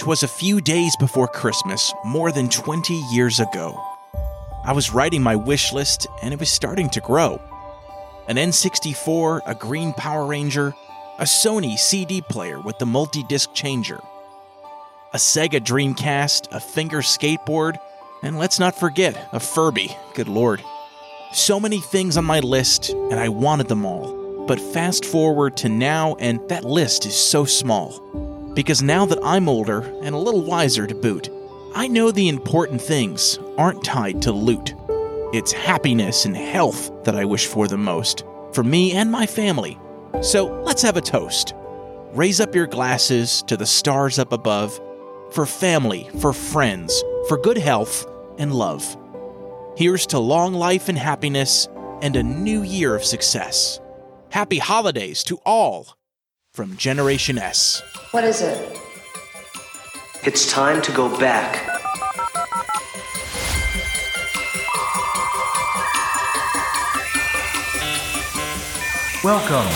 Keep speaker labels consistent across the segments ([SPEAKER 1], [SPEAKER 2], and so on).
[SPEAKER 1] Twas a few days before Christmas, more than 20 years ago. I was writing my wish list, and it was starting to grow. An N64, a green Power Ranger, a Sony CD player with the multi disc changer, a Sega Dreamcast, a finger skateboard, and let's not forget, a Furby. Good lord. So many things on my list, and I wanted them all. But fast forward to now, and that list is so small. Because now that I'm older and a little wiser to boot, I know the important things aren't tied to loot. It's happiness and health that I wish for the most, for me and my family. So let's have a toast. Raise up your glasses to the stars up above for family, for friends, for good health and love. Here's to long life and happiness and a new year of success. Happy holidays to all from Generation S.
[SPEAKER 2] What is it?
[SPEAKER 3] It's time to go back.
[SPEAKER 4] Welcome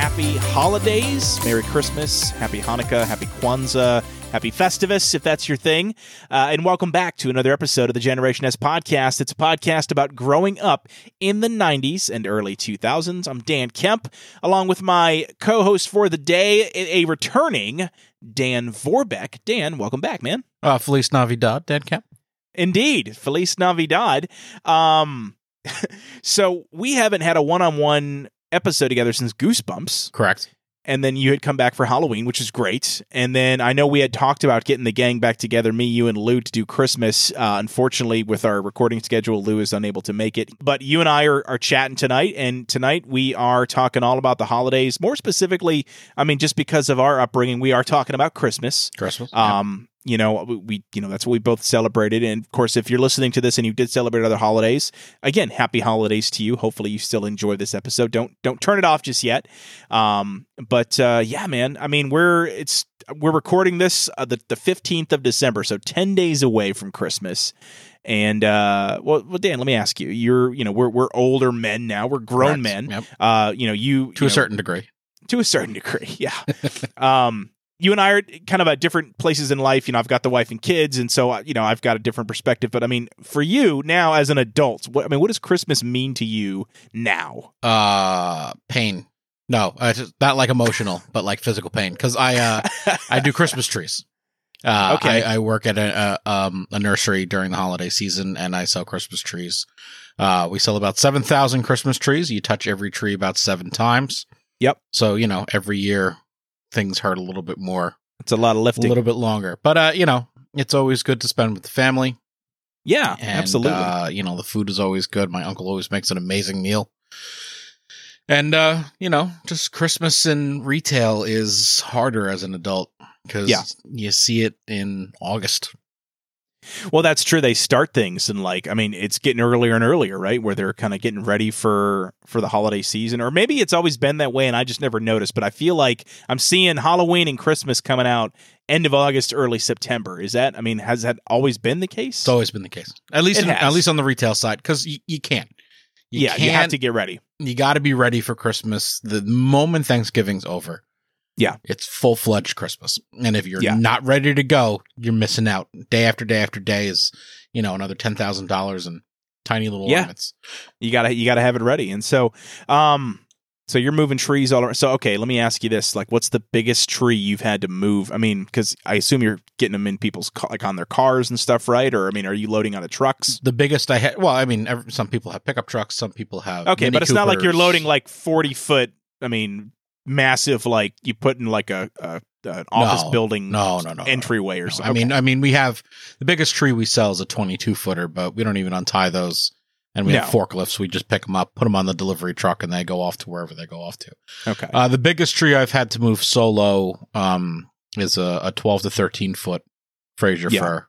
[SPEAKER 1] Happy holidays, Merry Christmas, Happy Hanukkah, Happy Kwanzaa, Happy Festivus, if that's your thing. Uh, and welcome back to another episode of the Generation S podcast. It's a podcast about growing up in the 90s and early 2000s. I'm Dan Kemp, along with my co host for the day, a a returning Dan Vorbeck. Dan, welcome back, man.
[SPEAKER 5] Uh, Feliz Navidad, Dan Cap.
[SPEAKER 1] Indeed, Feliz Navidad. Um, so we haven't had a one-on-one episode together since Goosebumps,
[SPEAKER 5] Correct.
[SPEAKER 1] and then you had come back for Halloween, which is great. And then I know we had talked about getting the gang back together, me, you, and Lou, to do Christmas. Uh, unfortunately, with our recording schedule, Lou is unable to make it. But you and I are, are chatting tonight, and tonight we are talking all about the holidays. More specifically, I mean, just because of our upbringing, we are talking about Christmas.
[SPEAKER 5] Christmas.
[SPEAKER 1] Um, you know, we, we you know that's what we both celebrated, and of course, if you're listening to this and you did celebrate other holidays, again, happy holidays to you. Hopefully, you still enjoy this episode. Don't don't turn it off just yet. Um, but uh, yeah, man, I mean, we're it's we're recording this uh, the the fifteenth of December, so ten days away from Christmas. And uh, well, well, Dan, let me ask you. You're you know we're we're older men now. We're grown
[SPEAKER 5] Correct.
[SPEAKER 1] men.
[SPEAKER 5] Yep.
[SPEAKER 1] Uh, you know you
[SPEAKER 5] To
[SPEAKER 1] you
[SPEAKER 5] a
[SPEAKER 1] know,
[SPEAKER 5] certain degree.
[SPEAKER 1] to a certain degree yeah um you and i are kind of at different places in life you know i've got the wife and kids and so uh, you know i've got a different perspective but i mean for you now as an adult what i mean what does christmas mean to you now
[SPEAKER 5] Uh, pain. No, uh, just not like emotional, but like physical pain. Because I uh, I do Christmas trees. Uh,
[SPEAKER 1] Okay.
[SPEAKER 5] I, I work at a, a um a nursery during the holiday season, and I sell Christmas trees. Uh, we sell about seven thousand Christmas trees. You touch every tree about seven times.
[SPEAKER 1] Yep.
[SPEAKER 5] So you know every year things hurt a little bit more,
[SPEAKER 1] it's a lot of
[SPEAKER 5] a
[SPEAKER 1] lifting
[SPEAKER 5] little bit longer. But uh, you know it's always good to spend with the family.
[SPEAKER 1] yeah
[SPEAKER 5] And,
[SPEAKER 1] absolutely
[SPEAKER 5] Uh, you know, the food is always good. My uncle always makes an amazing meal. And, uh, you know, just Christmas in retail is harder as an adult because
[SPEAKER 1] Yeah.
[SPEAKER 5] you see it in August.
[SPEAKER 1] well that's true they start things and like i mean it's getting earlier and earlier right where they're kind of getting ready for for the holiday season or maybe it's always been that way and i just never noticed but i feel like i'm seeing halloween and christmas coming out end of august early september is that i mean has that always been the case
[SPEAKER 5] It's always been the case, at least
[SPEAKER 1] It
[SPEAKER 5] in, at
[SPEAKER 1] has.
[SPEAKER 5] least on the retail side, because you, you can't. You
[SPEAKER 1] yeah,
[SPEAKER 5] can't,
[SPEAKER 1] you have to get ready.
[SPEAKER 5] you got to be ready for Christmas the moment Thanksgiving's over.
[SPEAKER 1] Yeah.
[SPEAKER 5] It's full fledged Christmas. And if you're
[SPEAKER 1] Yeah.
[SPEAKER 5] not ready to go, you're missing out. Day after day after day is, you know, another $10,000 and tiny little
[SPEAKER 1] Yeah.
[SPEAKER 5] ornaments.
[SPEAKER 1] You gotta you gotta have it ready. And so, um, so you're moving trees all around. So okay, let me ask you this: like, what's the biggest tree you've had to move? I mean, because I assume you're getting them in people's ca- like on their cars and stuff, right? Or I mean, are you loading onto trucks?
[SPEAKER 5] The biggest I had, well, I mean, ev some people have pickup trucks, some people have.
[SPEAKER 1] Okay,
[SPEAKER 5] Mini
[SPEAKER 1] but it's not like you're
[SPEAKER 5] Coopers.
[SPEAKER 1] loading like forty foot. I mean, massive like you put in like a, a an office
[SPEAKER 5] No,
[SPEAKER 1] building
[SPEAKER 5] No, no, no. no,
[SPEAKER 1] entryway or
[SPEAKER 5] no.
[SPEAKER 1] something.
[SPEAKER 5] I mean, I mean, we have the biggest tree we sell is a 22 footer, but we don't even untie those. And we have
[SPEAKER 1] No.
[SPEAKER 5] forklifts. We just pick them up, put them on the delivery truck, and they go off to wherever they go off to.
[SPEAKER 1] okay,
[SPEAKER 5] Uh, the biggest tree I've had to move solo um, is a, a 12 to 13 foot Fraser
[SPEAKER 1] Yeah.
[SPEAKER 5] fir.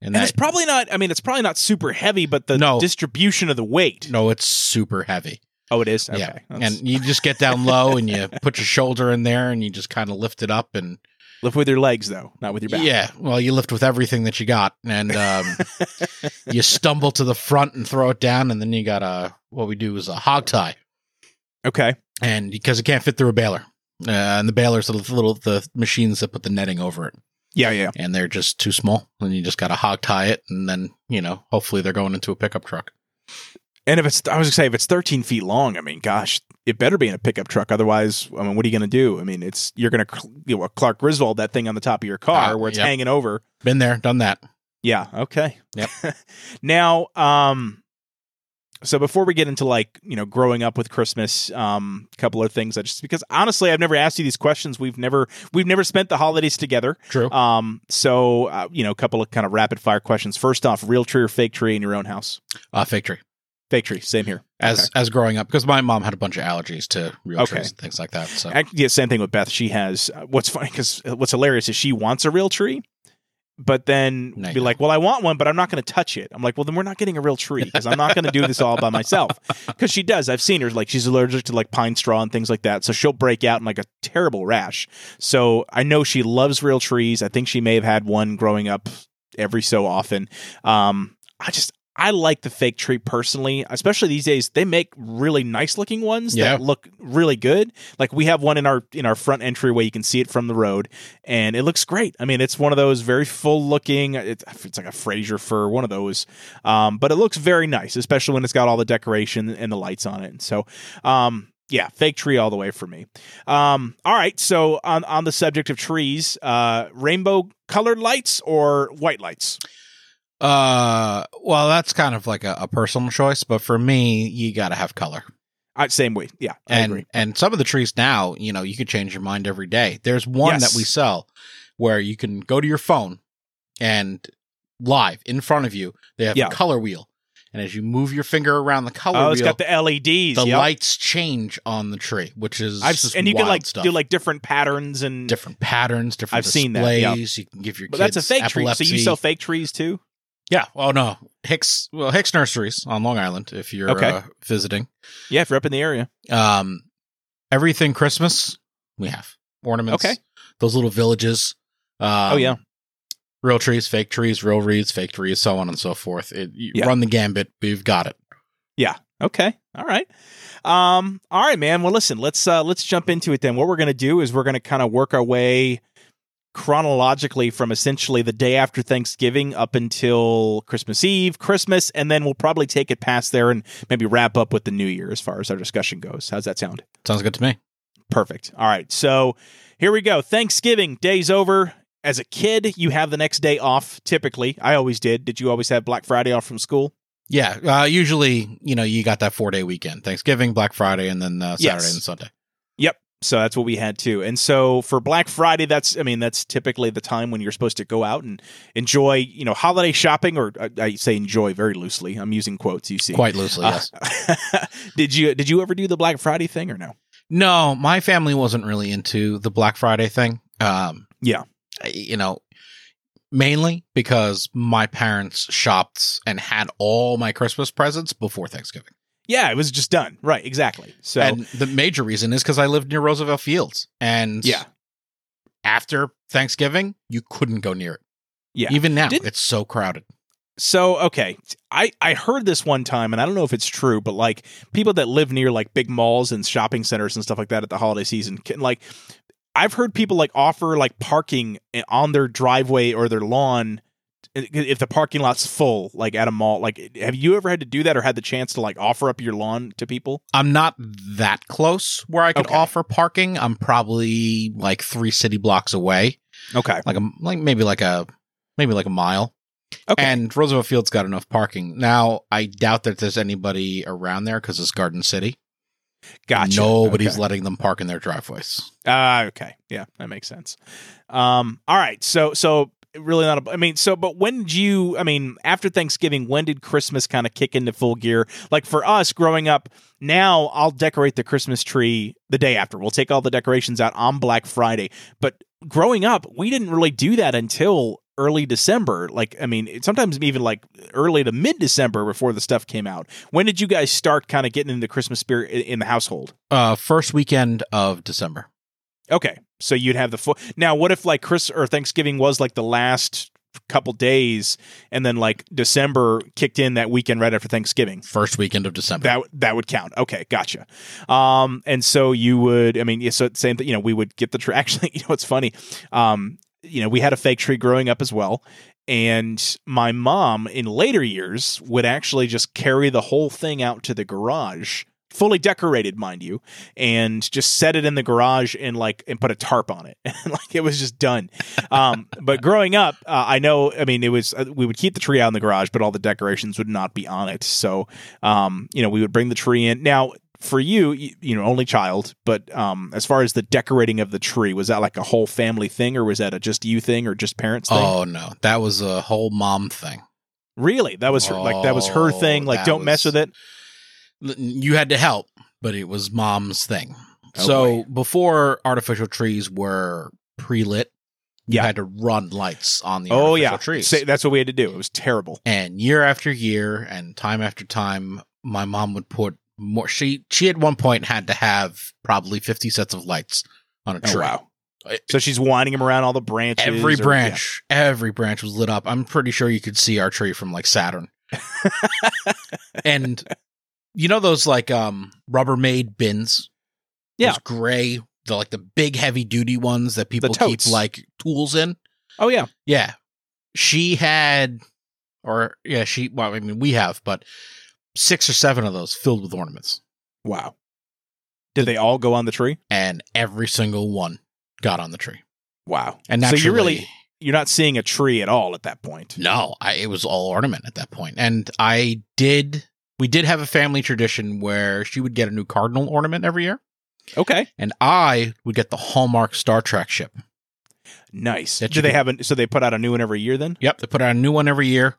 [SPEAKER 5] And,
[SPEAKER 1] and it's
[SPEAKER 5] that,
[SPEAKER 1] probably not. I mean, it's probably not super heavy, but the
[SPEAKER 5] No.
[SPEAKER 1] distribution of the weight.
[SPEAKER 5] no, it's super heavy.
[SPEAKER 1] Oh, it is. Okay,
[SPEAKER 5] Yeah.
[SPEAKER 1] That's-
[SPEAKER 5] And you just get down low and you put your shoulder in there and you just kind of lift it up and
[SPEAKER 1] Lift with your legs, though, not with your back.
[SPEAKER 5] Yeah. Well, you lift with everything that you got, and um, you stumble to the front and throw it down, and then you got a what we do is a hog tie,
[SPEAKER 1] Okay.
[SPEAKER 5] and because it can't fit through a baler, uh, and the balers are the little the machines that put the netting over it,
[SPEAKER 1] Yeah, yeah.
[SPEAKER 5] and they're just too small, and you just got to hog tie it, and then you know hopefully they're going into a pickup truck.
[SPEAKER 1] And if it's, I was gonna say, if it's 13 feet long, I mean, gosh, it better be in a pickup truck. Otherwise, I mean, what are you gonna do? I mean, it's you're gonna cl- you know, Clark Griswold that thing on the top of your car
[SPEAKER 5] Ah,
[SPEAKER 1] where it's
[SPEAKER 5] yep.
[SPEAKER 1] hanging over.
[SPEAKER 5] Been there, done that.
[SPEAKER 1] Yeah. Okay.
[SPEAKER 5] Yep.
[SPEAKER 1] now, um, so before we get into like you know growing up with Christmas, um, a couple of things I just because honestly I've never asked you these questions. We've never we've never spent the holidays together.
[SPEAKER 5] True.
[SPEAKER 1] Um, so uh, you know, a couple of kind of rapid fire questions. First off, real tree or fake tree in your own house?
[SPEAKER 5] Uh, fake tree.
[SPEAKER 1] Fake tree. Same here.
[SPEAKER 5] As
[SPEAKER 1] Okay.
[SPEAKER 5] as growing up, because my mom had a bunch of allergies to real
[SPEAKER 1] Okay.
[SPEAKER 5] trees and things like that. So
[SPEAKER 1] Act- yeah, same thing with Beth. She has uh, what's funny because what's hilarious is she wants a real tree, but then
[SPEAKER 5] No,
[SPEAKER 1] be
[SPEAKER 5] you
[SPEAKER 1] like, "Well, I want one, but I'm not going to touch it." I'm like, "Well, then we're not getting a real tree because I'm not going to do this all by myself." Because she does. I've seen her like she's allergic to like pine straw and things like that, so she'll break out in like a terrible rash. So I know she loves real trees. I think she may have had one growing up every so often. Um, I just I like the fake tree personally, especially these days. They make really nice looking ones
[SPEAKER 5] Yeah.
[SPEAKER 1] that look really good. Like we have one in our in our front entryway. You can see it from the road, and it looks great. I mean, it's one of those very full looking. It's, it's like a Fraser fir, one of those. Um, but it looks very nice, especially when it's got all the decoration and the lights on it. So, um, yeah, fake tree all the way for me. Um, all right. So on on the subject of trees, uh, rainbow colored lights or white lights?
[SPEAKER 5] Uh, well, that's kind of like a, a personal choice, but for me, you got to have color.
[SPEAKER 1] I, same way. Yeah, I
[SPEAKER 5] and
[SPEAKER 1] agree.
[SPEAKER 5] and some of the trees now, you know, you can change your mind every day. There's one
[SPEAKER 1] Yes.
[SPEAKER 5] that we sell where you can go to your phone and live in front of you, they have
[SPEAKER 1] Yeah.
[SPEAKER 5] a color wheel, and as you move your finger around the color
[SPEAKER 1] Oh,
[SPEAKER 5] wheel,
[SPEAKER 1] it's got the LEDs.
[SPEAKER 5] the
[SPEAKER 1] yep.
[SPEAKER 5] lights change on the tree, which is
[SPEAKER 1] I've
[SPEAKER 5] just
[SPEAKER 1] and you can
[SPEAKER 5] wild
[SPEAKER 1] like
[SPEAKER 5] stuff.
[SPEAKER 1] do like different patterns and
[SPEAKER 5] different patterns, different
[SPEAKER 1] I've
[SPEAKER 5] displays.
[SPEAKER 1] seen that, yeah.
[SPEAKER 5] You can give your
[SPEAKER 1] But
[SPEAKER 5] kids
[SPEAKER 1] that's a fake
[SPEAKER 5] epilepsy.
[SPEAKER 1] tree. So you sell fake trees too?
[SPEAKER 5] Yeah. Oh no, Hicks. Well, Hicks Nurseries on Long Island. If you're
[SPEAKER 1] Okay.
[SPEAKER 5] uh, visiting,
[SPEAKER 1] Yeah, if you're up in the area.
[SPEAKER 5] um, everything Christmas we have ornaments.
[SPEAKER 1] Okay.
[SPEAKER 5] Those little villages. Um,
[SPEAKER 1] oh yeah.
[SPEAKER 5] Real trees, fake trees, real reeds, fake trees, so on and so forth. It, you
[SPEAKER 1] Yeah.
[SPEAKER 5] Run the gambit. We've got it.
[SPEAKER 1] Okay. All right. Um, all right, man. Well, listen, let's uh let's jump into it then. What we're gonna do is we're gonna kind of work our way chronologically from essentially the day after Thanksgiving up until Christmas Eve, Christmas, and then we'll probably take it past there and maybe wrap up with the new year as far as our discussion goes. How's that sound?
[SPEAKER 5] Sounds good to me.
[SPEAKER 1] Perfect. All right. So here we go. Thanksgiving day's over. As a kid, you have the next day off. Typically, I always did. Did you always have Black Friday off from school?
[SPEAKER 5] Yeah. Uh, usually, you know, you got that four day weekend: Thanksgiving, Black Friday, and then uh, Saturday
[SPEAKER 1] Yes.
[SPEAKER 5] and Sunday.
[SPEAKER 1] So that's what we had too. And so for Black Friday, that's I mean that's typically the time when you're supposed to go out and enjoy you know holiday shopping or I, I say enjoy very loosely. I'm using quotes. You see,
[SPEAKER 5] Quite loosely,
[SPEAKER 1] Uh,
[SPEAKER 5] yes.
[SPEAKER 1] did you did you ever do the Black Friday thing or no?
[SPEAKER 5] No, my family wasn't really into the Black Friday thing. Um,
[SPEAKER 1] Yeah.
[SPEAKER 5] I- you know, mainly because my parents shopped and had all my Christmas presents before Thanksgiving.
[SPEAKER 1] Yeah, it was just done. Right, exactly. So
[SPEAKER 5] and the major reason is because I lived near Roosevelt Fields, and
[SPEAKER 1] yeah,
[SPEAKER 5] after Thanksgiving, you couldn't go near it.
[SPEAKER 1] Yeah.
[SPEAKER 5] even now
[SPEAKER 1] Didn't-
[SPEAKER 5] it's so crowded.
[SPEAKER 1] So okay, I I heard this one time, and I don't know if it's true, but like people that live near like big malls and shopping centers and stuff like that at the holiday season can like. I've heard people like offer like parking on their driveway or their lawn if the parking lot's full, like at a mall. Like, have you ever had to do that or had the chance to like offer up your lawn to people?
[SPEAKER 5] I'm not that close where I could
[SPEAKER 1] Okay.
[SPEAKER 5] offer parking. I'm probably like three city blocks away,
[SPEAKER 1] Okay,
[SPEAKER 5] like a like maybe like a maybe like a mile.
[SPEAKER 1] okay,
[SPEAKER 5] And Roosevelt Field's got enough parking. Now, I doubt that there's anybody around there because it's Garden City.
[SPEAKER 1] gotcha.
[SPEAKER 5] Nobody's
[SPEAKER 1] Okay.
[SPEAKER 5] letting them park in their driveways.
[SPEAKER 1] Ah, okay. Yeah, that makes sense. Um, all right. So, so really not. A, I mean, so, but when did you? I mean, after Thanksgiving, when did Christmas kind of kick into full gear? Like for us growing up, now I'll decorate the Christmas tree the day after. We'll take all the decorations out on Black Friday. But growing up, we didn't really do that until early December. Like, I mean, it- sometimes even like early to mid December before the stuff came out. When did you guys start kind of getting into Christmas spirit i- in the household?
[SPEAKER 5] Uh, first weekend of December.
[SPEAKER 1] Okay, so you'd have the full. Now, what if like Chris or Thanksgiving was like the last couple days, and then like December kicked in that weekend right after Thanksgiving?
[SPEAKER 5] First weekend of December.
[SPEAKER 1] That that would count. Okay, gotcha. Um, and so you would. I mean, yeah, so same thing. You know, we would get the tree. Actually, you know, it's funny. Um, you know, we had a fake tree growing up as well. And my mom in later years would actually just carry the whole thing out to the garage fully decorated, mind you, and just set it in the garage and like and put a tarp on it, and like it was just done. Um, but growing up, uh, I know, I mean, it was uh, we would keep the tree out in the garage, but all the decorations would not be on it. So, um, you know, we would bring the tree in. Now, for you, you, you know, only child, but um, as far as the decorating of the tree, was that like a whole family thing, or was that a just you thing, or just parents thing?
[SPEAKER 5] Oh no, that was a whole mom thing.
[SPEAKER 1] Really, that was her, like that was her
[SPEAKER 5] Oh,
[SPEAKER 1] thing. Like,
[SPEAKER 5] that
[SPEAKER 1] don't mess
[SPEAKER 5] was-
[SPEAKER 1] with it.
[SPEAKER 5] you had to help, but it was mom's thing.
[SPEAKER 1] Oh,
[SPEAKER 5] so before artificial trees were pre lit, you
[SPEAKER 1] Yeah.
[SPEAKER 5] had to run lights on the
[SPEAKER 1] Oh
[SPEAKER 5] artificial
[SPEAKER 1] yeah,
[SPEAKER 5] trees.
[SPEAKER 1] Say- that's what we had to do. It was terrible.
[SPEAKER 5] and year after year and time after time, my mom would put more she she at one point had to have probably fifty sets of lights on a
[SPEAKER 1] Oh,
[SPEAKER 5] tree. It-
[SPEAKER 1] So she's winding him around all the branches.
[SPEAKER 5] Every
[SPEAKER 1] or-
[SPEAKER 5] branch, every branch was lit up. I'm pretty sure you could see our tree from like Saturn. and you know those like um Rubbermaid bins?
[SPEAKER 1] Yeah.
[SPEAKER 5] Those gray, the like the big heavy duty ones that people keep
[SPEAKER 1] totes.
[SPEAKER 5] like tools in.
[SPEAKER 1] Yeah. Oh yeah.
[SPEAKER 5] Yeah. She had or yeah, she well, I mean we have, but six or seven of those filled with ornaments.
[SPEAKER 1] Wow. Did they all go on the tree?
[SPEAKER 5] And every single one got on the tree.
[SPEAKER 1] Wow.
[SPEAKER 5] And
[SPEAKER 1] so
[SPEAKER 5] naturally,
[SPEAKER 1] you're really you're not seeing a tree at all at that point.
[SPEAKER 5] No, I, it was all ornament at that point. And I did, we did have a family tradition where she would get a new cardinal ornament every year,
[SPEAKER 1] Okay.
[SPEAKER 5] and I would get the Hallmark Star Trek ship.
[SPEAKER 1] Nice.
[SPEAKER 5] That
[SPEAKER 1] Do
[SPEAKER 5] you
[SPEAKER 1] they
[SPEAKER 5] can-
[SPEAKER 1] have a, so they put out a new one every year then?
[SPEAKER 5] Yep, they put out a new one every year,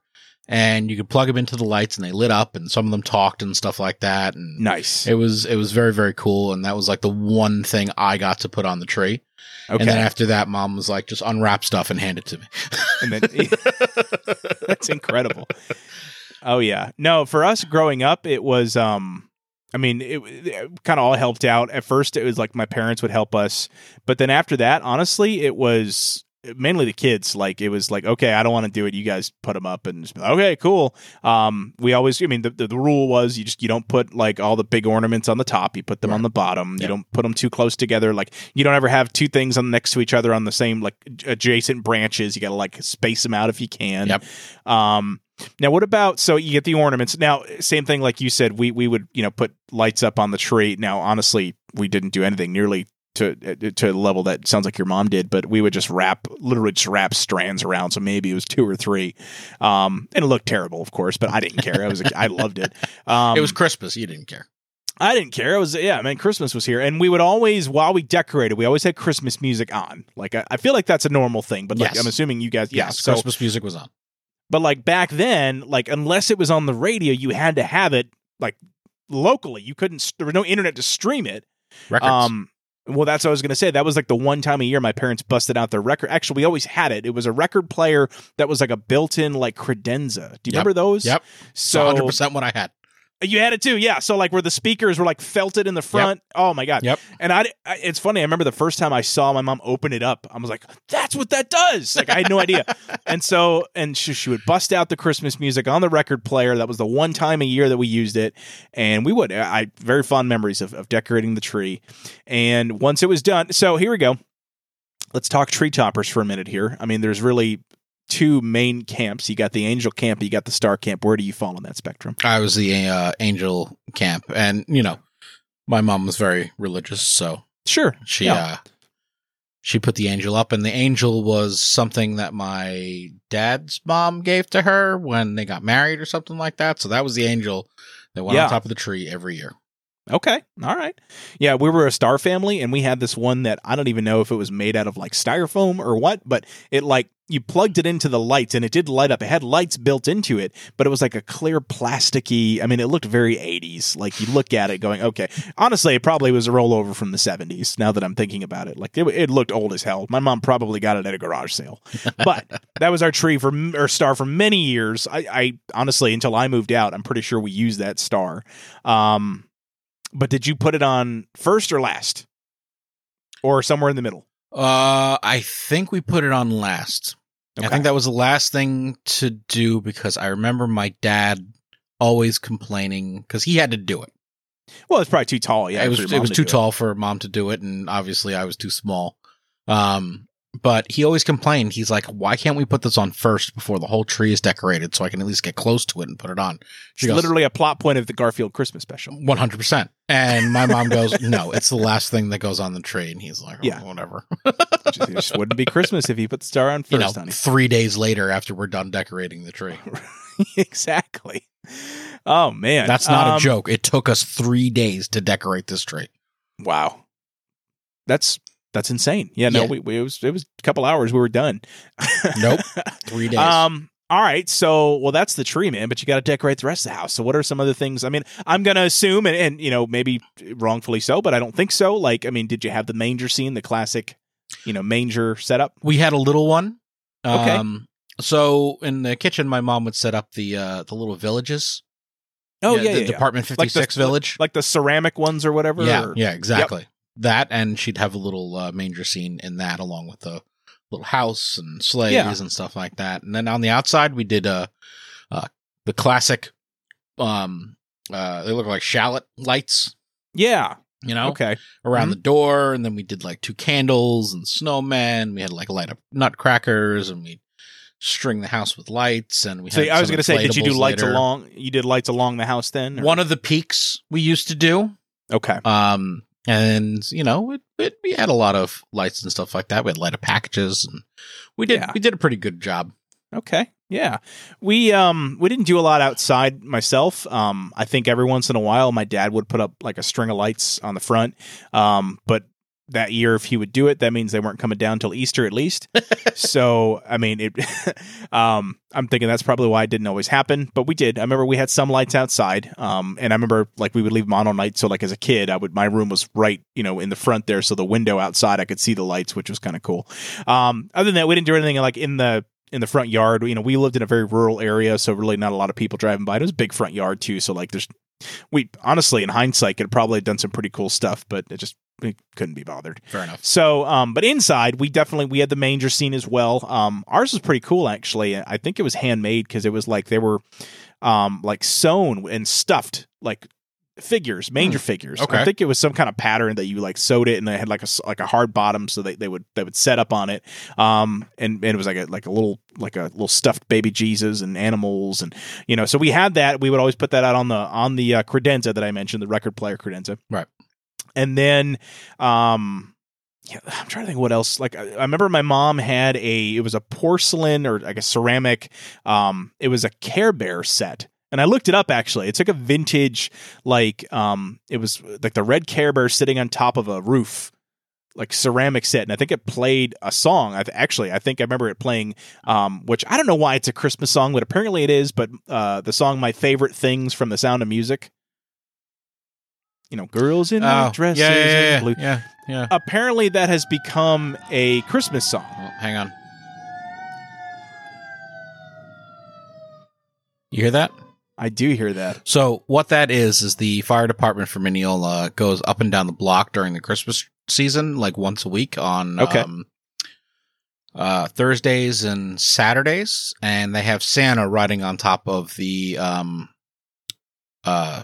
[SPEAKER 5] and you could plug them into the lights, and they lit up, and some of them talked and stuff like that. And
[SPEAKER 1] Nice.
[SPEAKER 5] it was it was very very cool, and that was like the one thing I got to put on the tree.
[SPEAKER 1] Okay.
[SPEAKER 5] And then after that, mom was like, just unwrap stuff and hand it to me.
[SPEAKER 1] And then- that's incredible. Oh yeah. No, for us growing up, it was um I mean, it, it kind of all helped out. At first, it was like my parents would help us, but then after that, honestly, it was mainly the kids. Like it was like, okay, I don't want to do it. You guys put them up, and just be like, okay, cool. Um, we always, I mean, the, the the rule was you just you don't put like all the big ornaments on the top. You put them on the bottom. You
[SPEAKER 5] Yeah.
[SPEAKER 1] don't put them too close together. Like you don't ever have two things on next to each other on the same like ad- adjacent branches. You got to like space them out if you can.
[SPEAKER 5] Yep.
[SPEAKER 1] Um, now, what about so you get the ornaments? Now, same thing like you said, we we would you know put lights up on the tree. Now, honestly, we didn't do anything nearly to to a level that sounds like your mom did, but we would just wrap literally just wrap strands around. So maybe it was two or three, um, and it looked terrible, of course, but I didn't care. I was a- I loved it. Um,
[SPEAKER 5] it was Christmas. You didn't care.
[SPEAKER 1] I didn't care. It was yeah, man. Christmas was here, and we would always while we decorated, we always had Christmas music on. Like I, I feel like that's a normal thing, but like
[SPEAKER 5] Yes.
[SPEAKER 1] I'm assuming you guys, yeah.
[SPEAKER 5] yes,
[SPEAKER 1] so
[SPEAKER 5] Christmas music was on.
[SPEAKER 1] but like back then, like unless it was on the radio, you had to have it like locally. You couldn't. There was no internet to stream it.
[SPEAKER 5] Records.
[SPEAKER 1] Um. Well, that's what I was gonna say. That was like the one time a year my parents busted out their record. Actually, we always had it. It was a record player that was like a built-in like credenza. Do you
[SPEAKER 5] Yep.
[SPEAKER 1] remember those?
[SPEAKER 5] Yep.
[SPEAKER 1] So
[SPEAKER 5] 100% what I had.
[SPEAKER 1] you had it too, yeah. So like where the speakers were like felted in the front. Oh my god.
[SPEAKER 5] Yep.
[SPEAKER 1] And I, I- it's funny. I remember the first time I saw my mom open it up. I was like, "That's what that does." Like I had no idea. and so, and she, she would bust out the Christmas music on the record player. That was the one time a year that we used it, and we would. I very fond memories of, of decorating the tree. And once it was done, so here we go. Let's talk tree toppers for a minute here. I mean, there's really two main camps. You got the angel camp. You got the star camp. Where do you fall on that spectrum?
[SPEAKER 5] I was the uh, angel camp, and you know, my mom was very religious, so
[SPEAKER 1] Sure.
[SPEAKER 5] she
[SPEAKER 1] Yeah.
[SPEAKER 5] uh, she put the angel up, and the angel was something that my dad's mom gave to her when they got married or something like that. So that was the angel that went
[SPEAKER 1] Yeah.
[SPEAKER 5] on top of the tree every year.
[SPEAKER 1] Okay. All right. Yeah, we were a star family and we had this one that I don't even know if it was made out of like styrofoam or what, but it like you plugged it into the lights and it did light up. It had lights built into it, but it was like a clear plasticky. I mean, it looked very 80s. Like you look at it going, okay. Honestly, it probably was a rollover from the 70s now that I'm thinking about it. Like it, it looked old as hell. My mom probably got it at a garage sale. But that was our tree for or star for many years. I, I honestly until I moved out, I'm pretty sure we used that star. Um but did you put it on first or last? or somewhere in the middle?
[SPEAKER 5] Uh, I think we put it on last. I think that was the last thing to do because I remember my dad always complaining because he had to do it.
[SPEAKER 1] Well, it's probably too tall. Yeah,
[SPEAKER 5] it was
[SPEAKER 1] for your
[SPEAKER 5] it
[SPEAKER 1] mom
[SPEAKER 5] was
[SPEAKER 1] to
[SPEAKER 5] too
[SPEAKER 1] do
[SPEAKER 5] tall for mom to do it, and obviously I was too small. Um, but he always complained. He's like, "Why can't we put this on first before the whole tree is decorated, so I can at least get close to it and put it on?"
[SPEAKER 1] It's literally a plot point of the Garfield Christmas special.
[SPEAKER 5] one hundred percent. And my mom goes, "No, it's the last thing that goes on the tree." And he's like, oh,
[SPEAKER 1] Yeah.
[SPEAKER 5] whatever."
[SPEAKER 1] It just, it just wouldn't be Christmas if you put the star on first,
[SPEAKER 5] you know,
[SPEAKER 1] honey.
[SPEAKER 5] three days later after we're done decorating the tree.
[SPEAKER 1] exactly. Oh man,
[SPEAKER 5] That's not
[SPEAKER 1] Um,
[SPEAKER 5] a joke. It took us three days to decorate this tree.
[SPEAKER 1] Wow, that's that's insane. Yeah, no,
[SPEAKER 5] Yeah.
[SPEAKER 1] We, we it was it was a couple hours. We were done.
[SPEAKER 5] Nope. Three days.
[SPEAKER 1] Um. All right. So, well, that's the tree, man. But you got to decorate the rest of the house. So, what are some other things? I mean, I'm gonna assume, and, and you know, maybe wrongfully so, but I don't think so. Like, I mean, did you have the manger scene, the classic, you know, manger setup?
[SPEAKER 5] we had a little one.
[SPEAKER 1] Okay.
[SPEAKER 5] Um, so in the kitchen, my mom would set up the uh, the little villages.
[SPEAKER 1] Oh,
[SPEAKER 5] the Department
[SPEAKER 1] Like
[SPEAKER 5] Fifty
[SPEAKER 1] the-
[SPEAKER 5] Six village.
[SPEAKER 1] like the ceramic ones or whatever.
[SPEAKER 5] yeah,
[SPEAKER 1] or-
[SPEAKER 5] yeah, exactly. That, and she'd have a little uh, manger scene in that, along with the little house and sleighs
[SPEAKER 1] Yeah.
[SPEAKER 5] and stuff like that. And then on the outside, we did uh, uh the classic. Um, uh, they look like shallot lights,
[SPEAKER 1] yeah.
[SPEAKER 5] you know,
[SPEAKER 1] Okay.
[SPEAKER 5] around
[SPEAKER 1] Mhm.
[SPEAKER 5] the door, and then we did like two candles and snowmen. We had like light up nutcrackers, and we string the house with lights. And we
[SPEAKER 1] So
[SPEAKER 5] had
[SPEAKER 1] I was
[SPEAKER 5] some
[SPEAKER 1] gonna say, did you do
[SPEAKER 5] inflatables
[SPEAKER 1] lights
[SPEAKER 5] later.
[SPEAKER 1] along? You did lights along the house then? or-
[SPEAKER 5] One of the peaks we used to do
[SPEAKER 1] Okay.
[SPEAKER 5] um, and you know, it, it, we had a lot of lights and stuff like that. We had light up packages, and we did
[SPEAKER 1] Yeah.
[SPEAKER 5] we did a pretty good job.
[SPEAKER 1] Okay. Yeah. We um we didn't do a lot outside myself. Um I think every once in a while my dad would put up like a string of lights on the front. Um but that year if he would do it that means they weren't coming down till Easter at least. so, I mean, it um I'm thinking that's probably why it didn't always happen, but we did. I remember we had some lights outside. Um and I remember like we would leave them on all night so like as a kid I would my room was right, you know, in the front there so the window outside I could see the lights which was kind of cool. Um other than that we didn't do anything like in the in the front yard. You know, we lived in a very rural area, so really not a lot of people driving by. It was a big front yard too, so like there's we honestly in hindsight could probably have done some pretty cool stuff, but it just we couldn't be bothered.
[SPEAKER 5] Fair enough.
[SPEAKER 1] So, um, but inside we definitely we had the manger scene as well. Um, ours was pretty cool actually. I think it was handmade because it was like they were, um, like sewn and stuffed like figures, manger figures.
[SPEAKER 5] Hmm. Okay.
[SPEAKER 1] I think it was some kind of pattern that you like sewed it and they had like a s- like a hard bottom so they, they would they would set up on it. Um, and, and it was like a like a little like a little stuffed baby Jesus and animals and you know so we had that. We would always put that out on the on the uh, credenza that I mentioned, the record player credenza.
[SPEAKER 5] Right.
[SPEAKER 1] And then, um, yeah, I'm trying to think what else. Like I, I remember my mom had a it was a porcelain or like a ceramic. Um, it was a Care Bear set, and I looked it up actually. It's like a vintage like um, it was like the red Care Bear sitting on top of a roof. Like ceramic set, and I think it played a song. I th- actually, I think I remember it playing, um, which I don't know why it's a Christmas song, but apparently it is. But uh, the song "My Favorite Things" from The Sound of Music, you know, girls in
[SPEAKER 5] Oh,
[SPEAKER 1] white dresses
[SPEAKER 5] yeah, yeah,
[SPEAKER 1] and
[SPEAKER 5] yeah,
[SPEAKER 1] blue
[SPEAKER 5] yeah, yeah.
[SPEAKER 1] apparently that has become a Christmas song.
[SPEAKER 5] Well, Oh, hang on. You hear that?
[SPEAKER 1] I do hear that.
[SPEAKER 5] So what that is is the fire department for Mineola goes up and down the block during the Christmas season, like once a week on
[SPEAKER 1] Okay.
[SPEAKER 5] um, uh, Thursdays and Saturdays, and they have Santa riding on top of the um, uh,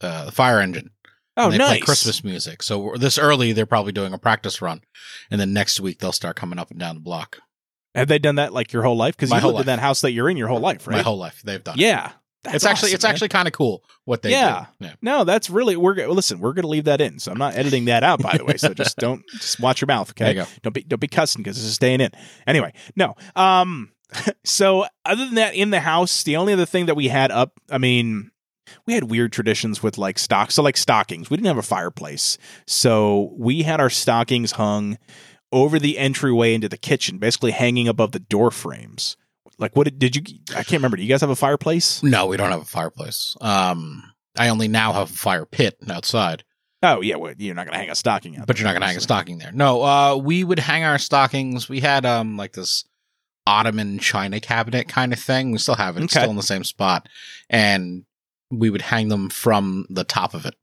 [SPEAKER 5] uh, fire engine.
[SPEAKER 1] Oh,
[SPEAKER 5] And they
[SPEAKER 1] nice.
[SPEAKER 5] play Christmas music. So we're- this early, they're probably doing a practice run, and then next week they'll start coming up and down the block.
[SPEAKER 1] Have they done that like your whole life? Because you
[SPEAKER 5] My
[SPEAKER 1] lived
[SPEAKER 5] whole
[SPEAKER 1] in
[SPEAKER 5] life.
[SPEAKER 1] that house that you're in your whole life, right?
[SPEAKER 5] My whole life, they've done. it.
[SPEAKER 1] yeah. That's
[SPEAKER 5] it's actually
[SPEAKER 1] awesome,
[SPEAKER 5] it's
[SPEAKER 1] man.
[SPEAKER 5] actually kind of cool what they
[SPEAKER 1] Yeah.
[SPEAKER 5] do. Yeah.
[SPEAKER 1] no. That's really we're go- listen. We're gonna leave that in, so I'm not editing that out. By the way, so just don't just watch your mouth. Okay,
[SPEAKER 5] There you go.
[SPEAKER 1] don't be don't be cussing because this is staying in. Anyway, no. Um. So other than that, in the house, the only other thing that we had up, I mean, we had weird traditions with like stocks. So like stockings, we didn't have a fireplace, so we had our stockings hung over the entryway into the kitchen, basically hanging above the door frames. Like what did, did you? I can't remember. Do you guys have a fireplace?
[SPEAKER 5] No, we don't have a fireplace. Um, I only now have a fire pit outside,
[SPEAKER 1] Oh yeah, well, you're not gonna hang a stocking out.
[SPEAKER 5] but
[SPEAKER 1] there,
[SPEAKER 5] you're not gonna hang a
[SPEAKER 1] obviously.
[SPEAKER 5] stocking there. No, uh, we would hang our stockings. We had um like this ottoman china cabinet kind of thing. We still have it, It's
[SPEAKER 1] Okay.
[SPEAKER 5] still in the same spot, and we would hang them from the top of it.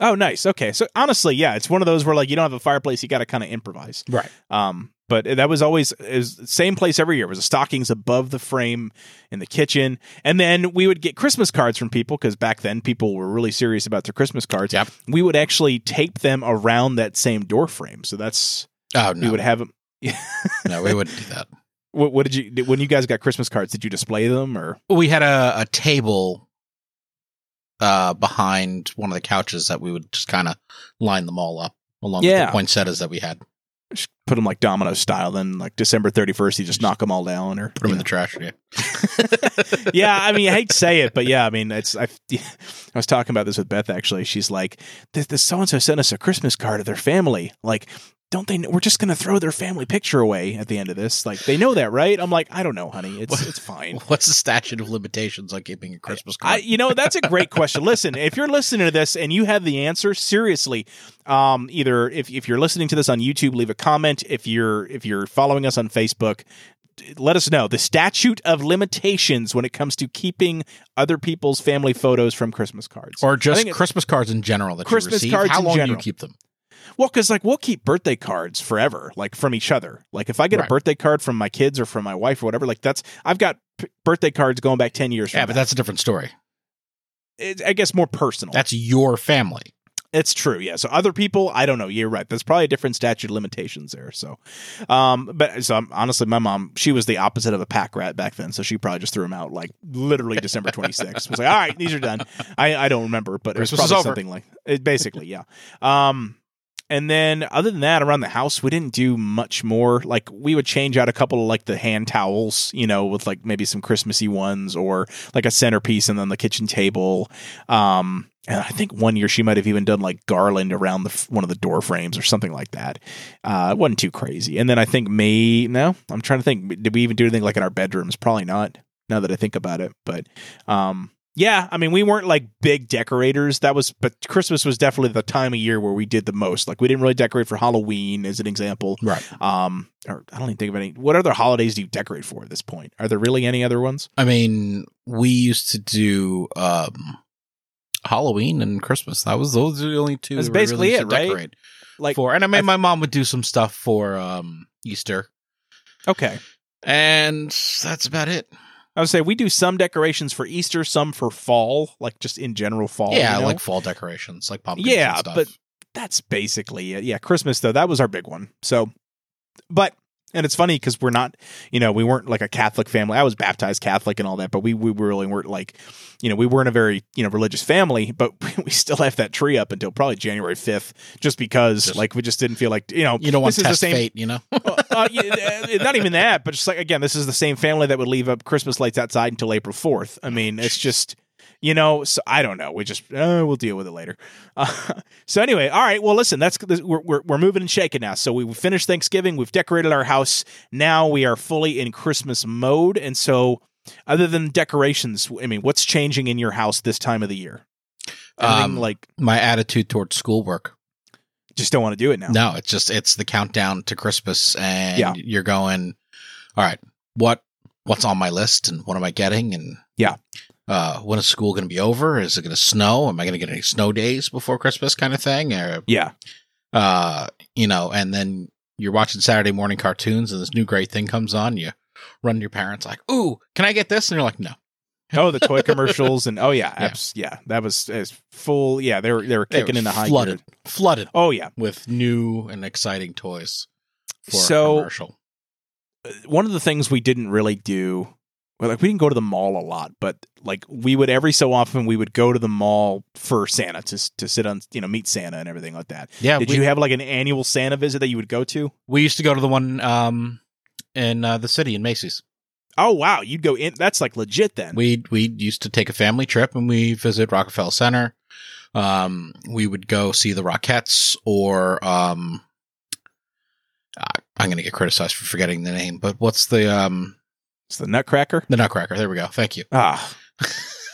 [SPEAKER 1] Oh, nice. Okay. So honestly, yeah, it's one of those where like you don't have a fireplace, you got to kind of improvise.
[SPEAKER 5] Right.
[SPEAKER 1] Um, but that was always is same place every year. It was the stockings above the frame in the kitchen, and then we would get Christmas cards from people because back then people were really serious about their Christmas cards.
[SPEAKER 5] Yep.
[SPEAKER 1] We would actually tape them around that same door frame, so that's
[SPEAKER 5] Oh
[SPEAKER 1] we
[SPEAKER 5] no,
[SPEAKER 1] would have them.
[SPEAKER 5] no, we wouldn't do that.
[SPEAKER 1] What, what did you did- when you guys got Christmas cards? Did you display them or?
[SPEAKER 5] We had a, a table uh, behind one of the couches that we would just kind of line them all up along with
[SPEAKER 1] Yeah.
[SPEAKER 5] the poinsettias that we had. Put
[SPEAKER 1] Just put them like domino style. Then like December thirty first, you just knock them all down or
[SPEAKER 5] them in the trash. Yeah.
[SPEAKER 1] yeah, I mean, I hate to say it, but yeah, I mean, it's I. I was talking about this with Beth actually. She's like, "This so and so sent us a Christmas card of their family. Like, don't they? Know, we're just gonna throw their family picture away at the end of this. Like, they know that, right?" I'm like, "I don't know, honey. It's it's fine."
[SPEAKER 5] What's the statute of limitations on keeping a Christmas
[SPEAKER 1] I,
[SPEAKER 5] card?
[SPEAKER 1] you know, that's a great question. Listen, if you're listening to this and you have the answer, seriously, um, either if, if you're listening to this on YouTube, leave a comment. If you're if you're following us on Facebook, d- let us know the statute of limitations when it comes to keeping other people's family photos from Christmas cards,
[SPEAKER 5] or
[SPEAKER 1] I
[SPEAKER 5] just
[SPEAKER 1] think it-
[SPEAKER 5] Christmas cards in general that
[SPEAKER 1] Christmas
[SPEAKER 5] you receive.
[SPEAKER 1] cards
[SPEAKER 5] How
[SPEAKER 1] in
[SPEAKER 5] long do you
[SPEAKER 1] general.
[SPEAKER 5] keep them?
[SPEAKER 1] Well, because like we'll keep birthday cards forever, like from each other. Like if I get a
[SPEAKER 5] Right.
[SPEAKER 1] birthday card from my kids or from my wife or whatever, like that's I've got p- birthday cards going back ten years. From
[SPEAKER 5] Yeah, but
[SPEAKER 1] now.
[SPEAKER 5] that's a different story.
[SPEAKER 1] It- I guess more personal.
[SPEAKER 5] That's your family.
[SPEAKER 1] It's true, yeah. So other people, I don't know. You're right. There's probably a different statute of limitations there. So, um, but so I'm, honestly, my mom, she was the opposite of a pack rat back then. So she probably just threw them out like literally December 26th. was like, all right, these are done. I, I don't remember, but it was
[SPEAKER 5] Christmas is
[SPEAKER 1] probably
[SPEAKER 5] over.
[SPEAKER 1] something like it. Basically, yeah. Um, and then other than that, around the house, we didn't do much more. Like we would change out a couple of like the hand towels, you know, with like maybe some Christmassy ones or like a centerpiece and then the kitchen table. Um, and I think one year she might have even done like garland around the f- one of the door frames or something like that. Uh, it wasn't too crazy. And then I think May, no, I'm trying to think. Did we even do anything like in our bedrooms? Probably not. Now that I think about it, but um, yeah, I mean, we weren't like big decorators. That was, but Christmas was definitely the time of year where we did the most. Like, we didn't really decorate for Halloween, as an example.
[SPEAKER 5] Right.
[SPEAKER 1] Um, or I don't even think of any. What other holidays do you decorate for at this point? Are there really any other ones?
[SPEAKER 5] I mean, we used to do um Halloween and Christmas. That was those are the only two.
[SPEAKER 1] That's
[SPEAKER 5] we really
[SPEAKER 1] basically
[SPEAKER 5] used
[SPEAKER 1] it,
[SPEAKER 5] to
[SPEAKER 1] right?
[SPEAKER 5] decorate
[SPEAKER 1] Like,
[SPEAKER 5] for. And I mean,
[SPEAKER 1] I-
[SPEAKER 5] my mom would do some stuff for um Easter,
[SPEAKER 1] okay,
[SPEAKER 5] and that's about it.
[SPEAKER 1] I would say we do some decorations for Easter, some for fall, like just in general fall.
[SPEAKER 5] yeah,
[SPEAKER 1] you know?
[SPEAKER 5] like fall decorations, like pumpkins.
[SPEAKER 1] Yeah,
[SPEAKER 5] and stuff.
[SPEAKER 1] but- that's basically it. Yeah, Christmas though that was our big one. So, but and it's funny because we're not, you know, we weren't like a Catholic family. I was baptized Catholic and all that, but we we really weren't like, you know, we weren't a very you know religious family. But we still left that tree up until probably January fifth, just because
[SPEAKER 5] Just-
[SPEAKER 1] like we just didn't feel like you know
[SPEAKER 5] you don't want
[SPEAKER 1] this
[SPEAKER 5] to
[SPEAKER 1] is the
[SPEAKER 5] test
[SPEAKER 1] same
[SPEAKER 5] fate, you know?
[SPEAKER 1] uh, uh, yeah, uh, not even that, but just like again, this is the same family that would leave up Christmas lights outside until April fourth. I mean, it's just you know, so I don't know. We just uh, we'll deal with it later. Uh, so anyway, all right. Well, listen, that's this- we're we're, we're moving and shaking now. So we finished Thanksgiving. We've decorated our house. Now we are fully in Christmas mode, and so. Other than decorations, I mean, what's changing in your house this time of the year? Anything
[SPEAKER 5] Um,
[SPEAKER 1] like
[SPEAKER 5] my attitude towards schoolwork.
[SPEAKER 1] just don't want to do it now.
[SPEAKER 5] No, it's just it's the countdown to Christmas, and
[SPEAKER 1] Yeah.
[SPEAKER 5] you're going, all right, what what's on my list, and what am I getting, and
[SPEAKER 1] Yeah.
[SPEAKER 5] uh, when is school going to be over? Is it going to snow? Am I going to get any snow days before Christmas, kind of thing, or
[SPEAKER 1] Yeah,
[SPEAKER 5] uh, you know, and then you're watching Saturday morning cartoons, and this new great thing comes on, you run to your parents like, ooh, can I get this? And you're like, no,
[SPEAKER 1] Oh, the toy commercials and oh yeah,
[SPEAKER 5] Yeah.
[SPEAKER 1] abs- yeah, that was as full. Yeah, they were they were
[SPEAKER 5] They
[SPEAKER 1] kicking
[SPEAKER 5] were
[SPEAKER 1] in the high
[SPEAKER 5] flooded,
[SPEAKER 1] gear.
[SPEAKER 5] flooded
[SPEAKER 1] Oh yeah.
[SPEAKER 5] with new and exciting toys. For
[SPEAKER 1] So-
[SPEAKER 5] a commercial.
[SPEAKER 1] One of the things we didn't really do, well, like we didn't go to the mall a lot, but like we would every so often we would go to the mall for Santa to to sit on you know meet Santa and everything like that.
[SPEAKER 5] yeah,
[SPEAKER 1] Did
[SPEAKER 5] we-
[SPEAKER 1] you have like an annual Santa visit that you would go to?
[SPEAKER 5] We used to go to the one um in uh, the city in Macy's.
[SPEAKER 1] Oh wow, you'd go in. That's like legit then.
[SPEAKER 5] We we used to take a family trip and we visit Rockefeller Center. Um, we would go see the Rockettes or um, I- I'm going to get criticized for forgetting the name, but what's the um
[SPEAKER 1] it's the Nutcracker.
[SPEAKER 5] the Nutcracker? There we go. Thank you.
[SPEAKER 1] Ah.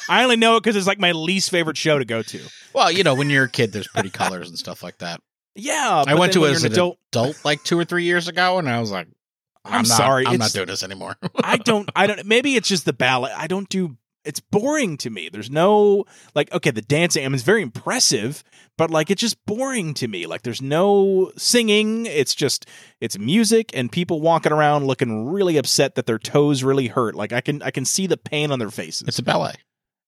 [SPEAKER 1] I only know it because it's like my least favorite show to go to.
[SPEAKER 5] Well, you know, when you're a kid, there's pretty colors and stuff like that.
[SPEAKER 1] Yeah,
[SPEAKER 5] I
[SPEAKER 1] but then
[SPEAKER 5] went to
[SPEAKER 1] when
[SPEAKER 5] it
[SPEAKER 1] you're
[SPEAKER 5] as
[SPEAKER 1] an
[SPEAKER 5] an
[SPEAKER 1] adult.
[SPEAKER 5] adult, like two or three years ago, and I was like,
[SPEAKER 1] I'm, sorry,
[SPEAKER 5] I'm
[SPEAKER 1] it's-
[SPEAKER 5] not doing this anymore.
[SPEAKER 1] I don't. I don't. Maybe it's just the ballot. I don't do it's boring to me. There's no like okay, the dance am is very impressive, but like it's just boring to me. Like there's no singing. It's just it's music and people walking around looking really upset that their toes really hurt. Like I can I can see the pain on their faces.
[SPEAKER 5] It's a ballet.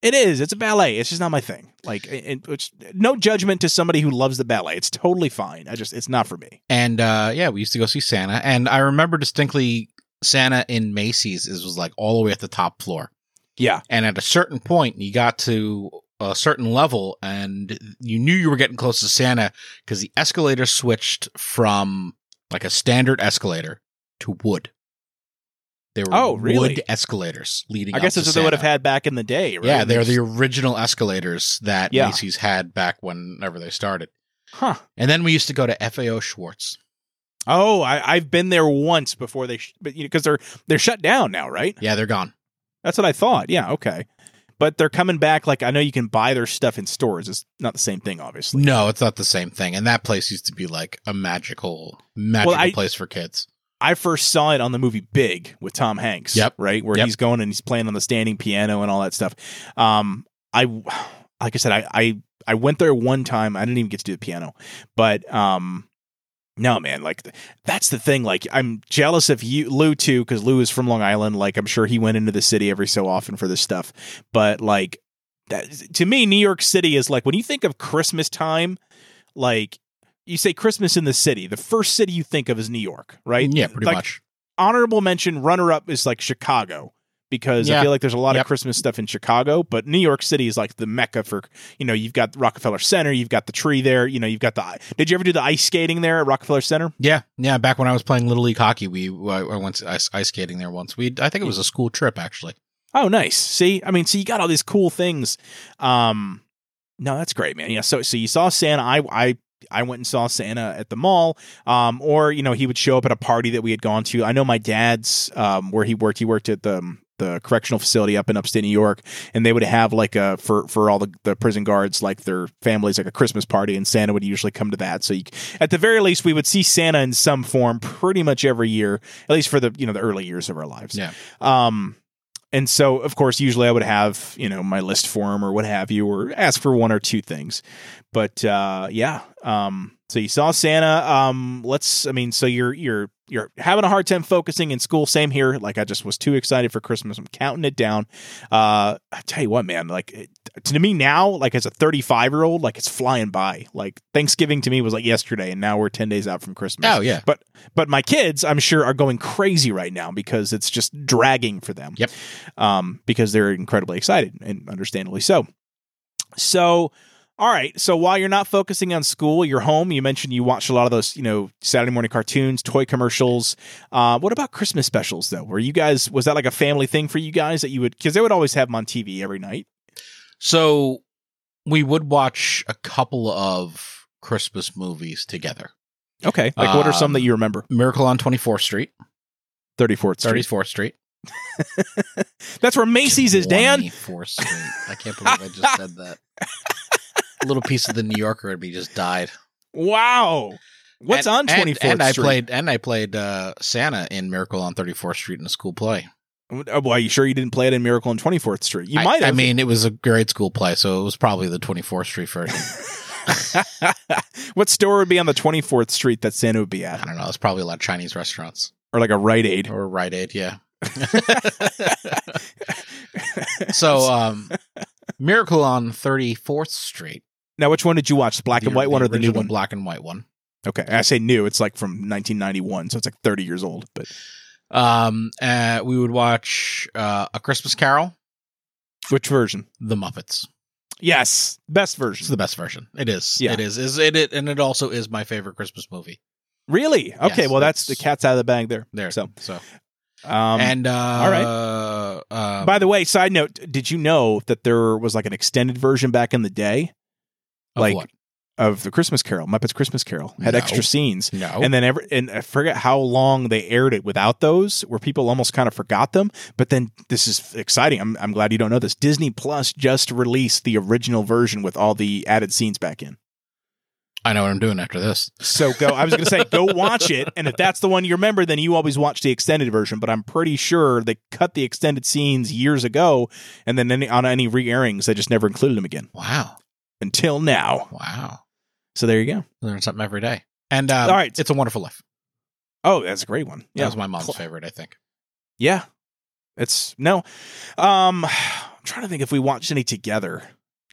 [SPEAKER 1] It is. It's a ballet. It's just not my thing. Like it, it's no judgment to somebody who loves the ballet. It's totally fine. I just it's not for me.
[SPEAKER 5] And uh, yeah, we used to go see Santa, and I remember distinctly Santa in Macy's is was like all the way at the top floor.
[SPEAKER 1] Yeah.
[SPEAKER 5] And at a certain point, you got to a certain level, and you knew you were getting close to Santa because the escalator switched from like a standard escalator to wood. There were
[SPEAKER 1] Oh, really?
[SPEAKER 5] wood escalators leading.
[SPEAKER 1] I guess
[SPEAKER 5] up
[SPEAKER 1] that's
[SPEAKER 5] to
[SPEAKER 1] what they would have
[SPEAKER 5] Santa.
[SPEAKER 1] had back in the day, right?
[SPEAKER 5] Yeah, they're the original escalators that
[SPEAKER 1] Yeah.
[SPEAKER 5] Macy's had back whenever they started.
[SPEAKER 1] Huh.
[SPEAKER 5] And then we used to go to FAO Schwartz.
[SPEAKER 1] Oh, I, I've been there once before they, sh- but you know, because they're they're shut down now, right?
[SPEAKER 5] Yeah, they're gone.
[SPEAKER 1] That's what I thought. Yeah, okay, but they're coming back. Like I know you can buy their stuff in stores. It's not the same thing, obviously.
[SPEAKER 5] No, it's not the same thing. And that place used to be like a magical, magical
[SPEAKER 1] I-
[SPEAKER 5] place for kids.
[SPEAKER 1] I first saw it on the movie Big with Tom Hanks.
[SPEAKER 5] Yep.
[SPEAKER 1] Right, where
[SPEAKER 5] Yep.
[SPEAKER 1] he's going and he's playing on the standing piano and all that stuff. Um, I, like I said, I, I I went there one time. I didn't even get to do the piano, but um, no man, like th- that's the thing. Like I'm jealous of you, Lou too, because Lou is from Long Island. Like I'm sure he went into the city every so often for this stuff, but like that to me, New York City is like when you think of Christmas time, like. You say Christmas in the city. The first city you think of is New York, right?
[SPEAKER 5] Yeah, pretty
[SPEAKER 1] Like,
[SPEAKER 5] much.
[SPEAKER 1] honorable mention runner up is like Chicago because I
[SPEAKER 5] Yeah.
[SPEAKER 1] feel like there's a lot
[SPEAKER 5] Yep.
[SPEAKER 1] of Christmas stuff in Chicago, but New York City is like the mecca for you know you've got Rockefeller Center, you've got the tree there, you know you've got the. Did you ever do the ice skating there at Rockefeller Center?
[SPEAKER 5] Yeah, yeah. Back when I was playing little league hockey, we I, I went ice, ice skating there once. We I think it was a school trip actually.
[SPEAKER 1] Oh, nice. See, I mean, so you got all these cool things. Um, no, that's great, man. Yeah. So, so you saw Santa. I, I, I went and saw Santa at the mall. Um, or you know, he would show up at a party that we had gone to. I know my dad's, um, where he worked. He worked at the the correctional facility up in upstate New York, and they would have like a for for all the, the prison guards, like their families, like a Christmas party, and Santa would usually come to that. So, you, at the very least, we would see Santa in some form pretty much every year, at least for the you know the early years of our lives.
[SPEAKER 5] Yeah.
[SPEAKER 1] Um, and so, of course, usually I would have you know my list form or what have you, or ask for one or two things. But uh, yeah, um, so you saw Santa. Um, let's, I mean, so you're you're you're having a hard time focusing in school. Same here. Like I just was too excited for Christmas. I'm counting it down. Uh, I tell you what, man. Like it, to me now, like as a 35 year old, like it's flying by. Like Thanksgiving to me was like yesterday, and now we're 10 days out from Christmas.
[SPEAKER 5] Oh yeah,
[SPEAKER 1] But but my kids, I'm sure, are going crazy right now because it's just dragging for them.
[SPEAKER 5] Yep.
[SPEAKER 1] Um, because they're incredibly excited and understandably so. So, all right. So while you're not focusing on school, you're home. You mentioned you watched a lot of those, you know, Saturday morning cartoons, toy commercials. Uh, what about Christmas specials though? Were you guys was that like a family thing for you guys that you would because they would always have them on TV every night?
[SPEAKER 5] so we would watch a couple of Christmas movies together.
[SPEAKER 1] Okay. Like what are some
[SPEAKER 5] Um,
[SPEAKER 1] that you remember?
[SPEAKER 5] Miracle on 24th Street,
[SPEAKER 1] Thirty fourth Street.
[SPEAKER 5] 34th Street.
[SPEAKER 1] That's where Macy's is, Dan.
[SPEAKER 5] 24th Street. I can't believe I just said that. A little piece of the New Yorker in me just died.
[SPEAKER 1] Wow. What's
[SPEAKER 5] And-
[SPEAKER 1] on
[SPEAKER 5] and-
[SPEAKER 1] twenty fourth
[SPEAKER 5] And, I
[SPEAKER 1] Street?
[SPEAKER 5] played and I played uh, Santa in Miracle on 34th Street in a school play.
[SPEAKER 1] Uh, Well, are you sure you didn't play it in Miracle on 24th Street? You
[SPEAKER 5] I-
[SPEAKER 1] might
[SPEAKER 5] I,
[SPEAKER 1] have.
[SPEAKER 5] mean, it was a grade school play, so it was probably the 24th Street version.
[SPEAKER 1] what store would be on the 24th Street that Santa would be
[SPEAKER 5] I
[SPEAKER 1] at?
[SPEAKER 5] don't know. It's probably a lot of Chinese restaurants
[SPEAKER 1] Or like a Rite Aid?
[SPEAKER 5] or Rite Aid. Yeah. so, um, Miracle on 34th Street.
[SPEAKER 1] now, which one did you watch? The black and white one or the new
[SPEAKER 5] original
[SPEAKER 1] one?
[SPEAKER 5] Black and white one.
[SPEAKER 1] Okay. I say new. It's like from 1991, so it's like 30 years old. But
[SPEAKER 5] Um, uh, we would watch uh, A Christmas Carol,
[SPEAKER 1] which version?
[SPEAKER 5] The Muppets.
[SPEAKER 1] Yes. Best
[SPEAKER 5] It's
[SPEAKER 1] version.
[SPEAKER 5] the best version. It is.
[SPEAKER 1] Yeah.
[SPEAKER 5] It is. Is it, it? And it also is my favorite Christmas movie.
[SPEAKER 1] Really? Okay.
[SPEAKER 5] Yes,
[SPEAKER 1] well, that's the
[SPEAKER 5] that's-
[SPEAKER 1] cat's out of the bag there.
[SPEAKER 5] There.
[SPEAKER 1] So,
[SPEAKER 5] so
[SPEAKER 1] um,
[SPEAKER 5] and uh, all
[SPEAKER 1] right.
[SPEAKER 5] right. Uh,
[SPEAKER 1] by the way, side note, did you know that there was like an extended version back in the day like- of the Christmas Carol, Muppet's Christmas Carol? Had
[SPEAKER 5] No.
[SPEAKER 1] extra scenes.
[SPEAKER 5] no,
[SPEAKER 1] And then every and I forget how long they aired it without those, where people almost kind of forgot them. But then this is exciting. I'm I'm glad you don't know this. Disney Plus just released the original version with all the added scenes back in.
[SPEAKER 5] I know what I'm doing after this.
[SPEAKER 1] So go. I was going to say go watch it, and if that's the one you remember, then you always watch the extended version. But I'm pretty sure they cut the extended scenes years ago, and then any, on any re-airings, they just never included them again
[SPEAKER 5] Wow.
[SPEAKER 1] until now.
[SPEAKER 5] Wow.
[SPEAKER 1] So there you go.
[SPEAKER 5] Learn something every day. And um,
[SPEAKER 1] All right.
[SPEAKER 5] it's a wonderful life.
[SPEAKER 1] Oh, that's a great one.
[SPEAKER 5] That
[SPEAKER 1] Yeah,
[SPEAKER 5] was my mom's
[SPEAKER 1] Cl-
[SPEAKER 5] favorite, I think.
[SPEAKER 1] Yeah, it's no. Um, I'm trying to think if we watched any together.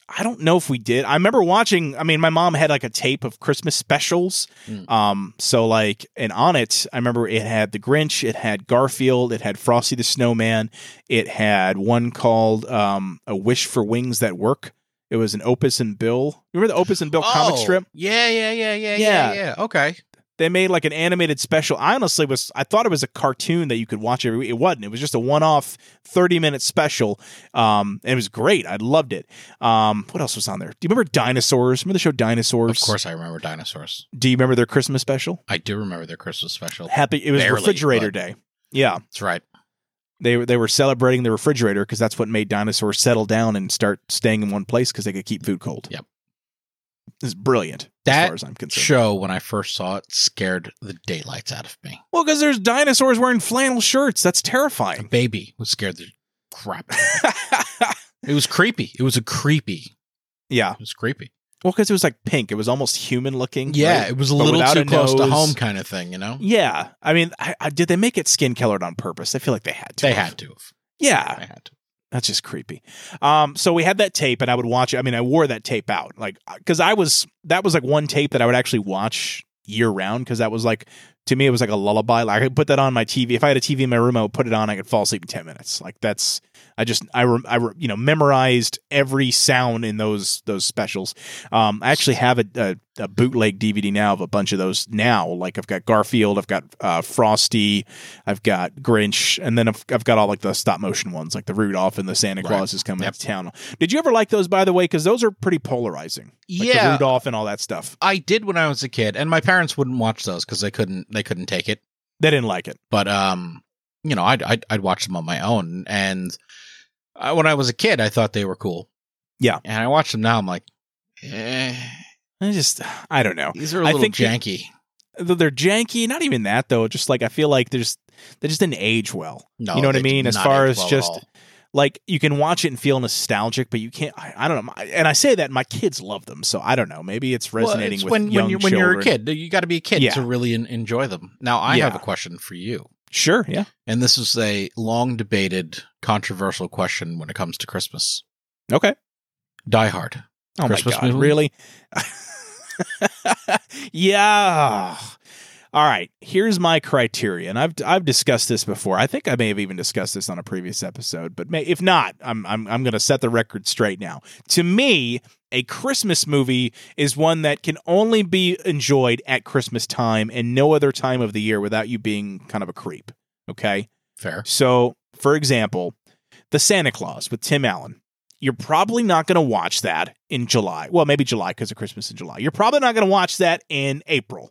[SPEAKER 1] I don't know if we did. I remember watching. I mean, my mom had like a tape of Christmas specials.
[SPEAKER 5] Mm.
[SPEAKER 1] Um, so like, and on it, I remember it had The Grinch, it had Garfield, it had Frosty the Snowman, it had one called um, A Wish for Wings That Work. It was an Opus and Bill. You remember the Opus and Bill comic
[SPEAKER 5] Oh,
[SPEAKER 1] strip?
[SPEAKER 5] Yeah, yeah, yeah, yeah, yeah, yeah. Okay.
[SPEAKER 1] they made like an animated special. I honestly was I thought it was a cartoon that you could watch every week. It wasn't. It was just a one-off 30-minute special. Um and it was great. I loved it. Um what else was on there? Do you remember Dinosaurs? Remember the show Dinosaurs?
[SPEAKER 5] Of course, I remember dinosaurs.
[SPEAKER 1] Do you remember their Christmas special?
[SPEAKER 5] I do remember their Christmas special.
[SPEAKER 1] Happy it was
[SPEAKER 5] Barely,
[SPEAKER 1] refrigerator
[SPEAKER 5] but-
[SPEAKER 1] day. Yeah.
[SPEAKER 5] That's right.
[SPEAKER 1] They were they were celebrating the refrigerator because that's what made dinosaurs settle down and start staying in one place because they could keep food cold.
[SPEAKER 5] Yep.
[SPEAKER 1] It's brilliant
[SPEAKER 5] That
[SPEAKER 1] as far as I'm concerned.
[SPEAKER 5] Show when I first saw it scared the daylights out of me.
[SPEAKER 1] Well, because there's dinosaurs wearing flannel shirts. That's
[SPEAKER 5] The
[SPEAKER 1] terrifying.
[SPEAKER 5] baby was scared the crap. it was creepy. It was a creepy.
[SPEAKER 1] yeah.
[SPEAKER 5] It was creepy.
[SPEAKER 1] Well, because it was like pink, it was almost human looking.
[SPEAKER 5] Yeah,
[SPEAKER 1] right?
[SPEAKER 5] it was a
[SPEAKER 1] But
[SPEAKER 5] little
[SPEAKER 1] without
[SPEAKER 5] too
[SPEAKER 1] a
[SPEAKER 5] close to
[SPEAKER 1] nose.
[SPEAKER 5] home kind of thing, you know?
[SPEAKER 1] yeah. I mean, I, I, did they make it skin colored on purpose? I feel like they had to.
[SPEAKER 5] They
[SPEAKER 1] have.
[SPEAKER 5] had to have.
[SPEAKER 1] Yeah,
[SPEAKER 5] They had to.
[SPEAKER 1] that's just creepy. Um, so we had that tape, and I would watch it. I mean, I wore that tape out, like, because I was that was like one tape that I would actually watch year round, because that was like to me it was like a lullaby. Like I could put that on my TV. If I had a TV in my room, I would put it on. I could fall asleep in ten minutes. Like that's I just I rem- I re- you know memorized every sound in those those specials. Um, I actually have a, a a bootleg DVD now of a bunch of those now. Like I've got Garfield, I've got uh, Frosty, I've got Grinch, and then I've, I've got all like the stop motion ones, like the Rudolph and the Santa
[SPEAKER 5] Right.
[SPEAKER 1] Claus is coming
[SPEAKER 5] Yep.
[SPEAKER 1] to town. Did you ever like those, by the way? Because those are pretty polarizing. Like the
[SPEAKER 5] yeah.
[SPEAKER 1] Rudolph and all that stuff.
[SPEAKER 5] I did when I was a kid, and my parents wouldn't watch those because they couldn't they couldn't take it.
[SPEAKER 1] They didn't like it.
[SPEAKER 5] But um, you know, I'd I'd, I'd watch them on my own, and I, when I was a kid, I thought they were cool.
[SPEAKER 1] Yeah.
[SPEAKER 5] and I watch them now. I'm like, eh,
[SPEAKER 1] I just I don't know.
[SPEAKER 5] these are a
[SPEAKER 1] I
[SPEAKER 5] little
[SPEAKER 1] think the-
[SPEAKER 5] janky.
[SPEAKER 1] Though They're janky. Not even that though. Just like I feel like there's they just didn't age well.
[SPEAKER 5] No,
[SPEAKER 1] you know what I
[SPEAKER 5] they did
[SPEAKER 1] mean? As
[SPEAKER 5] not
[SPEAKER 1] far
[SPEAKER 5] age
[SPEAKER 1] as
[SPEAKER 5] well at
[SPEAKER 1] just-
[SPEAKER 5] all.
[SPEAKER 1] like you can watch it and feel nostalgic, but you can't. I, I don't know. My- And I say that my kids love them, so I don't know. Maybe it's
[SPEAKER 5] Well,
[SPEAKER 1] resonating
[SPEAKER 5] it's
[SPEAKER 1] with
[SPEAKER 5] when
[SPEAKER 1] young
[SPEAKER 5] when you're when you're a
[SPEAKER 1] children.
[SPEAKER 5] kid, you got to be a kid
[SPEAKER 1] Yeah.
[SPEAKER 5] to really en- enjoy them. Now, I have
[SPEAKER 1] Yeah.
[SPEAKER 5] a question for you,
[SPEAKER 1] Sure, yeah.
[SPEAKER 5] and this is a long debated, controversial question when it comes to Christmas.
[SPEAKER 1] Okay.
[SPEAKER 5] Die Hard.
[SPEAKER 1] Oh
[SPEAKER 5] Christmas
[SPEAKER 1] my god,
[SPEAKER 5] movie?
[SPEAKER 1] really? yeah. All right. Here's my criteria, and I've I've discussed this before. I think I may have even discussed this on a previous episode, but may, if not, I'm I'm I'm going to set the record straight now. To me, a Christmas movie is one that can only be enjoyed at Christmas time and no other time of the year without you being kind of a creep. Okay.
[SPEAKER 5] Fair.
[SPEAKER 1] So, for example, The Santa Claus with Tim Allen. You're probably not going to watch that in July. Well, maybe July because of Christmas in July. You're probably not going to watch that in April.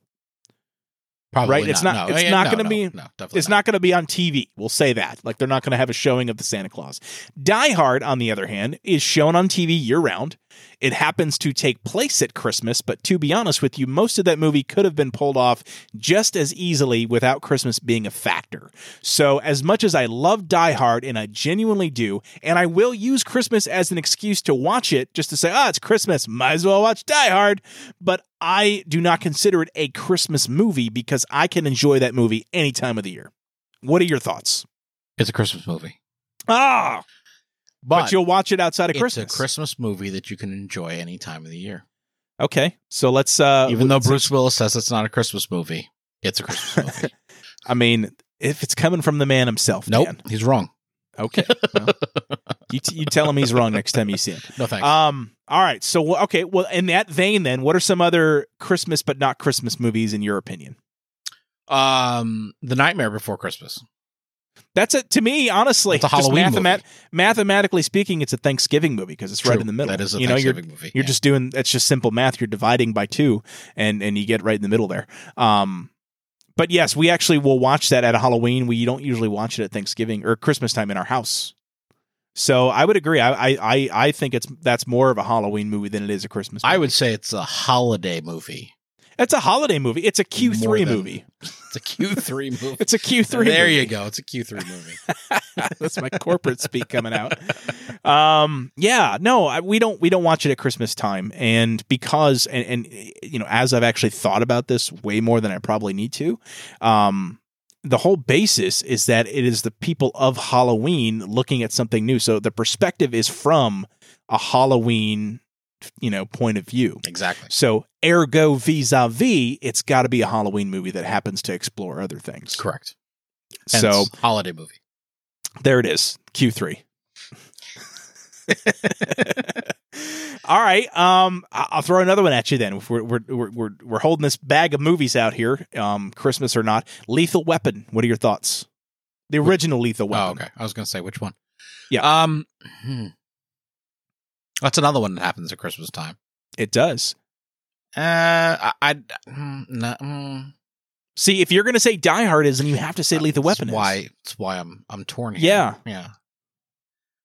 [SPEAKER 5] Probably
[SPEAKER 1] Right, it's not-
[SPEAKER 5] No,
[SPEAKER 1] it's
[SPEAKER 5] yeah,
[SPEAKER 1] not
[SPEAKER 5] no,
[SPEAKER 1] gonna
[SPEAKER 5] no,
[SPEAKER 1] be-
[SPEAKER 5] No, definitely
[SPEAKER 1] It's not going to be on TV. We'll say that. Like, they're not going to have a showing of The Santa Claus. Die Hard, on the other hand, is shown on TV year round. It happens to take place at Christmas, but to be honest with you, most of that movie could have been pulled off just as easily without Christmas being a factor. So, as much as I love Die Hard, and I genuinely do, and I will use Christmas as an excuse to watch it just to say, ah, it's Christmas, might as well watch Die Hard, but I do not consider it a Christmas movie because I can enjoy that movie any time of the year. What are your thoughts?
[SPEAKER 5] It's a Christmas movie.
[SPEAKER 1] Ah, but, you'll watch it outside of
[SPEAKER 5] it's
[SPEAKER 1] Christmas.
[SPEAKER 5] a Christmas movie that you can enjoy any time of the year.
[SPEAKER 1] okay, so let's. Uh,
[SPEAKER 5] Even though
[SPEAKER 1] let's-
[SPEAKER 5] Bruce Willis says it's not a Christmas movie, it's a Christmas movie.
[SPEAKER 1] I mean, if it's coming from the man himself,
[SPEAKER 5] nope,
[SPEAKER 1] Dan.
[SPEAKER 5] he's wrong.
[SPEAKER 1] Okay, well, you, t- you tell him he's wrong next time you see him.
[SPEAKER 5] No thanks.
[SPEAKER 1] Um. All right. So well, okay. Well, in that vein, then, what are some other Christmas but not Christmas movies in your opinion? Uh,
[SPEAKER 5] um, The Nightmare Before Christmas.
[SPEAKER 1] That's it to me, honestly.
[SPEAKER 5] It's a
[SPEAKER 1] just
[SPEAKER 5] Halloween movie.
[SPEAKER 1] Mathematically speaking, it's a Thanksgiving movie because it's right
[SPEAKER 5] True.
[SPEAKER 1] in the middle.
[SPEAKER 5] That is a
[SPEAKER 1] you know, you're
[SPEAKER 5] Thanksgiving movie.
[SPEAKER 1] you're
[SPEAKER 5] yeah.
[SPEAKER 1] just doing that's just simple math. You're dividing by two, and and you get right in the middle there. Um, but yes, we actually will watch that at Halloween. We don't usually watch it at Thanksgiving or Christmas time in our house. So I would agree. I, I- I, I think it's that's more of a Halloween movie than it is a Christmas. Movie.
[SPEAKER 5] I would say it's a holiday movie.
[SPEAKER 1] It's a holiday movie. It's a Q three
[SPEAKER 5] More than-
[SPEAKER 1] movie.
[SPEAKER 5] It's a Q3 movie.
[SPEAKER 1] It's a Q three.
[SPEAKER 5] There
[SPEAKER 1] movie.
[SPEAKER 5] you go. It's a Q3 movie.
[SPEAKER 1] That's my corporate speak coming out. Um, yeah, no, I, we don't we don't watch it at Christmas time, and because and, and you know, as I've actually thought about this way more than I probably need to, um, the whole basis is that it is the people of Halloween looking at something new. So the perspective is from a Halloween, you know, point of view.
[SPEAKER 5] exactly.
[SPEAKER 1] So ergo vis-a-vis, it's got to be a Halloween movie that happens to explore other things.
[SPEAKER 5] Correct. Hence,
[SPEAKER 1] So
[SPEAKER 5] holiday movie.
[SPEAKER 1] there it is. Q3. All right. Um, I- I'll throw another one at you then. If We're, we're, we're, we're, we're holding this bag of movies out here, um, Christmas or not. Lethal Weapon. What are your thoughts? The original Lethal Weapon.
[SPEAKER 5] Oh, okay. I was going to say which one.
[SPEAKER 1] Yeah.
[SPEAKER 5] Um, hmm. that's another one that happens at Christmas time.
[SPEAKER 1] It does.
[SPEAKER 5] Uh, I, I mm, no, mm.
[SPEAKER 1] See, if you're going to say Die Hard is, then you have to say Lethal
[SPEAKER 5] Uh, That's
[SPEAKER 1] Weapon is.
[SPEAKER 5] Why? It's why I'm I'm torn. Here.
[SPEAKER 1] Yeah.
[SPEAKER 5] Yeah.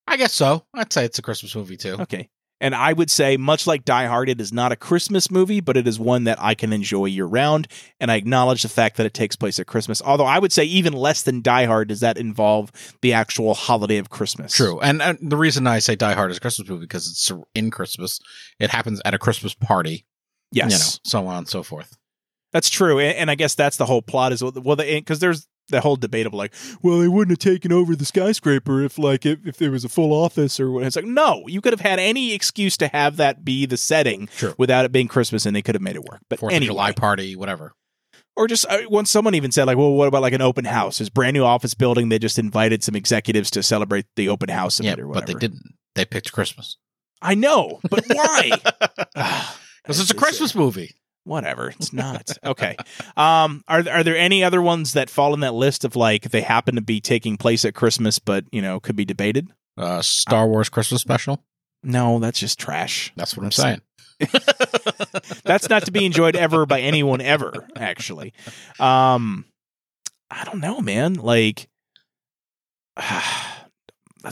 [SPEAKER 5] I guess so. I'd say it's a Christmas movie too.
[SPEAKER 1] Okay. And I would say, much like Die Hard, it is not a Christmas movie, but it is one that I can enjoy year round. And I acknowledge the fact that it takes place at Christmas. Although I would say, even less than Die Hard, does that involve the actual holiday of Christmas?
[SPEAKER 5] True. And, and the reason I say Die Hard is a Christmas movie because it's sur- in Christmas. It happens at a Christmas party.
[SPEAKER 1] Yes.
[SPEAKER 5] You know, so on and so forth.
[SPEAKER 1] That's true, and, and I guess that's the whole plot is well, because there's the whole debate of like, well, they wouldn't have taken over the skyscraper if like if, if there was a full office or what. It's like, no, you could have had any excuse to have that be the setting
[SPEAKER 5] True.
[SPEAKER 1] without it being Christmas, and they could have made it work. But
[SPEAKER 5] Fourth
[SPEAKER 1] anyway,
[SPEAKER 5] of July party, whatever.
[SPEAKER 1] or just uh, once someone even said like, well, what about like an open house? This brand new office building, they just invited some executives to celebrate the open house of
[SPEAKER 5] Yeah,
[SPEAKER 1] it or
[SPEAKER 5] but
[SPEAKER 1] whatever.
[SPEAKER 5] they didn't. They picked Christmas
[SPEAKER 1] I know, but why? Ah,
[SPEAKER 5] because it's a
[SPEAKER 1] just-
[SPEAKER 5] Christmas movie.
[SPEAKER 1] whatever it's not okay um are are there any other ones that fall in that list of like they happen to be taking place at christmas but you know could be debated
[SPEAKER 5] Uh, Star Wars Christmas special.
[SPEAKER 1] no that's just trash
[SPEAKER 5] That's what I'm saying.
[SPEAKER 1] that's not to be enjoyed ever by anyone ever actually um i don't know man like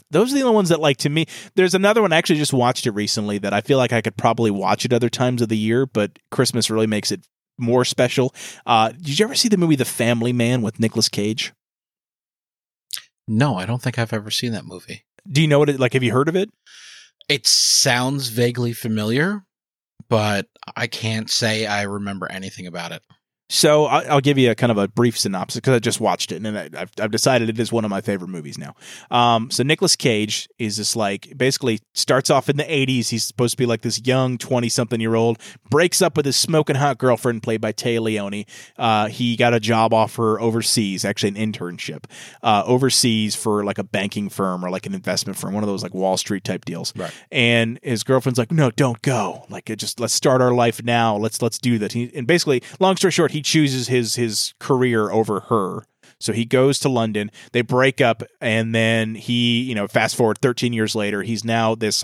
[SPEAKER 1] those are the only ones that like to me there's another one i actually just watched it recently that i feel like i could probably watch it other times of the year but christmas really makes it more special uh did you ever see the movie the family man with Nicolas cage
[SPEAKER 5] No, I don't think I've ever seen that movie.
[SPEAKER 1] do you know what it like have you heard of it
[SPEAKER 5] It sounds vaguely familiar, but I can't say I remember anything about it.
[SPEAKER 1] So I- I'll give you a kind of a brief synopsis because I just watched it and I- I've, I've decided it is one of my favorite movies now. Um, so Nicolas Cage is this like basically starts off in the 80s. He's supposed to be like this young 20 something year old, breaks up with his smoking hot girlfriend played by Tay Leone. Uh, he got a job offer overseas, actually an internship uh, overseas for like a banking firm or like an investment firm, one of those like Wall Street type deals
[SPEAKER 5] Right.
[SPEAKER 1] and his girlfriend's like, "No, don't go. Like, it just let's start our life now. Let's let's do that." He, and basically, long story short, he chooses his his career over her. So he goes to London. They break up, and then he, you know, fast forward 13 years later, he's now this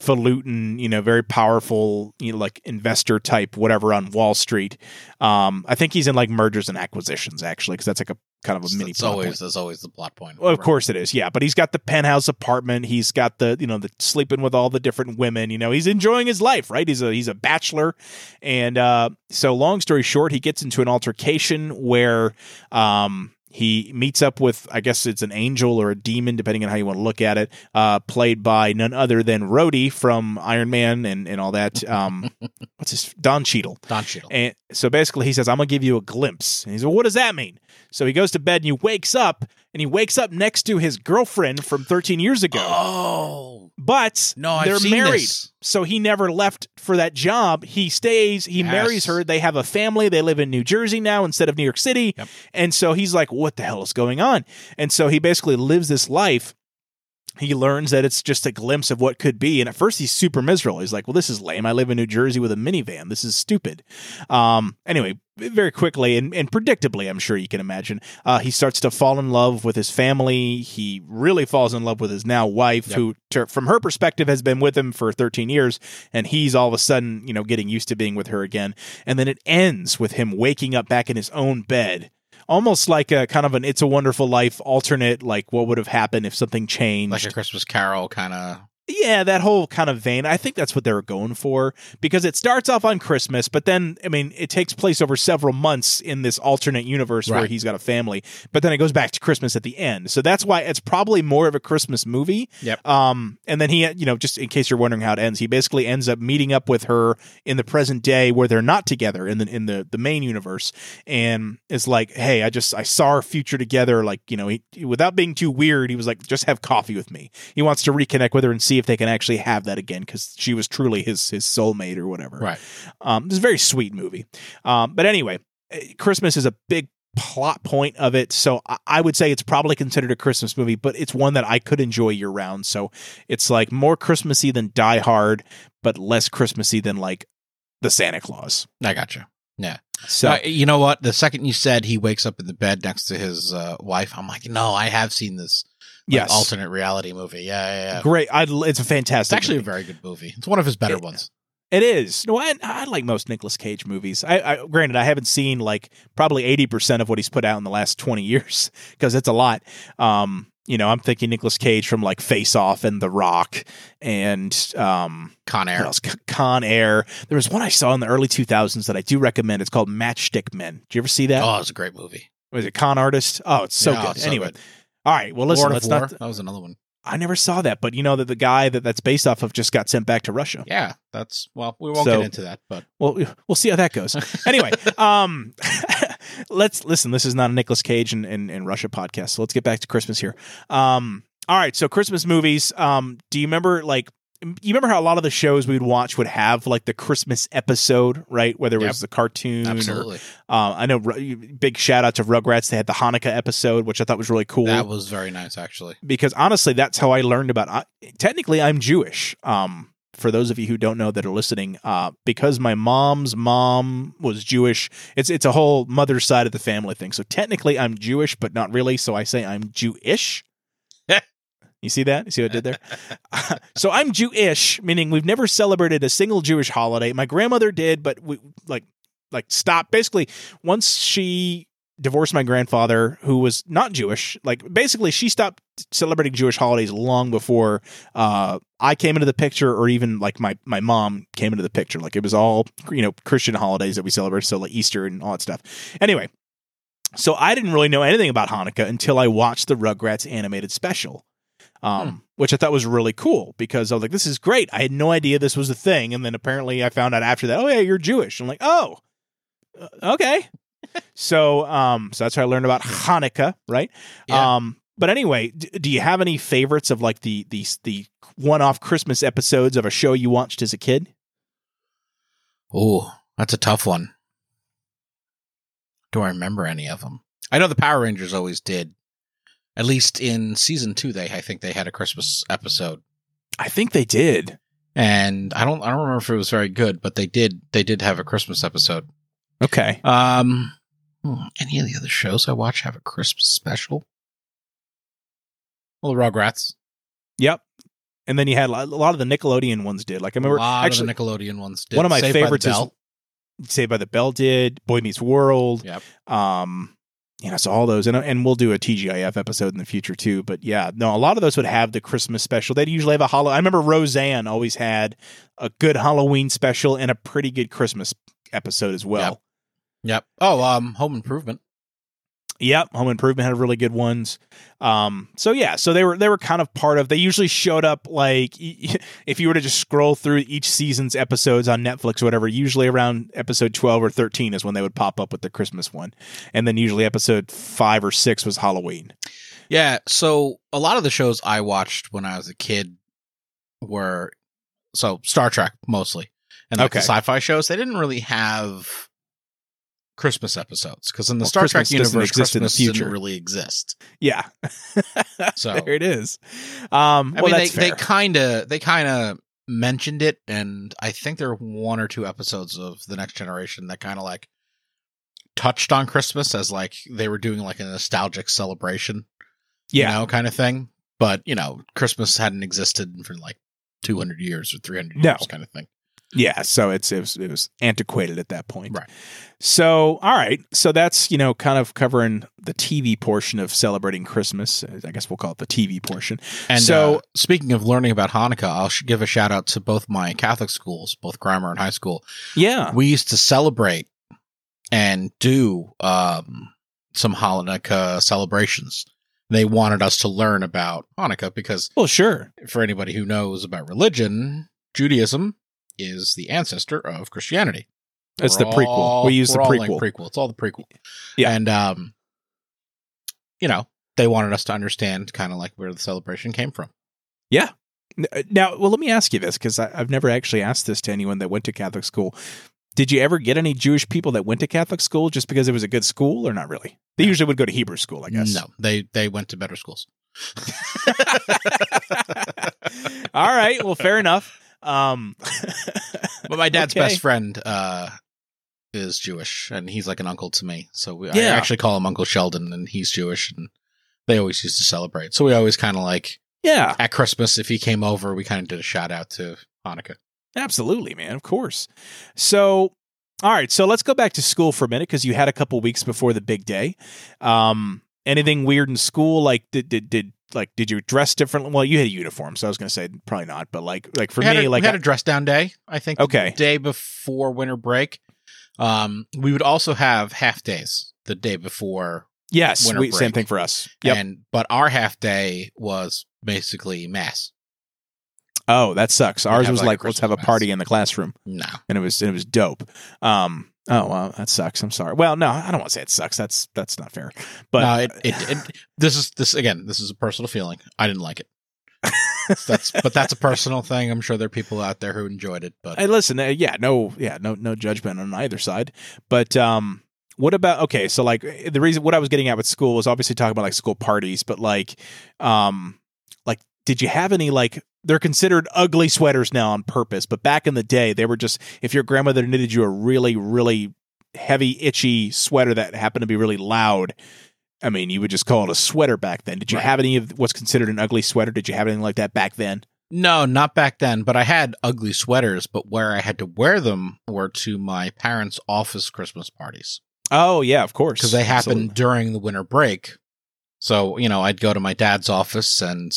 [SPEAKER 1] highfalutin, you know, very powerful, you know, like investor type, whatever, on Wall Street. Um, I think he's in like mergers and acquisitions actually, because that's like a kind of a mini.
[SPEAKER 5] It's
[SPEAKER 1] plot point.
[SPEAKER 5] always that's always the plot point.
[SPEAKER 1] Well, of
[SPEAKER 5] Right.
[SPEAKER 1] course it is. Yeah, but he's got the penthouse apartment. He's got the you know the sleeping with all the different women. You know he's enjoying his life, right? He's a he's a bachelor, and uh, so long story short, he gets into an altercation where um, he meets up with I guess it's an angel or a demon, depending on how you want to look at it, uh, played by none other than Rhodey from Iron Man and and all that. Um, what's his Don Cheadle.
[SPEAKER 5] Don Cheadle.
[SPEAKER 1] And so basically, he says, I'm going to give you a glimpse. And he's like, What does that mean? So he goes to bed and he wakes up and he wakes up next to his girlfriend from 13 years ago.
[SPEAKER 5] oh
[SPEAKER 1] but
[SPEAKER 5] no, I've
[SPEAKER 1] they're
[SPEAKER 5] seen
[SPEAKER 1] married.
[SPEAKER 5] this.
[SPEAKER 1] So he never left for that job. He stays, he
[SPEAKER 5] Yes.
[SPEAKER 1] marries her. They have a family. They live in New Jersey now instead of New York City.
[SPEAKER 5] Yep.
[SPEAKER 1] And so he's like, What the hell is going on? And so he basically lives this life. He learns that it's just a glimpse of what could be. And at first, he's super miserable. He's like, Well, this is lame. I live in New Jersey with a minivan. This is stupid. Um, anyway, very quickly and, and predictably, I'm sure you can imagine, uh, he starts to fall in love with his family. He really falls in love with his now wife,
[SPEAKER 5] Yep.
[SPEAKER 1] who, ter- from her perspective, has been with him for 13 years. And he's all of a sudden, you know, getting used to being with her again. And then it ends with him waking up back in his own bed almost like a kind of an It's a Wonderful Life alternate, like what would have happened if something changed.
[SPEAKER 5] like a Christmas Carol kind of.
[SPEAKER 1] yeah, that whole kind of vein. I think that's what they were going for because it starts off on Christmas, but then, I mean, it takes place over several months in this alternate universe where
[SPEAKER 5] Right.
[SPEAKER 1] he's got a family, but then it goes back to Christmas at the end. So that's why it's probably more of a Christmas movie.
[SPEAKER 5] Yep.
[SPEAKER 1] Um, and then he, you know, just in case you're wondering how it ends, he basically ends up meeting up with her in the present day where they're not together in the in the the main universe, and is like, hey, I just I saw our future together. Like, you know, he without being too weird, he was like, just have coffee with me. He wants to reconnect with her and see if they can actually have that again because she was truly his his soulmate or whatever.
[SPEAKER 5] Right.
[SPEAKER 1] Um, it's a very sweet movie. Um, but anyway, eh, Christmas is a big plot point of it. So I, I would say it's probably considered a Christmas movie, but it's one that I could enjoy year round. So it's like more Christmassy than Die Hard, but less Christmassy than like the Santa Claus.
[SPEAKER 5] I got you. Yeah.
[SPEAKER 1] So
[SPEAKER 5] Uh, you know what? The second you said he wakes up in the bed next to his uh, wife, I'm like, no, I have seen this like,
[SPEAKER 1] yes,
[SPEAKER 5] alternate reality movie. Yeah, yeah, yeah.
[SPEAKER 1] great. I, it's a
[SPEAKER 5] It's
[SPEAKER 1] fantastic.
[SPEAKER 5] actually a
[SPEAKER 1] movie.
[SPEAKER 5] very good movie. It's one of his better ones.
[SPEAKER 1] It is. No, I, I like most Nicolas Cage movies. I, I granted I haven't seen like probably eighty percent of what he's put out in the last twenty years because it's a lot. Um, you know, I'm thinking Nicolas Cage from like Face Off and The Rock and um,
[SPEAKER 5] Con
[SPEAKER 1] what
[SPEAKER 5] Air.
[SPEAKER 1] else? C- Con Air. There was one I saw in the early 2000s that I do recommend. It's called Matchstick Men. Did you ever see that?
[SPEAKER 5] Oh, it's a great movie.
[SPEAKER 1] Was it Con Artist? Oh, it's so
[SPEAKER 5] Yeah,
[SPEAKER 1] good.
[SPEAKER 5] it's so
[SPEAKER 1] anyway,
[SPEAKER 5] good.
[SPEAKER 1] all right. Well, listen,
[SPEAKER 5] Lord
[SPEAKER 1] let's
[SPEAKER 5] of War.
[SPEAKER 1] not.
[SPEAKER 5] that was another one.
[SPEAKER 1] I never saw that, but you know that the guy that that's based off of just got sent back to Russia.
[SPEAKER 5] Yeah, that's well, we won't
[SPEAKER 1] So-
[SPEAKER 5] get into that, but
[SPEAKER 1] Well, we'll see how that goes. Anyway, um, let's listen. This is not a Nicolas Cage and, and, and Russia podcast, so let's get back to Christmas here. Um, all right, so Christmas movies. Um, do you remember like you remember how a lot of the shows we'd watch would have like the Christmas episode, right? Whether it was
[SPEAKER 5] Yep.
[SPEAKER 1] the cartoon or
[SPEAKER 5] absolutely,
[SPEAKER 1] um, I know Ru- big shout out to Rugrats. They had the Hanukkah episode, which I thought was really cool
[SPEAKER 5] that was very nice. Actually,
[SPEAKER 1] because honestly, that's how I learned about. I, technically, I'm Jewish. Um, for those of you who don't know that are listening, uh, because my mom's mom was Jewish, it's it's a whole mother's side of the family thing. So technically, I'm Jewish, but not really. So I say I'm Jewish. you see that? You see what I did there? so I'm Jewish, meaning we've never celebrated a single Jewish holiday. My grandmother did, but we like like stop. Basically, once she divorced my grandfather, who was not Jewish, like basically she stopped celebrating Jewish holidays long before uh, I came into the picture, or even like my my mom came into the picture. Like it was all you know Christian holidays that we celebrate, so like Easter and all that stuff. Anyway. So I didn't really know anything about Hanukkah until I watched the Rugrats animated special um, which I thought was really cool because I was like, this is great. I had no idea this was a thing. And then apparently I found out after that, oh, yeah, you're Jewish. I'm like, oh, uh, okay. so, um, so that's how I learned about Hanukkah, right?
[SPEAKER 5] Yeah.
[SPEAKER 1] Um, but anyway, d- do you have any favorites of like the, the, the one off Christmas episodes of a show you watched as a kid?
[SPEAKER 5] oh, that's a tough one. Do I remember any of them? I know the Power Rangers always did. At least in season two, they I think they had a Christmas episode,
[SPEAKER 1] I think they did.
[SPEAKER 5] and I don't I don't remember if it was very good, but they did they did have a Christmas episode.
[SPEAKER 1] Okay.
[SPEAKER 5] Um, hmm, any of the other shows I watch have a Christmas special? Well, the Rugrats.
[SPEAKER 1] Yep. And then you had a lot- a lot of the Nickelodeon ones did. Like I remember
[SPEAKER 5] a lot
[SPEAKER 1] actually
[SPEAKER 5] of the Nickelodeon ones. Did.
[SPEAKER 1] one of my
[SPEAKER 5] Saved by the
[SPEAKER 1] favorites is
[SPEAKER 5] Bell.
[SPEAKER 1] Saved by the Bell did, Boy Meets World.
[SPEAKER 5] Yep.
[SPEAKER 1] Um, you know, so all those, and and we'll do a TGIF episode in the future too. But yeah, no, a lot of those would have the Christmas special. They'd usually have a hollow. I remember Roseanne always had a good Halloween special and a pretty good Christmas episode as well.
[SPEAKER 5] Yep. Oh, um, Home Improvement.
[SPEAKER 1] Yep, Home Improvement had really good ones. Um, so yeah, so they were they were kind of part of. They usually showed up like y- if you were to just scroll through each season's episodes on Netflix or whatever. Usually around episode twelve or thirteen is when they would pop up with the Christmas one, and then usually episode five or six was Halloween.
[SPEAKER 5] Yeah. So a lot of the shows I watched when I was a kid were so Star Trek mostly, and like the
[SPEAKER 1] Okay.
[SPEAKER 5] sci-fi shows. They didn't really have Christmas episodes because in the
[SPEAKER 1] Well,
[SPEAKER 5] Star
[SPEAKER 1] Christmas
[SPEAKER 5] Trek
[SPEAKER 1] doesn't
[SPEAKER 5] universe,
[SPEAKER 1] exist in the
[SPEAKER 5] Christmas didn't
[SPEAKER 1] future.
[SPEAKER 5] really exist.
[SPEAKER 1] Yeah,
[SPEAKER 5] So
[SPEAKER 1] there it is. Um,
[SPEAKER 5] I
[SPEAKER 1] well,
[SPEAKER 5] mean,
[SPEAKER 1] that's
[SPEAKER 5] they, they
[SPEAKER 1] fair.
[SPEAKER 5] kind of they kind of mentioned it, and I think there were one or two episodes of the Next Generation that kind of like touched on Christmas as like they were doing like a nostalgic celebration,
[SPEAKER 1] yeah,
[SPEAKER 5] you know, kind of thing. But you know, Christmas hadn't existed for like two hundred years or three hundred
[SPEAKER 1] No.
[SPEAKER 5] years, kind of thing.
[SPEAKER 1] Yeah, so it's it was, it was antiquated at that point.
[SPEAKER 5] Right.
[SPEAKER 1] So, all right. So that's, you know, kind of covering the TV portion of celebrating Christmas. I guess we'll call it the TV portion.
[SPEAKER 5] And
[SPEAKER 1] So-
[SPEAKER 5] so, speaking of learning about Hanukkah, I'll sh- give a shout out to both my Catholic schools, both grammar and high school.
[SPEAKER 1] Yeah.
[SPEAKER 5] We used to celebrate and do um, some Hanukkah celebrations. They wanted us to learn about Hanukkah because,
[SPEAKER 1] Well, sure.
[SPEAKER 5] for anybody who knows about religion, Judaism is the ancestor of Christianity.
[SPEAKER 1] It's
[SPEAKER 5] We're
[SPEAKER 1] the prequel.
[SPEAKER 5] all-
[SPEAKER 1] we use the
[SPEAKER 5] we're all in
[SPEAKER 1] prequel.
[SPEAKER 5] prequel. It's all the prequel.
[SPEAKER 1] Yeah.
[SPEAKER 5] And um you know, they wanted us to understand kind of like where the celebration came from.
[SPEAKER 1] uh, now, well, let me ask you this because I've never actually asked this to anyone that went to Catholic school. Did you ever get any Jewish people that went to Catholic school just because it was a good school, or not really? They usually would go to Hebrew school, I guess.
[SPEAKER 5] No, they they went to better schools.
[SPEAKER 1] All right. Well, fair enough. Um,
[SPEAKER 5] But my dad's
[SPEAKER 1] Okay.
[SPEAKER 5] best friend uh is Jewish and he's like an uncle to me. So we, I
[SPEAKER 1] Yeah.
[SPEAKER 5] actually call him Uncle Sheldon and he's Jewish and they always used to celebrate. So we always kind of like
[SPEAKER 1] yeah.
[SPEAKER 5] at Christmas if he came over, we kind of did a shout out to Hanukkah.
[SPEAKER 1] Absolutely, man. Of course. So, all right. So let's go back to school for a minute because you had a couple weeks before the big day. Um, anything weird in school? Like, did did did like did you dress differently? Well, you had a uniform, so I was gonna say probably not. But like like for
[SPEAKER 5] We had
[SPEAKER 1] me,
[SPEAKER 5] a-
[SPEAKER 1] like
[SPEAKER 5] we had
[SPEAKER 1] I-
[SPEAKER 5] a dress down day, I think.
[SPEAKER 1] okay,
[SPEAKER 5] day before winter break. Um, we would also have half days the day before,
[SPEAKER 1] yes,
[SPEAKER 5] winter
[SPEAKER 1] we, same
[SPEAKER 5] break.
[SPEAKER 1] thing for us. Yep.
[SPEAKER 5] and but our half day was basically mass.
[SPEAKER 1] oh, that sucks. Ours
[SPEAKER 5] have,
[SPEAKER 1] was
[SPEAKER 5] like,
[SPEAKER 1] like
[SPEAKER 5] a
[SPEAKER 1] let's have a
[SPEAKER 5] Christmas
[SPEAKER 1] party in the classroom,
[SPEAKER 5] No,
[SPEAKER 1] and it was and it was dope. Um. Oh well, that sucks. I'm sorry. Well, no, I don't want to say it sucks. That's that's not fair. But
[SPEAKER 5] no, it, it, it this is this again. This is a personal feeling. I didn't like it. that's but that's a personal thing. I'm sure there are people out there who enjoyed it, but
[SPEAKER 1] Hey, listen, uh, yeah, no, yeah, no, no judgment on either side. But um, what about okay? So like eh, the reason what I was getting at with school was obviously talking about like school parties, but like, um, like did you have any like they're considered ugly sweaters now on purpose, but back in the day they were just if your grandmother knitted you a really really heavy itchy sweater that happened to be really loud. I mean, you would just call it a sweater back then. Did you
[SPEAKER 5] Right.
[SPEAKER 1] have any of what's considered an ugly sweater? Did you have anything like that back then?
[SPEAKER 5] no, not back then. But I had ugly sweaters, but where I had to wear them were to my parents' office Christmas parties.
[SPEAKER 1] Oh yeah, of course,
[SPEAKER 5] because they happen
[SPEAKER 1] Absolutely.
[SPEAKER 5] during the winter break. So you know, I'd go to my dad's office and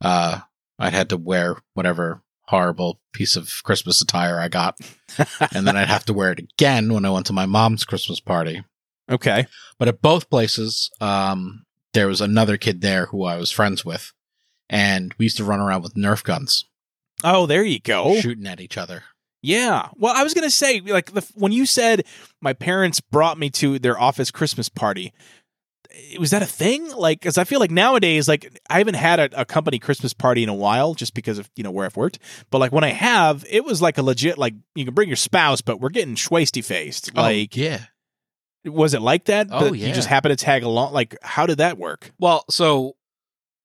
[SPEAKER 5] uh, I'd had to wear whatever horrible piece of Christmas attire I got, and then I'd have to wear it again when I went to my mom's Christmas party.
[SPEAKER 1] Okay.
[SPEAKER 5] But at both places, um, there was another kid there who I was friends with, and we used to run around with Nerf guns,
[SPEAKER 1] Oh, there you go.
[SPEAKER 5] shooting at each other.
[SPEAKER 1] Yeah. Well, I was gonna say, like, the, when you said my parents brought me to their office Christmas party, eh, was that a thing? Like, because I feel like nowadays, like, I haven't had a, a company Christmas party in a while, just because of you know where I've worked. But like when I have, it was like a legit like you can bring your spouse, but we're getting schwasty faced. Like,
[SPEAKER 5] oh, yeah.
[SPEAKER 1] was it like that?
[SPEAKER 5] Oh,
[SPEAKER 1] That You
[SPEAKER 5] yeah.
[SPEAKER 1] just happen to tag along. Like, how did that work?
[SPEAKER 5] Well, so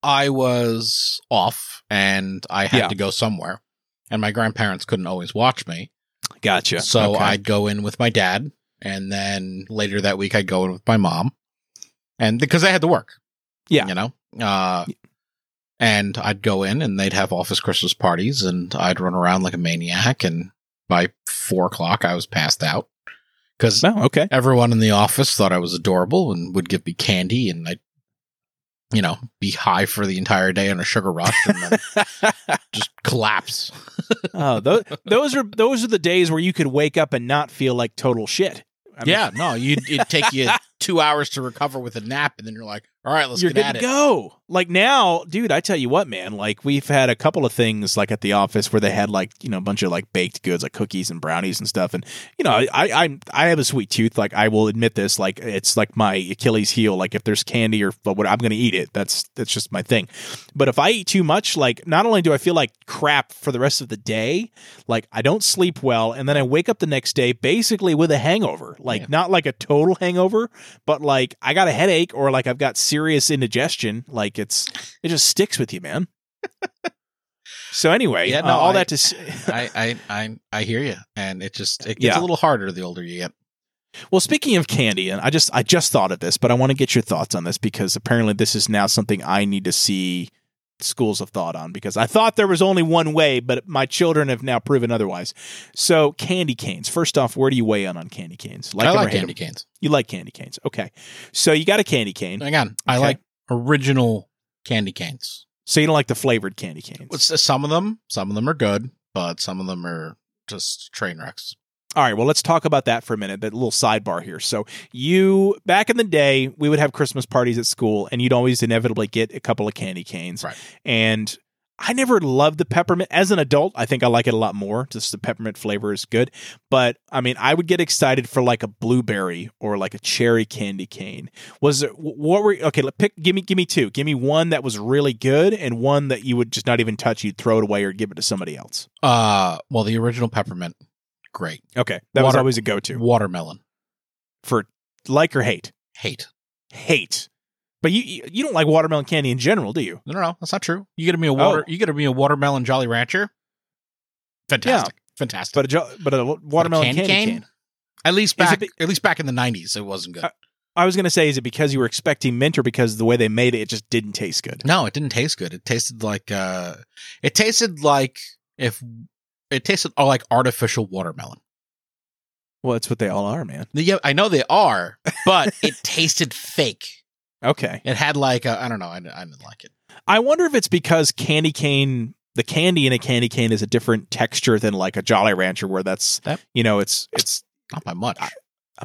[SPEAKER 5] I was off and I had
[SPEAKER 1] Yeah.
[SPEAKER 5] to go somewhere, and my grandparents couldn't always watch me.
[SPEAKER 1] Gotcha.
[SPEAKER 5] So
[SPEAKER 1] Okay.
[SPEAKER 5] I'd go in with my dad, and then later that week I'd go in with my mom, and because I had to work,
[SPEAKER 1] Yeah.
[SPEAKER 5] you know, uh, and I'd go in and they'd have office Christmas parties, and I'd run around like a maniac, and by four o'clock I was passed out because
[SPEAKER 1] Oh, okay.
[SPEAKER 5] everyone in the office thought I was adorable and would give me candy and I'd you know, be high for the entire day on a sugar rush and then just collapse.
[SPEAKER 1] Oh, those those are those are the days where you could wake up and not feel like total shit. I mean,
[SPEAKER 5] yeah, no, you'd, it'd take you two hours to recover with a nap, and then you're like, all right, let's
[SPEAKER 1] you're
[SPEAKER 5] get
[SPEAKER 1] good
[SPEAKER 5] at
[SPEAKER 1] to
[SPEAKER 5] it.
[SPEAKER 1] go. Like now, dude, I tell you what, man. Like we've had a couple of things like at the office where they had like you know a bunch of like baked goods, like cookies and brownies and stuff. And you know, I I I'm, I have a sweet tooth. Like I will admit this. Like it's like my Achilles heel. Like if there's candy or but what I'm going to eat it. That's that's just my thing. But if I eat too much, like not only do I feel like crap for the rest of the day, like I don't sleep well, and then I wake up the next day basically with a hangover. Like
[SPEAKER 5] Yeah.
[SPEAKER 1] not like a total hangover, but like I got a headache or like I've got serious indigestion. Like it's it just sticks with you, man. so anyway,
[SPEAKER 5] Yeah,
[SPEAKER 1] uh,
[SPEAKER 5] no,
[SPEAKER 1] all
[SPEAKER 5] I-
[SPEAKER 1] that to s-
[SPEAKER 5] I, I, I, I hear you, and it just it gets
[SPEAKER 1] Yeah.
[SPEAKER 5] a little harder the older you get.
[SPEAKER 1] Well, speaking of candy, and I just I just thought of this, but I want to get your thoughts on this because apparently this is now something I need to see schools of thought on because I thought there was only one way, but my children have now proven otherwise. So, candy canes. First off, where do you weigh in on candy canes?
[SPEAKER 5] I
[SPEAKER 1] 'em or
[SPEAKER 5] like
[SPEAKER 1] hate
[SPEAKER 5] candy
[SPEAKER 1] 'em?
[SPEAKER 5] canes.
[SPEAKER 1] You like candy canes. Okay. So, you got a candy cane.
[SPEAKER 5] Hang on. I
[SPEAKER 1] Okay.
[SPEAKER 5] like original candy canes.
[SPEAKER 1] So, you don't like the flavored candy canes.
[SPEAKER 5] What's- Some of them, some of them are good, but some of them are just train wrecks.
[SPEAKER 1] All right, well, let's talk about that for a minute. That little sidebar here. So, you back in the day, we would have Christmas parties at school, and you'd always inevitably get a couple of candy canes.
[SPEAKER 5] Right.
[SPEAKER 1] And I never loved the peppermint. As an adult, I think I like it a lot more. Just the peppermint flavor is good. But I mean, I would get excited for like a blueberry or like a cherry candy cane. Was it, what were okay? Let pick. Give me, give me two. Give me one that was really good, and one that you would just not even touch. You'd throw it away or give it to somebody else.
[SPEAKER 5] Uh, well, the original peppermint, great.
[SPEAKER 1] Okay, that was
[SPEAKER 5] Water-
[SPEAKER 1] always a go-to.
[SPEAKER 5] Watermelon,
[SPEAKER 1] for like or hate?
[SPEAKER 5] hate.
[SPEAKER 1] Hate. But you- you you don't like watermelon candy in general, do you?
[SPEAKER 5] No, no, no, that's not true. You get me a
[SPEAKER 1] Oh.
[SPEAKER 5] water. You get me a watermelon Jolly Rancher. Fantastic, fantastic.
[SPEAKER 1] But a jo- but a wa- watermelon
[SPEAKER 5] But a
[SPEAKER 1] candy, cane.
[SPEAKER 5] At least
[SPEAKER 1] Is it
[SPEAKER 5] back,
[SPEAKER 1] be-
[SPEAKER 5] at least back in the nineties, it wasn't good.
[SPEAKER 1] Uh, I was gonna say, is it because you were expecting mint or because the way they made it, it just didn't taste good?
[SPEAKER 5] no, it didn't taste good. It tasted like, uh, it tasted like if it tasted all like artificial watermelon.
[SPEAKER 1] Well, that's what they all are, man.
[SPEAKER 5] Yeah, I know they are, but it tasted fake.
[SPEAKER 1] Okay.
[SPEAKER 5] It had like I I don't know. I, didn't- I didn't like it.
[SPEAKER 1] I wonder if it's because candy cane, the candy in a candy cane is a different texture than like a Jolly Rancher, where that's
[SPEAKER 5] That-
[SPEAKER 1] you know, it's it's.
[SPEAKER 5] Not by much.
[SPEAKER 1] I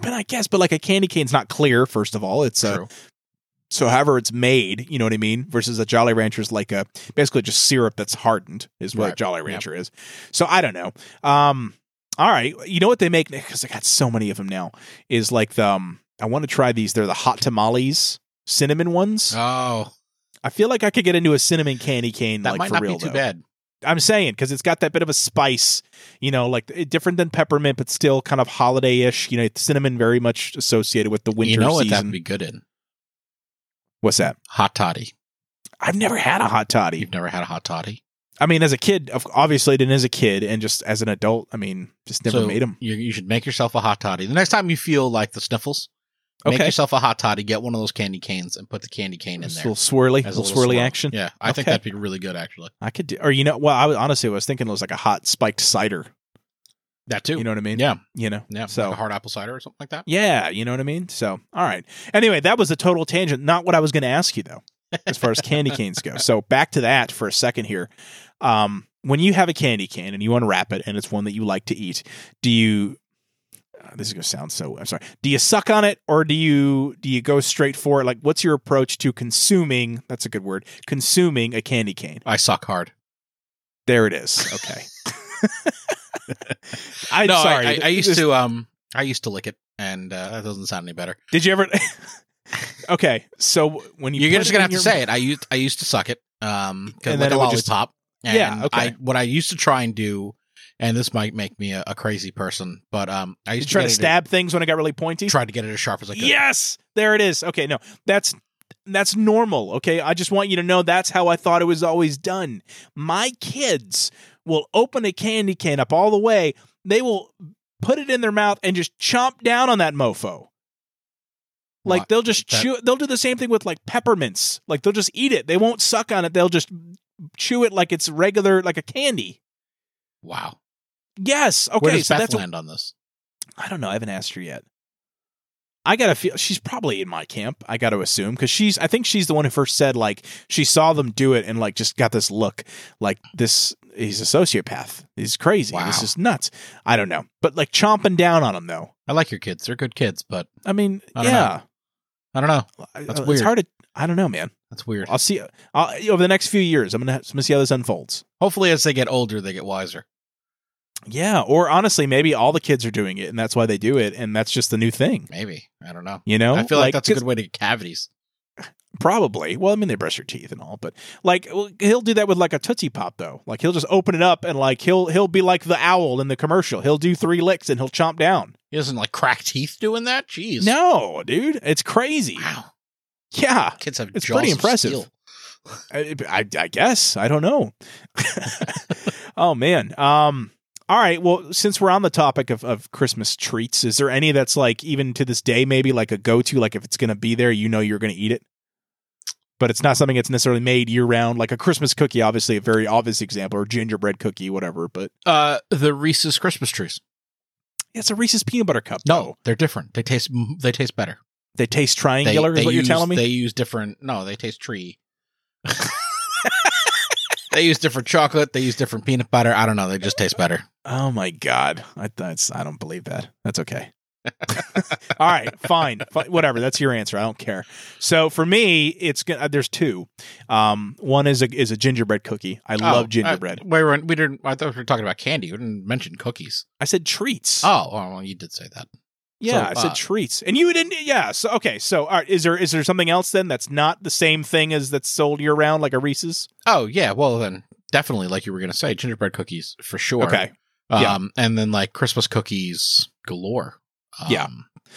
[SPEAKER 1] mean, I guess, but like a candy cane's not clear. First of all, it's a
[SPEAKER 5] True.
[SPEAKER 1] So however it's made, you know what I mean? Versus a Jolly Rancher's like a basically just syrup that's hardened is what a
[SPEAKER 5] Right.
[SPEAKER 1] Jolly
[SPEAKER 5] Yep.
[SPEAKER 1] Rancher is. So I don't know. Um all right, you know what they make cuz I got so many of them now is like the um, I want to try these they're the hot tamales, cinnamon ones.
[SPEAKER 5] Oh,
[SPEAKER 1] I feel like I could get into a cinnamon candy cane
[SPEAKER 5] that
[SPEAKER 1] like
[SPEAKER 5] might
[SPEAKER 1] for
[SPEAKER 5] not
[SPEAKER 1] real
[SPEAKER 5] be too
[SPEAKER 1] though.
[SPEAKER 5] bad.
[SPEAKER 1] I'm saying cuz it's got that bit of a spice, you know, like it- different than peppermint but still kind of holiday-ish, you know, cinnamon very much associated with the winter
[SPEAKER 5] you know what that
[SPEAKER 1] season.
[SPEAKER 5] would be good in?
[SPEAKER 1] What's that?
[SPEAKER 5] Hot toddy.
[SPEAKER 1] I've never had a hot toddy.
[SPEAKER 5] You've never had a hot toddy.
[SPEAKER 1] I mean, as a kid, of- obviously, I didn't as a kid, and just as an adult, I mean, just never
[SPEAKER 5] So
[SPEAKER 1] made them.
[SPEAKER 5] You, you should make yourself a hot toddy. The next time you feel like the sniffles, make
[SPEAKER 1] Okay.
[SPEAKER 5] yourself a hot toddy. Get one of those candy canes and put the candy cane in
[SPEAKER 1] Just
[SPEAKER 5] there.
[SPEAKER 1] a little swirly,
[SPEAKER 5] as
[SPEAKER 1] little, swirly
[SPEAKER 5] swirl.
[SPEAKER 1] action.
[SPEAKER 5] Yeah, I think
[SPEAKER 1] Okay.
[SPEAKER 5] that'd be really good actually.
[SPEAKER 1] I could do, or you know, well, I was honestly, I was thinking it was like a hot spiked cider.
[SPEAKER 5] That too.
[SPEAKER 1] You know what I mean?
[SPEAKER 5] Yeah,
[SPEAKER 1] You know,
[SPEAKER 5] yeah.
[SPEAKER 1] So
[SPEAKER 5] like a hard apple cider or something like that.
[SPEAKER 1] yeah, you know what I mean. So all right. Anyway, that was a total tangent. Not what I was going to ask you though, as far as candy canes go. So back to that for a second here. Um, when you have a candy cane and you unwrap it, and it's one that you like to eat, do you uh, this is going to sound so i'm sorry do you suck on it or do you do you go straight for it like what's your approach to consuming that's a good word consuming a candy cane
[SPEAKER 5] I suck hard.
[SPEAKER 1] there it is okay i'm
[SPEAKER 5] no, I-
[SPEAKER 1] sorry
[SPEAKER 5] I, I, used
[SPEAKER 1] This-
[SPEAKER 5] to. Um, I used to lick it, and uh, that doesn't sound any better.
[SPEAKER 1] did you ever okay so when you
[SPEAKER 5] You
[SPEAKER 1] put
[SPEAKER 5] are just
[SPEAKER 1] it
[SPEAKER 5] gonna
[SPEAKER 1] in
[SPEAKER 5] have
[SPEAKER 1] your-
[SPEAKER 5] to say it. I used I used to suck it. Um, 'cause
[SPEAKER 1] And
[SPEAKER 5] like
[SPEAKER 1] then
[SPEAKER 5] a
[SPEAKER 1] it would just-
[SPEAKER 5] lollipop. And
[SPEAKER 1] Yeah, okay.
[SPEAKER 5] I, what I used to try and do, and this might make me a, a crazy person, but um, I
[SPEAKER 1] you
[SPEAKER 5] used to
[SPEAKER 1] try to
[SPEAKER 5] get it-
[SPEAKER 1] stab things when it got really pointy
[SPEAKER 5] tried to get it as sharp as I could.
[SPEAKER 1] Yes, there it is. Okay, no, that's that's normal. Okay, I just want you to know that's how I thought it was always done. My kids will open a candy cane up all the way. They will put it in their mouth and just chomp down on that mofo. Like
[SPEAKER 5] Why-
[SPEAKER 1] they'll just
[SPEAKER 5] that-
[SPEAKER 1] chew. They'll do the same thing with like peppermints. Like they'll just eat it. They won't suck on it. They'll just chew it like it's regular, like a candy.
[SPEAKER 5] Wow.
[SPEAKER 1] Yes. Okay.
[SPEAKER 5] Where does
[SPEAKER 1] so
[SPEAKER 5] Beth
[SPEAKER 1] that's
[SPEAKER 5] land on this?
[SPEAKER 1] I don't know. I haven't asked her yet. I gotta feel she's probably in my camp. I gotta assume because she's. I think she's the one who first said like she saw them do it and like just got this look like this. He's a sociopath. He's crazy.
[SPEAKER 5] Wow.
[SPEAKER 1] This is nuts. I don't know, but like chomping down on him though.
[SPEAKER 5] I like your kids. They're good kids, but
[SPEAKER 1] I mean,
[SPEAKER 5] I don't
[SPEAKER 1] yeah,
[SPEAKER 5] I don't know.
[SPEAKER 1] I-
[SPEAKER 5] That's
[SPEAKER 1] it's
[SPEAKER 5] weird.
[SPEAKER 1] hard to. I don't know, man.
[SPEAKER 5] That's weird.
[SPEAKER 1] I'll see. I'll, over the next few years, I'm gonna, I'm gonna see how this unfolds.
[SPEAKER 5] Hopefully, as they get older, they get wiser.
[SPEAKER 1] Yeah, or honestly, maybe all the kids are doing it, and that's why they do it, and that's just the new thing.
[SPEAKER 5] Maybe. I don't know.
[SPEAKER 1] You know,
[SPEAKER 5] I feel like, that's a
[SPEAKER 1] 'cause-
[SPEAKER 5] good way to get cavities.
[SPEAKER 1] Probably. Well, I mean, they brush your teeth and all, but like well, he'll do that with like a tootsie pop though. Like he'll just open it up and like he'll he'll be like the owl in the commercial. He'll do three licks and he'll chomp down.
[SPEAKER 5] He doesn't like crack teeth doing that. Jeez.
[SPEAKER 1] No, dude, it's crazy.
[SPEAKER 5] Wow.
[SPEAKER 1] Yeah,
[SPEAKER 5] Kids have.
[SPEAKER 1] It's
[SPEAKER 5] jaws
[SPEAKER 1] pretty
[SPEAKER 5] of
[SPEAKER 1] impressive.
[SPEAKER 5] steel.
[SPEAKER 1] I, I, I guess I don't know. oh man. Um. All right. Well, since we're on the topic of, of Christmas treats, is there any that's like even to this day maybe like a go to? Like if it's gonna be there, you know you're gonna eat it. but it's not something that's necessarily made year round. Like a Christmas cookie, obviously a very obvious example, or gingerbread cookie, whatever. But
[SPEAKER 5] Uh, the Reese's Christmas trees.
[SPEAKER 1] it's a Reese's peanut butter cup.
[SPEAKER 5] No,
[SPEAKER 1] though.
[SPEAKER 5] they're different. They taste mm, they taste better.
[SPEAKER 1] they taste
[SPEAKER 5] They,
[SPEAKER 1] triangular.
[SPEAKER 5] they
[SPEAKER 1] is what you're
[SPEAKER 5] use-
[SPEAKER 1] telling me?
[SPEAKER 5] They use different. No, they taste tree. they use different chocolate. They use different peanut butter. I don't know. They just taste better.
[SPEAKER 1] Oh my god, I, that's I don't believe that. That's okay. All right, fine, Fi- whatever. That's your answer. I don't care. So for me, it's gonna- there's two. Um, one is a is a gingerbread cookie. I
[SPEAKER 5] Oh,
[SPEAKER 1] love gingerbread.
[SPEAKER 5] I, we were we didn't. I thought we were talking about candy. We didn't mention cookies.
[SPEAKER 1] I said treats.
[SPEAKER 5] Oh, oh, well, you did say that.
[SPEAKER 1] yeah, I
[SPEAKER 5] so,
[SPEAKER 1] said
[SPEAKER 5] uh,
[SPEAKER 1] treats. And you didn't. Yeah. So okay. So all right, is there is there something else then that's not the same thing as that's sold year round like a Reese's?
[SPEAKER 5] Oh yeah. Well then, definitely, like you were gonna say, gingerbread cookies for sure.
[SPEAKER 1] Okay. yeah.
[SPEAKER 5] Um, and then like Christmas cookies galore. Um,
[SPEAKER 1] Yeah.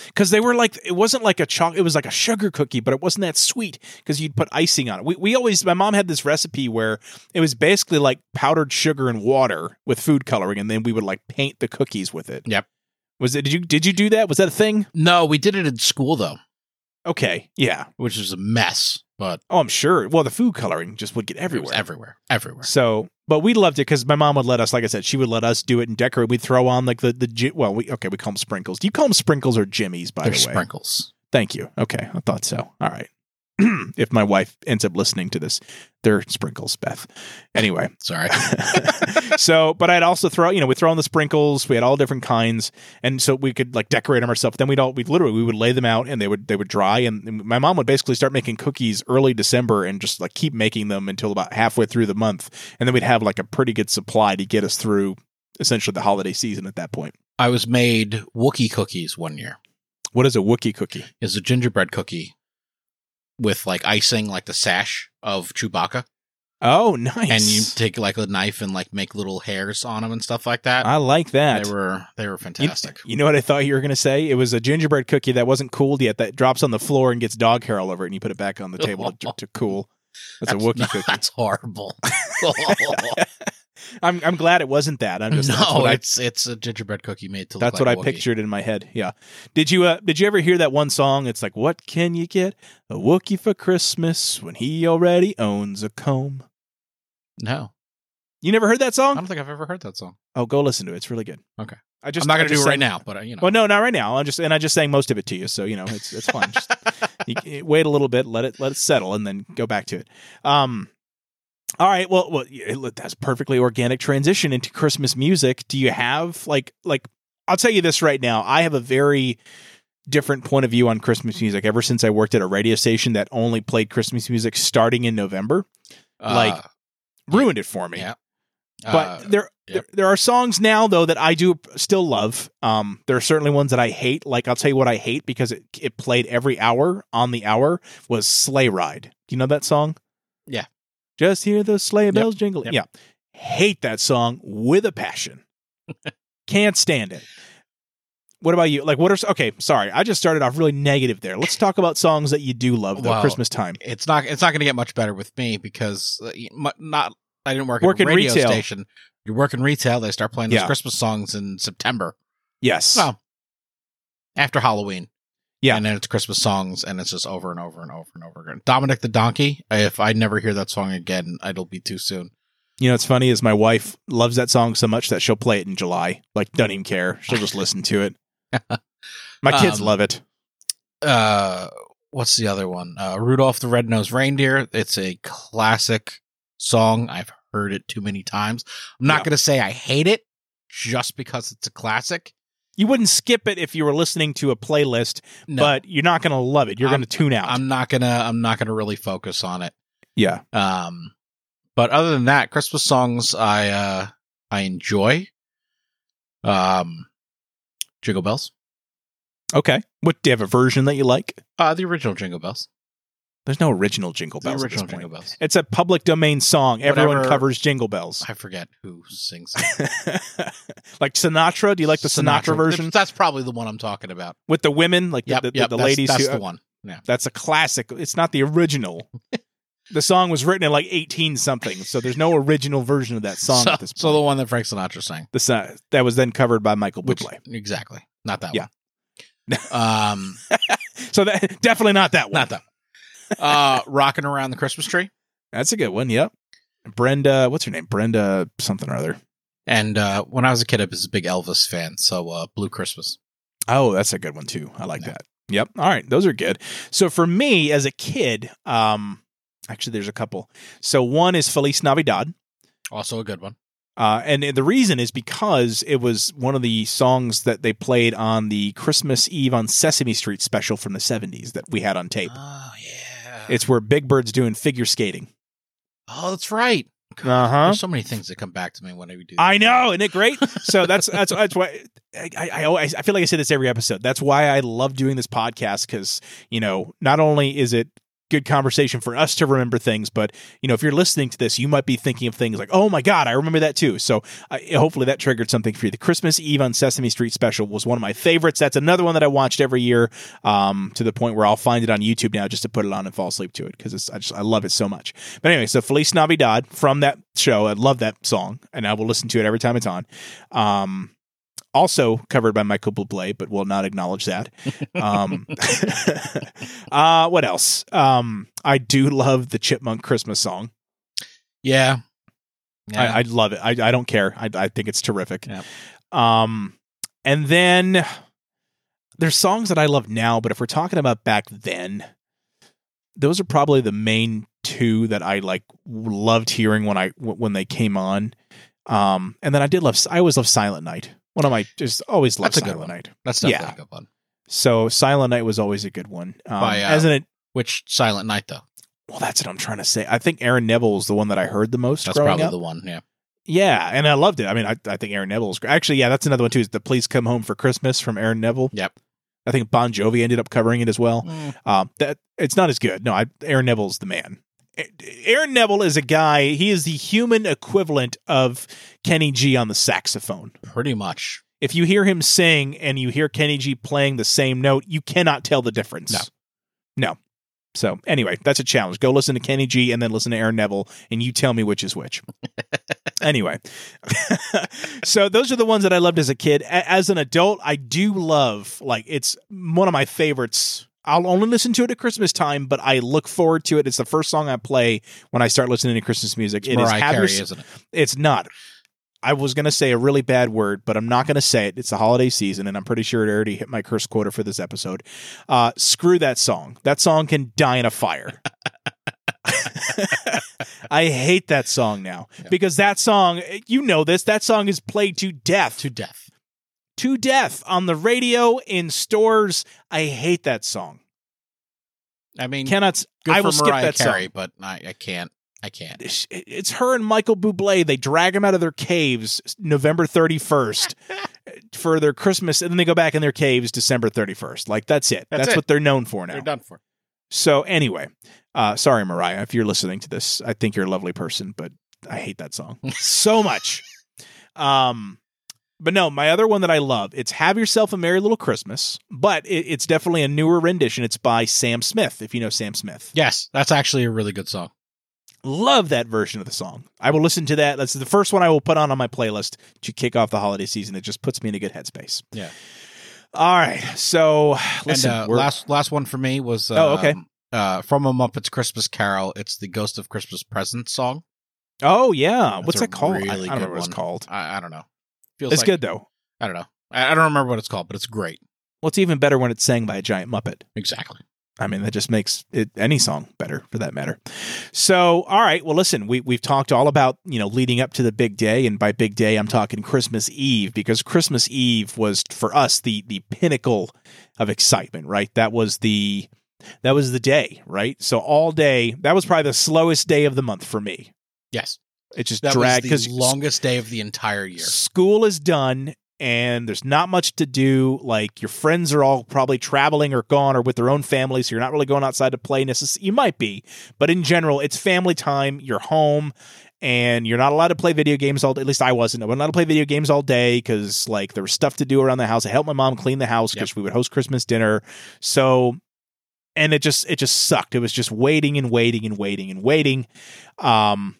[SPEAKER 1] because they were like it wasn't like a chocolate it was like a sugar cookie but it wasn't that sweet because you'd put icing on it we, we always my mom had this recipe where it was basically like powdered sugar and water with food coloring and then we would like paint the cookies with it
[SPEAKER 5] Yep.
[SPEAKER 1] was it did you did you do that was that a thing
[SPEAKER 5] No, we did it in school though,
[SPEAKER 1] okay yeah
[SPEAKER 5] which is a mess. But
[SPEAKER 1] oh i'm sure well the food coloring just would get
[SPEAKER 5] it was
[SPEAKER 1] everywhere
[SPEAKER 5] everywhere, everywhere.
[SPEAKER 1] So, but we loved it because my mom would let us, like I said, she would let us do it and decorate. We'd throw on like the, the, ji- well, we, okay, we call them sprinkles. Do you call them sprinkles or jimmies, by
[SPEAKER 5] They're
[SPEAKER 1] the way?
[SPEAKER 5] sprinkles.
[SPEAKER 1] Thank you. Okay, I thought so. All right. if my wife ends up listening to this, they're sprinkles, Beth. Anyway,
[SPEAKER 5] Sorry.
[SPEAKER 1] so but I'd also throw, you know, we throw in the sprinkles. We had all different kinds, and so we could like decorate them ourselves. Then we'd all we literally we would lay them out, and they would they would dry. And, and my mom would basically start making cookies early December, and just like keep making them until about halfway through the month, and then we'd have like a pretty good supply to get us through essentially the holiday season at that point.
[SPEAKER 5] I was made Wookie cookies one year.
[SPEAKER 1] What is a Wookie cookie?
[SPEAKER 5] It's a gingerbread cookie with like icing, like the sash of Chewbacca,
[SPEAKER 1] Oh, nice.
[SPEAKER 5] and you take like a knife and like make little hairs on them and stuff like that.
[SPEAKER 1] I like that.
[SPEAKER 5] they were they were
[SPEAKER 1] You-
[SPEAKER 5] fantastic.
[SPEAKER 1] You, know what I thought you were going to say? It was a gingerbread cookie that wasn't cooled yet that drops on the floor and gets dog hair all over it, and you put it back on the table to, to cool. That's, a Wookiee
[SPEAKER 5] not-
[SPEAKER 1] cookie.
[SPEAKER 5] That's horrible.
[SPEAKER 1] I'm I'm glad it wasn't that. I'm just that's
[SPEAKER 5] no,
[SPEAKER 1] what I,
[SPEAKER 5] it's it's a gingerbread cookie made to.
[SPEAKER 1] that's
[SPEAKER 5] look
[SPEAKER 1] what
[SPEAKER 5] like
[SPEAKER 1] I
[SPEAKER 5] a Wookiee.
[SPEAKER 1] pictured in my head. Yeah. Did you uh, did you ever hear that one song? It's like, what can you get a Wookiee for Christmas when he already owns a comb?
[SPEAKER 5] No,
[SPEAKER 1] You never heard that
[SPEAKER 5] I
[SPEAKER 1] song?
[SPEAKER 5] don't think I've ever heard that song.
[SPEAKER 1] oh, go listen to it. It's really good.
[SPEAKER 5] Okay.
[SPEAKER 1] I just
[SPEAKER 5] I'm not
[SPEAKER 1] I
[SPEAKER 5] gonna do it
[SPEAKER 1] just
[SPEAKER 5] right
[SPEAKER 1] sang-
[SPEAKER 5] now, but uh, you know.
[SPEAKER 1] Well, no, not right now. I'm just and I just sang most of it to you, so you know it's it's fine. Just you, you wait a little bit, let it let it settle, and then go back to it. Um, all right. Well, well, yeah, look, that's perfectly organic transition into Christmas music. Do you have like like I'll tell you this right now. I have a very different point of view on Christmas music ever since I worked at a radio station that only played Christmas music starting in November. like,
[SPEAKER 5] Uh,
[SPEAKER 1] Ruined it for me
[SPEAKER 5] yeah.
[SPEAKER 1] but
[SPEAKER 5] Uh,
[SPEAKER 1] there,
[SPEAKER 5] yep.
[SPEAKER 1] there there are songs now though that I do still love. Um, there are certainly ones that I hate. Like I'll tell you what I hate because it it played every hour on the hour was Sleigh Ride. Do you know that song?
[SPEAKER 5] Yeah.
[SPEAKER 1] Just hear those sleigh bells jingle.
[SPEAKER 5] Yep.
[SPEAKER 1] Yeah, hate that song with a passion. Can't stand it. What about you? Like, what are okay? Sorry, I just started off really negative there. Let's talk about songs that you do love though.
[SPEAKER 5] Wow.
[SPEAKER 1] Christmas time.
[SPEAKER 5] it's not it's not going to get much better with me because uh, y- mu- not I didn't work,
[SPEAKER 1] Work
[SPEAKER 5] at
[SPEAKER 1] in
[SPEAKER 5] a radio
[SPEAKER 1] retail.
[SPEAKER 5] station. You work in retail, they start playing
[SPEAKER 1] Yeah.
[SPEAKER 5] those Christmas songs in September.
[SPEAKER 1] Yes.
[SPEAKER 5] Well, after Halloween.
[SPEAKER 1] Yeah.
[SPEAKER 5] And then it's Christmas songs and it's just over and over and over and over again. Dominic the Donkey, if I never hear that song again, it'll be too soon.
[SPEAKER 1] You know, it's funny is my wife loves that song so much that she'll play it in July. Like, doesn't even care. She'll just listen to it. My kids
[SPEAKER 5] Um,
[SPEAKER 1] love it.
[SPEAKER 5] Uh what's the other one? Uh Rudolph the Red-Nosed Reindeer. It's a classic song. I've heard it too many times. I'm not
[SPEAKER 1] Yeah.
[SPEAKER 5] going to say I hate it just because it's a classic.
[SPEAKER 1] You wouldn't skip it if you were listening to a playlist,
[SPEAKER 5] No.
[SPEAKER 1] but you're not going to love it. You're
[SPEAKER 5] I'm-
[SPEAKER 1] going to tune out.
[SPEAKER 5] I'm not gonna I'm not gonna really focus on it.
[SPEAKER 1] yeah.
[SPEAKER 5] Um but other than that, Christmas songs I uh I enjoy. Um Jingle Bells.
[SPEAKER 1] Okay. What do you have a version that you like?
[SPEAKER 5] Uh the original Jingle Bells.
[SPEAKER 1] There's no original Jingle
[SPEAKER 5] The
[SPEAKER 1] Bells. at this
[SPEAKER 5] original
[SPEAKER 1] point.
[SPEAKER 5] Jingle Bells.
[SPEAKER 1] It's a public domain song. Everyone
[SPEAKER 5] Whatever-
[SPEAKER 1] covers Jingle Bells.
[SPEAKER 5] I forget who sings
[SPEAKER 1] like Sinatra. Do you like the Sinatra, version
[SPEAKER 5] That's probably the one I'm talking about.
[SPEAKER 1] with the women, like the,
[SPEAKER 5] Yep,
[SPEAKER 1] the, the-
[SPEAKER 5] yep,
[SPEAKER 1] the
[SPEAKER 5] that's-
[SPEAKER 1] ladies?
[SPEAKER 5] That's
[SPEAKER 1] who,
[SPEAKER 5] the one. Yeah.
[SPEAKER 1] That's a classic. It's not the original. the song was written in like 18 something, so there's no original version of that song
[SPEAKER 5] so,
[SPEAKER 1] at this point.
[SPEAKER 5] so the one that Frank Sinatra sang.
[SPEAKER 1] the song, that was then covered by Michael
[SPEAKER 5] Which
[SPEAKER 1] Bublé.
[SPEAKER 5] exactly. Not that
[SPEAKER 1] Yeah.
[SPEAKER 5] one. um
[SPEAKER 1] So that definitely not that one.
[SPEAKER 5] not that uh, rocking around the Christmas tree.
[SPEAKER 1] That's a good one. Yep. Brenda, what's her name? Brenda something or other.
[SPEAKER 5] And uh, when I was a kid, I was a big Elvis fan. So uh, Blue Christmas.
[SPEAKER 1] Oh, that's a good one too. I like yeah. that. Yep. All right. Those are good. So for me as a kid, um, actually, there's a couple. So one is Feliz Navidad.
[SPEAKER 5] Also a good one.
[SPEAKER 1] Uh, and the reason is because it was one of the songs that they played on the Christmas Eve on Sesame Street special from the 70s that we had on tape.
[SPEAKER 5] Oh, yeah.
[SPEAKER 1] It's where Big Bird's doing figure skating.
[SPEAKER 5] Oh, that's right.
[SPEAKER 1] Uh huh.
[SPEAKER 5] So many things that come back to me when I do. That.
[SPEAKER 1] I know, isn't it great? so that's that's that's why I I, always, I feel like I say this every episode. That's why I love doing this podcast because you know not only is it good conversation for us to remember things, but you know if you're listening to this, you might be thinking of things like, oh my god, I remember that too. So I, hopefully that triggered something for you. The Christmas Eve on Sesame Street special was one of my favorites. That's another one that I watched every year um, to the point where I'll find it on YouTube now just to put it on and fall asleep to it because I just I love it so much. But anyway, so Feliz Navidad from that show. I love that song and I will listen to it every time it's on. Um, also covered by Michael Bublé, but will not acknowledge that. Um, uh, what else? Um, I do love the Chipmunk Christmas song.
[SPEAKER 5] Yeah,
[SPEAKER 1] yeah. I, I, love it. I, I don't care. I, I, think it's terrific.
[SPEAKER 5] Yeah.
[SPEAKER 1] Um, and then there's songs that I love now, but if we're talking about back then, those are probably the main two that I like loved hearing when I when they came on. Um, and then I did love I always love Silent Night. One of my just always loved
[SPEAKER 5] That's a
[SPEAKER 1] Silent
[SPEAKER 5] good one.
[SPEAKER 1] Night.
[SPEAKER 5] That's definitely a good one.
[SPEAKER 1] So Silent Night was always a good one. Um,
[SPEAKER 5] By, uh,
[SPEAKER 1] isn't it?
[SPEAKER 5] Which Silent Night though?
[SPEAKER 1] Well, that's what I'm trying to say. I think Aaron Neville is the one that I heard the most.
[SPEAKER 5] That's
[SPEAKER 1] growing
[SPEAKER 5] probably
[SPEAKER 1] up.
[SPEAKER 5] the one. Yeah.
[SPEAKER 1] Yeah, and I loved it. I mean, I, I think Aaron Neville's great. Actually, yeah, that's another one too. Is the Please Come Home for Christmas from Aaron Neville?
[SPEAKER 5] Yep.
[SPEAKER 1] I think Bon Jovi ended up covering it as well.
[SPEAKER 5] Mm.
[SPEAKER 1] Um, that it's not as good. No, I, Aaron Neville's the man. A- Aaron Neville is a guy. He is the human equivalent of Kenny G on the saxophone.
[SPEAKER 5] Pretty much.
[SPEAKER 1] If you hear him sing and you hear Kenny G playing the same note, you cannot tell the difference.
[SPEAKER 5] No.
[SPEAKER 1] No. So anyway, that's a challenge. Go listen to Kenny G and then listen to Aaron Neville, and you tell me which is which. anyway, so those are the ones that I loved as a kid. A- as an adult, I do love like it's one of my favorites. I'll only listen to it at Christmas time, but I look forward to it. It's the first song I play when I start listening to Christmas music. It is
[SPEAKER 5] Mariah
[SPEAKER 1] Have Your
[SPEAKER 5] Carey,
[SPEAKER 1] S-
[SPEAKER 5] isn't it?
[SPEAKER 1] it's not. I was going to say a really bad word, but I'm not going to say it. It's the holiday season, and I'm pretty sure it already hit my curse quota for this episode. Uh, screw that song. That song can die in a fire. I hate that song now
[SPEAKER 5] Yeah.
[SPEAKER 1] because that song, you know this, that song is played to death.
[SPEAKER 5] To death.
[SPEAKER 1] to death on the radio, in stores. I hate that song.
[SPEAKER 5] I mean,
[SPEAKER 1] Cannot. s-
[SPEAKER 5] good
[SPEAKER 1] I
[SPEAKER 5] for
[SPEAKER 1] will skip
[SPEAKER 5] Mariah
[SPEAKER 1] that song.
[SPEAKER 5] Carey, but I, I can't. I can't.
[SPEAKER 1] it's- it's her and Michael Bublé. They drag him out of their caves November 31st for their Christmas, and then they go back in their caves December 31st. Like that's it.
[SPEAKER 5] That's
[SPEAKER 1] That's,
[SPEAKER 5] it.
[SPEAKER 1] what they're known for now.
[SPEAKER 5] They're done for.
[SPEAKER 1] So anyway, uh, sorry Mariah, if you're listening to this, I think you're a lovely person, but I hate that song so much. Um, but no, my other one that I love, it's "Have Yourself a Merry Little Christmas," but it, it's definitely a newer rendition. It's by Sam Smith, if you know Sam Smith.
[SPEAKER 5] Yes, that's actually a really good song.
[SPEAKER 1] Love that version of the song. I will listen to that. That's the first one I will put on on my playlist to kick off the holiday season. It just puts me in a good headspace.
[SPEAKER 5] Yeah.
[SPEAKER 1] All right. So listen.
[SPEAKER 5] and uh,
[SPEAKER 1] we're-
[SPEAKER 5] last last one for me was uh,
[SPEAKER 1] Oh, okay.
[SPEAKER 5] uh, from a Muppets Christmas Carol. It's the Ghost of Christmas Present song.
[SPEAKER 1] oh yeah.
[SPEAKER 5] That's
[SPEAKER 1] What's
[SPEAKER 5] a
[SPEAKER 1] that called? I-
[SPEAKER 5] really
[SPEAKER 1] I, don't
[SPEAKER 5] good
[SPEAKER 1] remember what it's
[SPEAKER 5] one.
[SPEAKER 1] called.
[SPEAKER 5] I, I don't know. Feels
[SPEAKER 1] It's
[SPEAKER 5] like-
[SPEAKER 1] good though.
[SPEAKER 5] I don't know. I, I don't remember what it's called, but it's great.
[SPEAKER 1] Well, it's even better when it's sang by a giant Muppet.
[SPEAKER 5] Exactly.
[SPEAKER 1] I mean, that just makes it any song better for that matter. So, all right. Well, listen, we, we've talked all about, you know, leading up to the big day. And by big day, I'm talking Christmas Eve because Christmas Eve was for us the, the pinnacle of excitement, right? That was the, that was the day, right? So all day, that was probably the slowest day of the month for me.
[SPEAKER 5] Yes,
[SPEAKER 1] It just
[SPEAKER 5] that
[SPEAKER 1] dragged because
[SPEAKER 5] was the longest day of the entire year.
[SPEAKER 1] School is done and there's not much to do. Like your friends are all probably traveling or gone or with their own families, so you're not really going outside to play necessarily. You might be, but in general, it's family time. You're home and you're not allowed to play video games all day. At least I wasn't. I wasn't allowed to play video games all day because like there was stuff to do around the house. I helped my mom clean the house because we would host Christmas dinner. So and it just it just sucked. It was just waiting and waiting and waiting and waiting. Um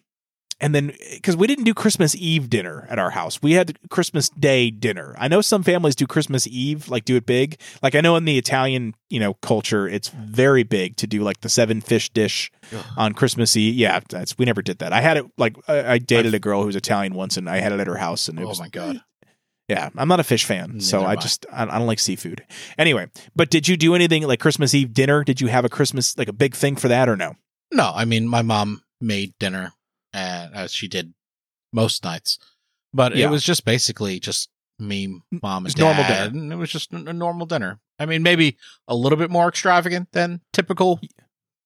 [SPEAKER 1] and then because we didn't do Christmas Eve dinner at our house, we had Christmas Day dinner. I know some families do Christmas Eve, like do it big. Like I know in the Italian, you know, culture, it's very big to do like the seven fish dish on Christmas Eve. Yeah, that's we never did that. I had it like I, I dated a girl who was Italian once, and I had it at her house, and it
[SPEAKER 5] oh
[SPEAKER 1] was
[SPEAKER 5] my god.
[SPEAKER 1] yeah, I'm not a fish fan, so
[SPEAKER 5] Neither
[SPEAKER 1] I
[SPEAKER 5] am I.
[SPEAKER 1] just I, I don't like seafood. Anyway, but did you do anything like Christmas Eve dinner? Did you have a Christmas like a big thing for that or no?
[SPEAKER 5] No, I mean my mom made dinner, and uh, she did most nights, but
[SPEAKER 1] Yeah.
[SPEAKER 5] it was just basically just me, mom, and
[SPEAKER 1] It's normal
[SPEAKER 5] dad,
[SPEAKER 1] dinner.
[SPEAKER 5] and it was just a a normal dinner. I mean, maybe a little bit more extravagant than typical,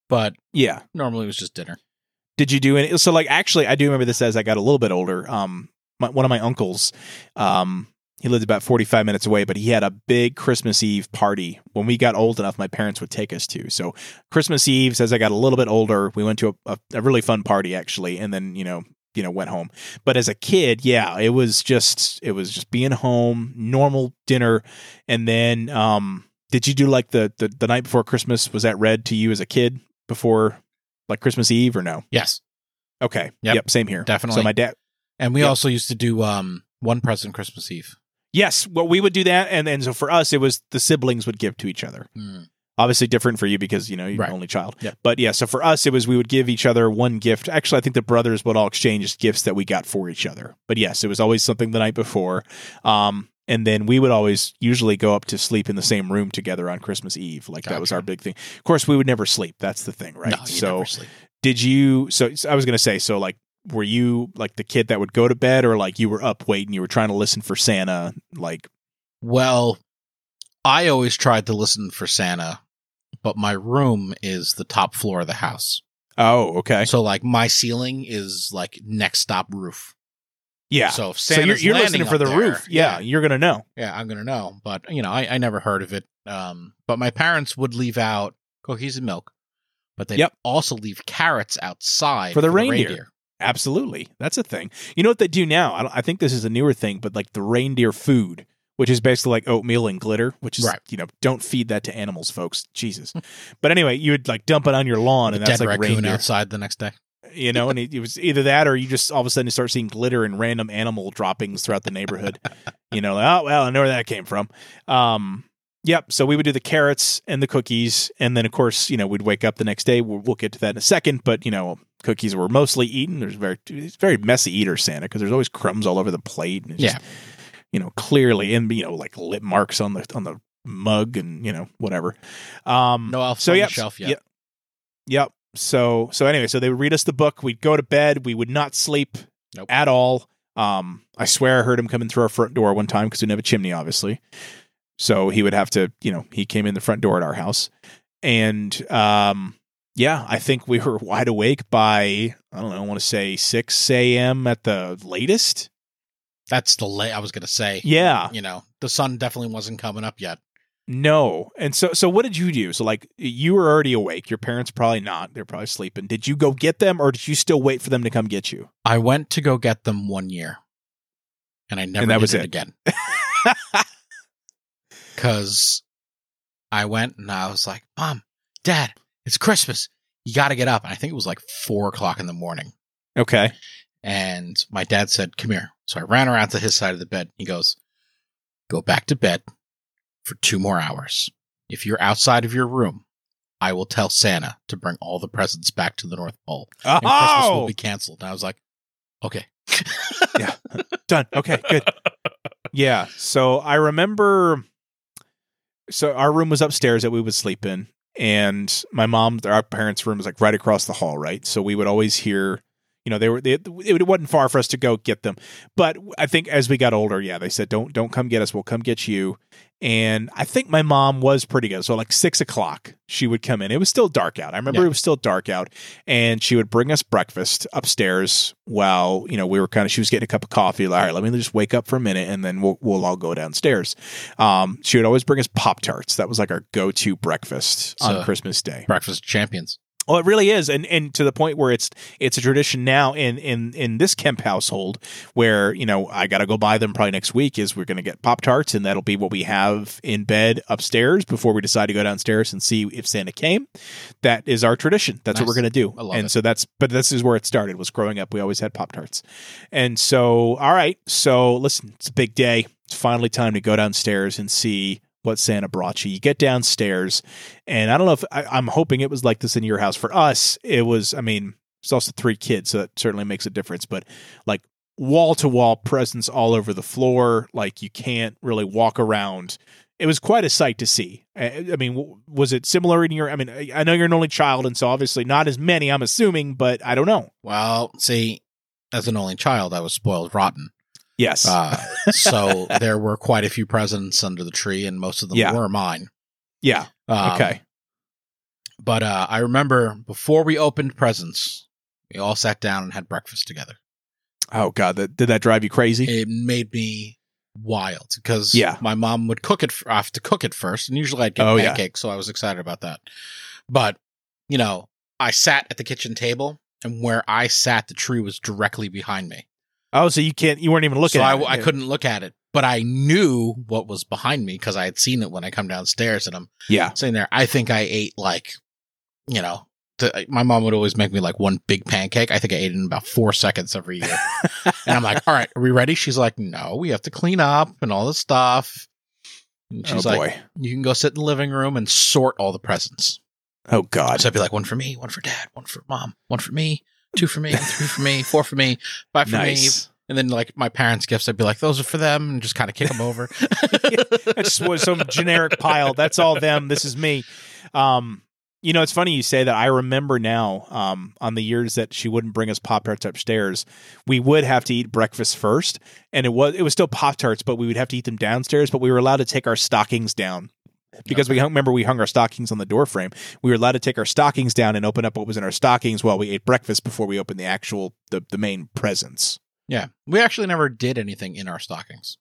[SPEAKER 5] but
[SPEAKER 1] Yeah,
[SPEAKER 5] normally it was just dinner.
[SPEAKER 1] did you do any so like actually i do remember this as i got a little bit older um my, one of my uncles um he lived about 45 minutes away but he had a big christmas eve party when we got old enough my parents would take us to so christmas eves as i got a little bit older we went to a, a, a really fun party actually and then you know you know went home but as a kid yeah it was just it was just being home normal dinner and then um did you do like the the, the night before christmas was that read to you as a kid before like christmas eve or no
[SPEAKER 5] Yes,
[SPEAKER 1] Okay.
[SPEAKER 5] Yep.
[SPEAKER 1] Yep. Same here.
[SPEAKER 5] Definitely.
[SPEAKER 1] So my dad.
[SPEAKER 5] and we
[SPEAKER 1] Yep.
[SPEAKER 5] also used to do um one present Christmas Eve.
[SPEAKER 1] Yes. Well, we would do that, and and so for us, it was the siblings would give to each other.
[SPEAKER 5] Mm.
[SPEAKER 1] Obviously, different for you because you know you're
[SPEAKER 5] Right.
[SPEAKER 1] the only child.
[SPEAKER 5] Yep.
[SPEAKER 1] But yeah, so for us, it was we would give each other one gift. Actually, I think the brothers would all exchange gifts that we got for each other. But yes, it was always something the night before. Um, and then we would always usually go up to sleep in the same room together on Christmas Eve. Like that was
[SPEAKER 5] Gotcha.
[SPEAKER 1] our big thing. Of course, we would never sleep. That's the thing, right?
[SPEAKER 5] No, you never sleep.
[SPEAKER 1] did you so so i was going to say so like were you like the kid that would go to bed or like you were up waiting you were trying to listen for santa like
[SPEAKER 5] Well, I always tried to listen for Santa, but my room is the top floor of the house.
[SPEAKER 1] oh okay
[SPEAKER 5] So like my ceiling is like next stop roof.
[SPEAKER 1] yeah so,
[SPEAKER 5] So if Santa's
[SPEAKER 1] you're, you're
[SPEAKER 5] landing
[SPEAKER 1] listening
[SPEAKER 5] up
[SPEAKER 1] for the
[SPEAKER 5] there-
[SPEAKER 1] roof yeah, you're going to know
[SPEAKER 5] yeah, I'm gonna know. But you know, I, I never heard of it. Um, but my parents would leave out cookies and milk, but they would
[SPEAKER 1] Yep.
[SPEAKER 5] also leave carrots outside
[SPEAKER 1] For the reindeer. absolutely that's a thing you know what they do now i, don't, I think this is a newer thing but like the reindeer food which is basically like oatmeal and glitter which is
[SPEAKER 5] Right.
[SPEAKER 1] you know don't feed that to animals folks jesus but anyway you would like dump it on your lawn
[SPEAKER 5] A
[SPEAKER 1] and
[SPEAKER 5] dead
[SPEAKER 1] that's like
[SPEAKER 5] raccoon
[SPEAKER 1] reindeer
[SPEAKER 5] outside the next day.
[SPEAKER 1] you know, and it, it was either that or you just all of a sudden start seeing glitter and random animal droppings throughout the neighborhood. you know, like, oh well, I know where that came from. Um, yep. So we would do the carrots and the cookies, and then of course, you know, we'd wake up the next day. We'll, we'll get to that in a second, but you know, cookies were mostly eaten. There's very it's very messy eater Santa because there's always crumbs all over the plate. And it's
[SPEAKER 5] Yeah.
[SPEAKER 1] Just, you know, clearly, and you know, like lip marks on the on the mug, and you know, whatever. Um,
[SPEAKER 5] No elf
[SPEAKER 1] so
[SPEAKER 5] on
[SPEAKER 1] yeah,
[SPEAKER 5] the shelf yet.
[SPEAKER 1] yeah. Yep. So so anyway, so they would read us the book. We'd go to bed. We would not sleep
[SPEAKER 5] Nope.
[SPEAKER 1] at all. Um, I swear I heard him coming through our front door one time because we didn't have a chimney, obviously. So he would have to, you know, he came in the front door at our house, and um, yeah, I think we were wide awake by I don't know, I want to say six a.m. at the latest.
[SPEAKER 5] That's the late. I was gonna say.
[SPEAKER 1] Yeah,
[SPEAKER 5] You know, the sun definitely wasn't coming up yet.
[SPEAKER 1] no. And so so what did you do? So like you were already awake. Your parents probably not. They're probably sleeping. Did you go get them, or did you still wait for them to come get you?
[SPEAKER 5] I went to go get them one year, and I never
[SPEAKER 1] And that
[SPEAKER 5] did
[SPEAKER 1] was
[SPEAKER 5] it,
[SPEAKER 1] it.
[SPEAKER 5] again. Because I went and I was like, "Mom, Dad, it's Christmas. You got to get up." And I think it was like four o'clock in the morning.
[SPEAKER 1] Okay.
[SPEAKER 5] And my dad said, "Come here." So I ran around to his side of the bed. He goes, "Go back to bed for two more hours. If you're outside of your room, I will tell Santa to bring all the presents back to the North Pole, and Christmas will
[SPEAKER 1] Oh,
[SPEAKER 5] be canceled." And I was like, "Okay."
[SPEAKER 1] done. Okay, good. Yeah. So I remember. So our room was upstairs that we would sleep in, and my mom, our parents' room was like right across the hall, right. So we would always hear, you know, they were they, it wasn't far for us to go get them, but I think as we got older, yeah, they said don't don't come get us, we'll come get you. And I think my mom was pretty good. So like six o'clock, she would come in. It was still dark out. I remember
[SPEAKER 5] Yeah.
[SPEAKER 1] it was still dark out, and she would bring us breakfast upstairs while you know we were kind of she was getting a cup of coffee like all right let me just wake up for a minute and then we'll, we'll all go downstairs um, she would always bring us pop tarts that was like our go-to breakfast
[SPEAKER 5] So-
[SPEAKER 1] on christmas day
[SPEAKER 5] Breakfast of Champions.
[SPEAKER 1] Oh, it really is, and and to the point where it's it's a tradition now in in in this Kemp household where you know I got to go buy them probably next week. Is we're going to get Pop Tarts, and that'll be what we have in bed upstairs before we decide to go downstairs and see if Santa came. That is our tradition. That's what we're
[SPEAKER 5] Nice.
[SPEAKER 1] going to do.
[SPEAKER 5] I love
[SPEAKER 1] and
[SPEAKER 5] it.
[SPEAKER 1] so that's but this is where it started. Was growing up, we always had Pop Tarts, and so all right. So listen, it's a big day. It's finally time to go downstairs and see what Santa brought you. You get downstairs. And I don't know if I, I'm hoping it was like this in your house. For us, it was, I mean, it's also three kids, so that certainly makes a difference. But like wall to wall presence all over the floor, like you can't really walk around. It was quite a sight to see. Uh, I, I mean, w- was it similar in your? I mean, I I know you're an only child, and so obviously not as many. I'm assuming, but I don't know.
[SPEAKER 5] Well, see, as an only child, I was spoiled rotten.
[SPEAKER 1] Yes,
[SPEAKER 5] Uh, so there were quite a few presents under the tree, and most of them
[SPEAKER 1] Yeah.
[SPEAKER 5] were mine.
[SPEAKER 1] yeah,
[SPEAKER 5] Um,
[SPEAKER 1] okay,
[SPEAKER 5] But uh, I remember before we opened presents, we all sat down and had breakfast together.
[SPEAKER 1] oh god, that, did that drive you crazy?
[SPEAKER 5] It made me wild because
[SPEAKER 1] Yeah.
[SPEAKER 5] my mom would cook it. I have to cook it first, and usually I'd get
[SPEAKER 1] Oh, yeah.
[SPEAKER 5] pancakes, so I was excited about that. But you know, I sat at the kitchen table, and where I sat, the tree was directly behind me.
[SPEAKER 1] Oh, so you can't, you weren't even looking.
[SPEAKER 5] so
[SPEAKER 1] at
[SPEAKER 5] I,
[SPEAKER 1] it.
[SPEAKER 5] I couldn't look at it, but I knew what was behind me because I had seen it when I come downstairs, and I'm
[SPEAKER 1] Yeah,
[SPEAKER 5] sitting there. I think I ate like, you know, the, my mom would always make me like one big pancake. I think I ate it in about four seconds every year, and I'm like, "All right, are we ready?" She's like, "No, we have to clean up and all this stuff." And she's
[SPEAKER 1] oh boy,
[SPEAKER 5] like, "You can go sit in the living room and sort all the presents."
[SPEAKER 1] oh god,
[SPEAKER 5] So I'd be like, "One for me, one for dad, one for mom, one for me, two for me, three for me, four for me, five for me."
[SPEAKER 1] nice.
[SPEAKER 5] And then like my parents' gifts, I'd be like, "Those are for them," and just kind of kick them over.
[SPEAKER 1] That's just was some generic pile. That's all them. This is me. Um, you know, it's funny you say that. I remember now, um, on the years that she wouldn't bring us Pop Tarts upstairs, we would have to eat breakfast first, and it was it was still Pop Tarts, but we would have to eat them downstairs. But we were allowed to take our stockings down because we hung, remember we hung our stockings on the door frame. We were allowed to take our stockings down and open up what was in our stockings while we ate breakfast before we opened the actual the the main presents.
[SPEAKER 5] Yeah, we actually never did anything in our stockings.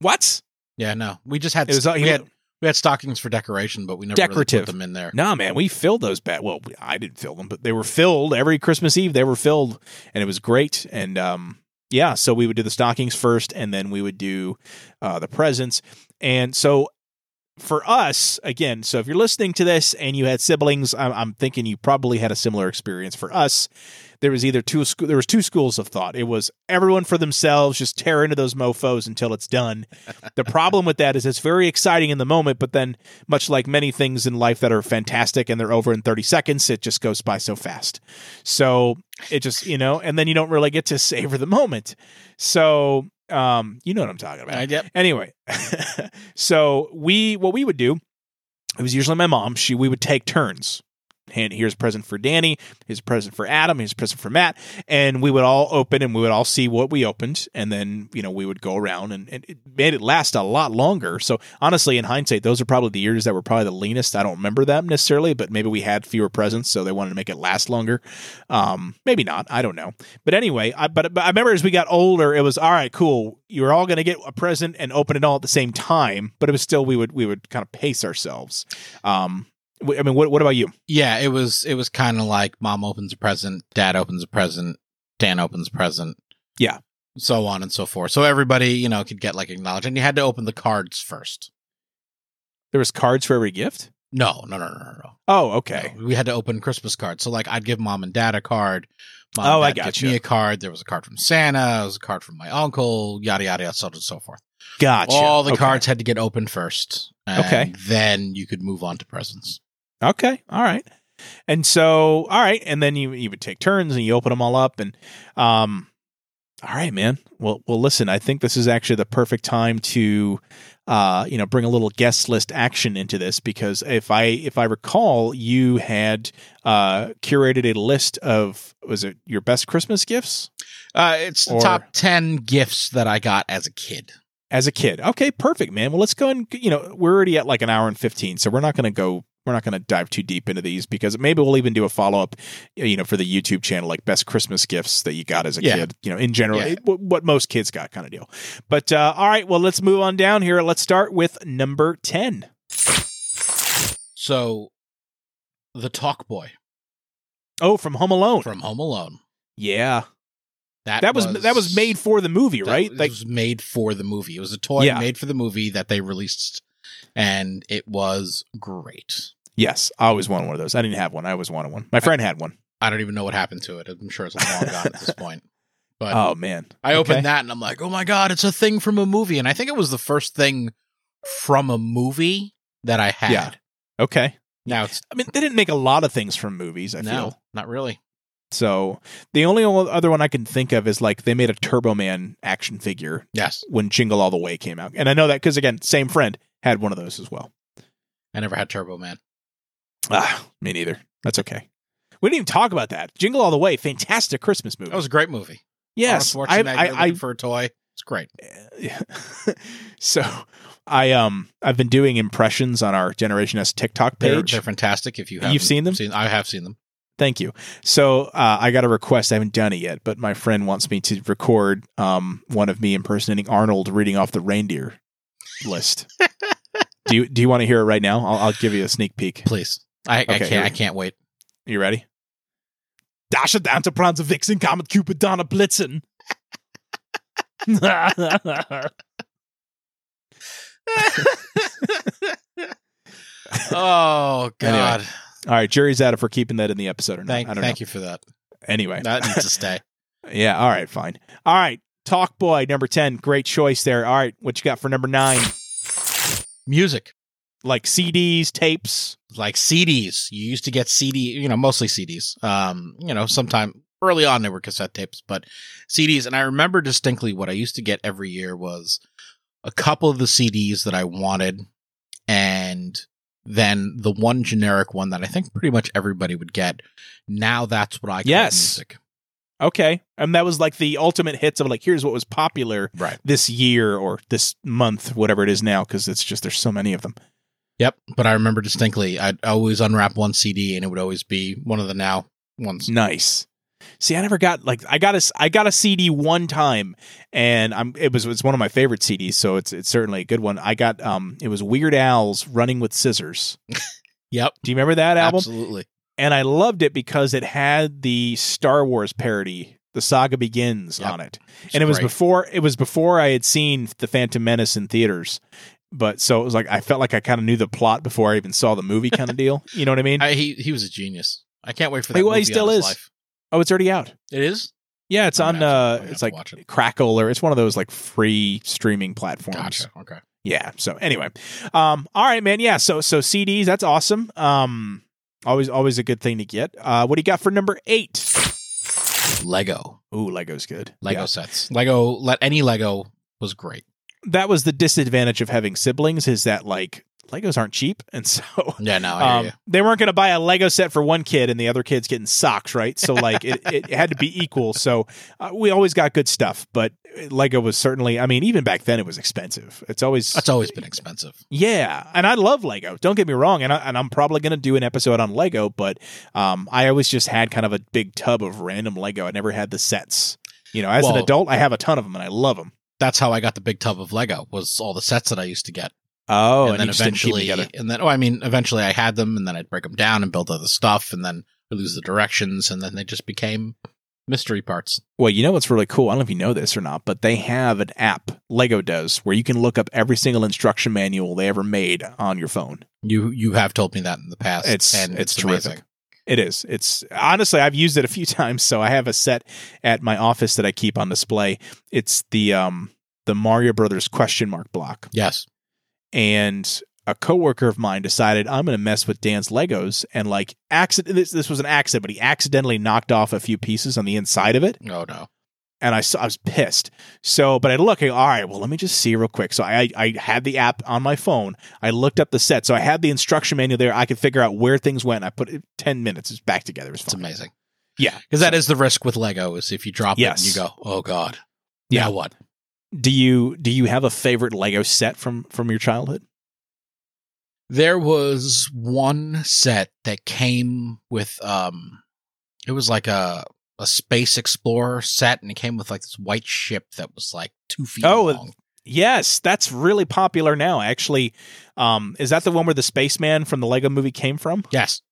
[SPEAKER 1] What?
[SPEAKER 5] Yeah, no, we just had
[SPEAKER 1] It was
[SPEAKER 5] we
[SPEAKER 1] he-
[SPEAKER 5] had we had stockings for decoration, but we never
[SPEAKER 1] Decorative.
[SPEAKER 5] really put them in there.
[SPEAKER 1] No, man, we filled those bad. Well, I didn't fill them, but they were filled every Christmas Eve. They were filled, and it was great. And um, yeah, so we would do the stockings first, and then we would do uh, the presents. And so for us, again, so if you're listening to this and you had siblings, I'm, I'm thinking you probably had a similar experience. For us, there was either two sc- there was two schools of thought. It was everyone for themselves, just tear into those mofo's until it's done. the problem with that is it's very exciting in the moment, but then much like many things in life that are fantastic and they're over in 30 seconds, it just goes by so fast. So it just, you know, and then you don't really get to savor the moment. So, um, you know what I'm talking about.
[SPEAKER 5] I, yep.
[SPEAKER 1] Anyway, so we what we would do, it was usually my mom. She we would take turns. And here's a present for Danny, here's a present for Adam, here's a present for Matt, and we would all open and we would all see what we opened, and then you know we would go around and, and it made it last a lot longer. So honestly, in hindsight, those are probably the years that were probably the leanest. I don't remember them necessarily, but maybe we had fewer presents, so they wanted to make it last longer. Um, maybe not. I don't know. But anyway, I, but, but I remember as we got older, it was all right, cool. You're all going to get a present and open it all at the same time. But it was still we would we would kind of pace ourselves. Um, wh- I mean, what what about you?
[SPEAKER 5] Yeah, it was it was kind of like mom opens a present, dad opens a present, Dan opens a present.
[SPEAKER 1] Yeah.
[SPEAKER 5] So on and so forth. So everybody, you know, could get like acknowledged, and you had to open the cards first.
[SPEAKER 1] There was cards for every gift.
[SPEAKER 5] No, no, no, no, no, no.
[SPEAKER 1] Oh, okay.
[SPEAKER 5] No, we had to open Christmas cards. So like, I'd give mom and dad a card. Mom
[SPEAKER 1] Oh,
[SPEAKER 5] and
[SPEAKER 1] I
[SPEAKER 5] dad gives
[SPEAKER 1] gotcha.
[SPEAKER 5] me a card. There was a card from Santa. There was a card from my uncle. Yada yada yada, so on and so forth.
[SPEAKER 1] Gotcha.
[SPEAKER 5] All the
[SPEAKER 1] Okay.
[SPEAKER 5] cards had to get opened first. and
[SPEAKER 1] Okay.
[SPEAKER 5] Then you could move on to presents.
[SPEAKER 1] Okay. All right. And so, all right, and then you you would take turns and you open them all up and um all right, man. Well, well listen, I think this is actually the perfect time to uh, you know, bring a little guest list action into this because if I if I recall, you had uh curated a list of was it your best Christmas gifts
[SPEAKER 5] Uh, it's the
[SPEAKER 1] Or-
[SPEAKER 5] top 10 gifts that I got as a kid.
[SPEAKER 1] as a kid? Okay, perfect, man. Well, let's go and you know, we're already at like an hour and 15, so we're not going to go we're not going to dive too deep into these because maybe we'll even do a follow up, you know, for the YouTube channel, like best Christmas gifts that you got as a
[SPEAKER 5] Yeah.
[SPEAKER 1] kid, you know, in general,
[SPEAKER 5] Yeah.
[SPEAKER 1] it- what, what most kids got kind of deal. But uh, all right, well, let's move on down here. Let's start with number 10.
[SPEAKER 5] So, the Talk Boy.
[SPEAKER 1] Oh, from Home Alone.
[SPEAKER 5] from Home Alone.
[SPEAKER 1] yeah, that was, that was made for the movie,
[SPEAKER 5] that
[SPEAKER 1] right?
[SPEAKER 5] was-
[SPEAKER 1] Like,
[SPEAKER 5] was made for the movie. It was a toy
[SPEAKER 1] Yeah.
[SPEAKER 5] made for the movie that they released, and it was great.
[SPEAKER 1] yes, I always wanted one of those. I didn't have one. I always wanted one. My friend had one.
[SPEAKER 5] I don't even know what happened to it. I'm sure it's long gone at this point. But
[SPEAKER 1] Oh man,
[SPEAKER 5] I opened
[SPEAKER 1] okay.
[SPEAKER 5] that and I'm like, oh my god, it's a thing from a movie, and I think it was the first thing from a movie that I had.
[SPEAKER 1] Yeah. okay.
[SPEAKER 5] Now it's
[SPEAKER 1] I mean, they didn't make a lot of things from movies. I
[SPEAKER 5] no,
[SPEAKER 1] feel
[SPEAKER 5] not really.
[SPEAKER 1] so. The only o- other one I can think of is like they made a Turbo Man action figure
[SPEAKER 5] Yes,
[SPEAKER 1] when Jingle All the Way came out, and I know that because again, same friend had one of those as well.
[SPEAKER 5] I never had Turbo Man.
[SPEAKER 1] Ah, me neither. That's okay. We didn't even talk about that. Jingle All the Way, fantastic Christmas movie.
[SPEAKER 5] That was a great movie.
[SPEAKER 1] yes, I,
[SPEAKER 5] Unfortunately,
[SPEAKER 1] I, I
[SPEAKER 5] for a toy. It's great.
[SPEAKER 1] Yeah. so I um I've been doing impressions on our Generation S TikTok
[SPEAKER 5] They're,
[SPEAKER 1] page.
[SPEAKER 5] they're fantastic. If you
[SPEAKER 1] You've
[SPEAKER 5] have
[SPEAKER 1] seen them?
[SPEAKER 5] I have seen them.
[SPEAKER 1] Thank you. So uh, I got a request. I haven't done it yet, but my friend wants me to record um one of me impersonating Arnold reading off the reindeer list. do you do you want to hear it right now? I'll, I'll give you a sneak peek.
[SPEAKER 5] Please, I, I
[SPEAKER 1] Okay, here
[SPEAKER 5] can't. I
[SPEAKER 1] we-
[SPEAKER 5] can't wait.
[SPEAKER 1] You ready? Dasher, Dancer, Prancer, Vixen, Comet, Cupid, Donner, Blitzen.
[SPEAKER 5] oh God!
[SPEAKER 1] All right, jury's out if we're keeping that in the episode or not.
[SPEAKER 5] thank
[SPEAKER 1] I don't
[SPEAKER 5] thank
[SPEAKER 1] know.
[SPEAKER 5] you for that.
[SPEAKER 1] Anyway,
[SPEAKER 5] That needs to stay.
[SPEAKER 1] yeah. All right, fine. All right, Talk Boy number ten, great choice there. All right, what you got for number nine?
[SPEAKER 5] Music
[SPEAKER 1] Like CDs, tapes.
[SPEAKER 5] like CDs. You used to get CD. You know, mostly CDs. Um, you know, sometime early on there were cassette tapes, but CDs. And I remember distinctly what I used to get every year was a couple of the CDs that I wanted, and then the one generic one that I think pretty much everybody would get. Now that's what I call
[SPEAKER 1] Yes.
[SPEAKER 5] music.
[SPEAKER 1] Okay, and that was like the ultimate hits of like here's what was popular
[SPEAKER 5] Right.
[SPEAKER 1] this year or this month, whatever it is now, because it's just there's so many of them.
[SPEAKER 5] Yep, but I remember distinctly. I'd always unwrap one CD, and it would always be one of the now ones.
[SPEAKER 1] Nice. See, I never got like I got a I got a CD one time, and I'm it was it's one of my favorite CDs, so it's it's certainly a good one. I got um it was Weird Al's Running with Scissors.
[SPEAKER 5] Yep,
[SPEAKER 1] Do you remember that album?
[SPEAKER 5] absolutely.
[SPEAKER 1] And I loved it because it had the Star Wars parody, the Saga Begins
[SPEAKER 5] Yep.
[SPEAKER 1] on it,
[SPEAKER 5] It's
[SPEAKER 1] and it was
[SPEAKER 5] great.
[SPEAKER 1] before it was before I had seen the Phantom Menace in theaters. But so it was like I felt like I kind of knew the plot before I even saw the movie, kind of deal. You know what I mean?
[SPEAKER 5] I, he he was a genius. I can't wait for
[SPEAKER 1] Hey,
[SPEAKER 5] that.
[SPEAKER 1] well, he
[SPEAKER 5] movie
[SPEAKER 1] still
[SPEAKER 5] on his
[SPEAKER 1] is.
[SPEAKER 5] life.
[SPEAKER 1] oh, it's already out.
[SPEAKER 5] It is.
[SPEAKER 1] Yeah, it's
[SPEAKER 5] I'm
[SPEAKER 1] on.
[SPEAKER 5] gonna have to- I'm
[SPEAKER 1] Uh,
[SPEAKER 5] gonna have
[SPEAKER 1] it's
[SPEAKER 5] to
[SPEAKER 1] like
[SPEAKER 5] watch it.
[SPEAKER 1] Crackle or it's one of those like free streaming platforms.
[SPEAKER 5] Gotcha. Okay.
[SPEAKER 1] Yeah. So anyway, um, all right, man. Yeah. So so CDs, that's awesome. Um, always always a good thing to get. Uh, what do you got for number eight?
[SPEAKER 5] Lego.
[SPEAKER 1] Ooh, Lego's good.
[SPEAKER 5] Lego
[SPEAKER 1] Yeah.
[SPEAKER 5] sets. Lego. Let any Lego was great.
[SPEAKER 1] That was the disadvantage of having siblings is that like Legos aren't cheap, and so.
[SPEAKER 5] Oh, Yeah. No. I hear
[SPEAKER 1] Um,
[SPEAKER 5] you.
[SPEAKER 1] they weren't going to buy a Lego set for one kid and the other kid's getting socks, right? So like it, it had to be equal. So uh, we always got good stuff, but Lego was certainly. I mean, even back then it was expensive. It's always
[SPEAKER 5] That's always been expensive.
[SPEAKER 1] Yeah, and I love Lego. Don't get me wrong, and I, and I'm probably going to do an episode on Lego, but um, I always just had kind of a big tub of random Lego. I never had the sets. You know, as an
[SPEAKER 5] Well-
[SPEAKER 1] adult, I have a ton of them and I love them.
[SPEAKER 5] That's how I got the big tub of Lego. Was all the sets that I used to get.
[SPEAKER 1] Oh,
[SPEAKER 5] and, then eventually, and then oh, I mean, eventually I had them, and then I'd break them down and build other stuff, and then I lose the directions, and then they just became mystery parts.
[SPEAKER 1] Well, you know what's really cool? I don't know if you know this or not, but they have an app Lego does where you can look up every single instruction manual they ever made on your phone.
[SPEAKER 5] You you have told me that in the past.
[SPEAKER 1] It's- it's terrific.
[SPEAKER 5] amazing.
[SPEAKER 1] It is. It's honestly, I've used it a few times. So I have a set at my office that I keep on display. It's the um the Mario Brothers question mark block,
[SPEAKER 5] Yes,
[SPEAKER 1] and a coworker of mine decided I'm going to mess with Dan's Legos and like accident. This, this was an accident, but he accidentally knocked off a few pieces on the inside of it,
[SPEAKER 5] oh no,
[SPEAKER 1] and I saw I was pissed. So, but I look, I go, all right, well, let me just see real quick. So I I had the app on my phone. I looked up the set, so I had the instruction manual there. I could figure out where things went. I put it ten minutes. It's back together. It was
[SPEAKER 5] it's
[SPEAKER 1] fine.
[SPEAKER 5] amazing.
[SPEAKER 1] Yeah,
[SPEAKER 5] Because that is the risk with Lego is if you drop
[SPEAKER 1] Yes.
[SPEAKER 5] it, and you go, oh god,
[SPEAKER 1] Yeah.
[SPEAKER 5] now what?
[SPEAKER 1] Do you do you have a favorite Lego set from from your childhood?
[SPEAKER 5] There was one set that came with um, it was like a a space explorer set, and it came with like this white ship that was like two feet
[SPEAKER 1] Oh,
[SPEAKER 5] long.
[SPEAKER 1] Yes, that's really popular now. Actually, um, is that the one where the spaceman from the Lego movie came from?
[SPEAKER 5] Yes,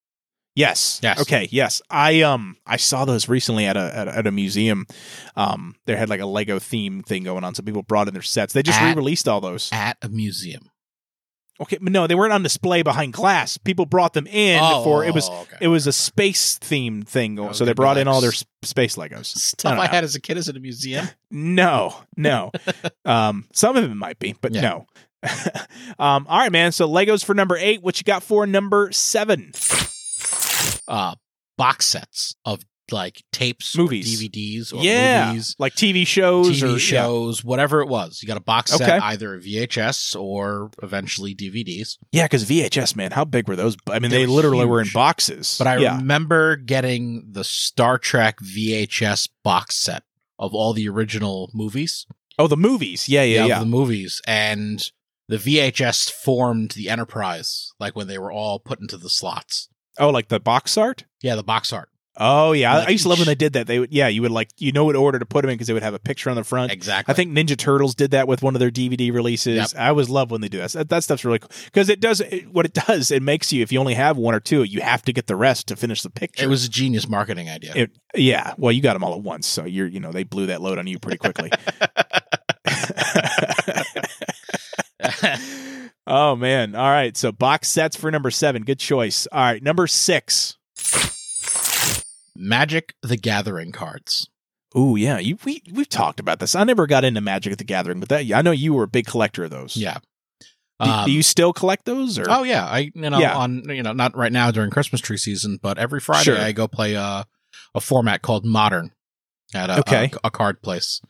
[SPEAKER 1] Yes.
[SPEAKER 5] Yes.
[SPEAKER 1] Okay. Yes. I um I saw those recently at a at, a- at a museum. Um, they had like a Lego theme thing going on. So people brought in their sets. They just
[SPEAKER 5] At-
[SPEAKER 1] re-released all those.
[SPEAKER 5] at a museum.
[SPEAKER 1] Okay, but no, they weren't on display behind glass. People brought them in
[SPEAKER 5] Oh,
[SPEAKER 1] for it was
[SPEAKER 5] oh, okay.
[SPEAKER 1] it was a space themed thing.
[SPEAKER 5] Oh,
[SPEAKER 1] so they
[SPEAKER 5] good
[SPEAKER 1] brought in all
[SPEAKER 5] vibes.
[SPEAKER 1] their s- space Legos. I
[SPEAKER 5] stuff
[SPEAKER 1] don't
[SPEAKER 5] I,
[SPEAKER 1] know.
[SPEAKER 5] had as a kid is at a museum.
[SPEAKER 1] No, no. um, some of it might be, but
[SPEAKER 5] Yeah.
[SPEAKER 1] no. um, all right, man. So Legos for number eight. What you got for number seven?
[SPEAKER 5] Uh, box sets of like tapes, or
[SPEAKER 1] Movies.
[SPEAKER 5] DVDs, or
[SPEAKER 1] yeah,
[SPEAKER 5] movies,
[SPEAKER 1] like TV shows
[SPEAKER 5] TV
[SPEAKER 1] or
[SPEAKER 5] shows, whatever it was. You got a box set,
[SPEAKER 1] Okay.
[SPEAKER 5] either VHS or eventually DVDs.
[SPEAKER 1] Yeah, because VHS, man, how big were those? I mean,
[SPEAKER 5] They
[SPEAKER 1] they,
[SPEAKER 5] were
[SPEAKER 1] literally were in
[SPEAKER 5] huge.
[SPEAKER 1] boxes.
[SPEAKER 5] But I
[SPEAKER 1] yeah,
[SPEAKER 5] remember getting the Star Trek VHS box set of all the original movies.
[SPEAKER 1] oh, the movies. Yeah, yeah,
[SPEAKER 5] of
[SPEAKER 1] yeah.
[SPEAKER 5] The movies and the VHS formed the Enterprise, like when they were all put into the slots.
[SPEAKER 1] Oh, like the box art.
[SPEAKER 5] Yeah, the box art.
[SPEAKER 1] Oh yeah, I-
[SPEAKER 5] Like
[SPEAKER 1] I used to love when
[SPEAKER 5] each-
[SPEAKER 1] they did that. They would, yeah, you would like you know what order to put them in because they would have a picture on the front.
[SPEAKER 5] Exactly.
[SPEAKER 1] I think Ninja Turtles did that with one of their DVD releases.
[SPEAKER 5] Yep.
[SPEAKER 1] I always love when they do that. That, that stuff's really cool because it does it, what it does. It makes you if you only have one or two, you have to get the rest to finish the picture.
[SPEAKER 5] it was a genius marketing idea.
[SPEAKER 1] It- yeah. Well, you got them all at once, so you're you know they blew that load on you pretty quickly. oh man! All right, so box sets for number seven. Good choice. All right, number six.
[SPEAKER 5] Magic the Gathering cards.
[SPEAKER 1] Oh yeah, you, we we've talked about this. I never got into Magic the Gathering, but that I know you were a big collector of those.
[SPEAKER 5] Yeah.
[SPEAKER 1] Do,
[SPEAKER 5] Um,
[SPEAKER 1] do you still collect those? Or
[SPEAKER 5] Oh yeah, I you know
[SPEAKER 1] Yeah.
[SPEAKER 5] on you know not right now during Christmas tree season, but every Friday
[SPEAKER 1] Sure.
[SPEAKER 5] I go play a a format called Modern at a,
[SPEAKER 1] Okay.
[SPEAKER 5] a a card place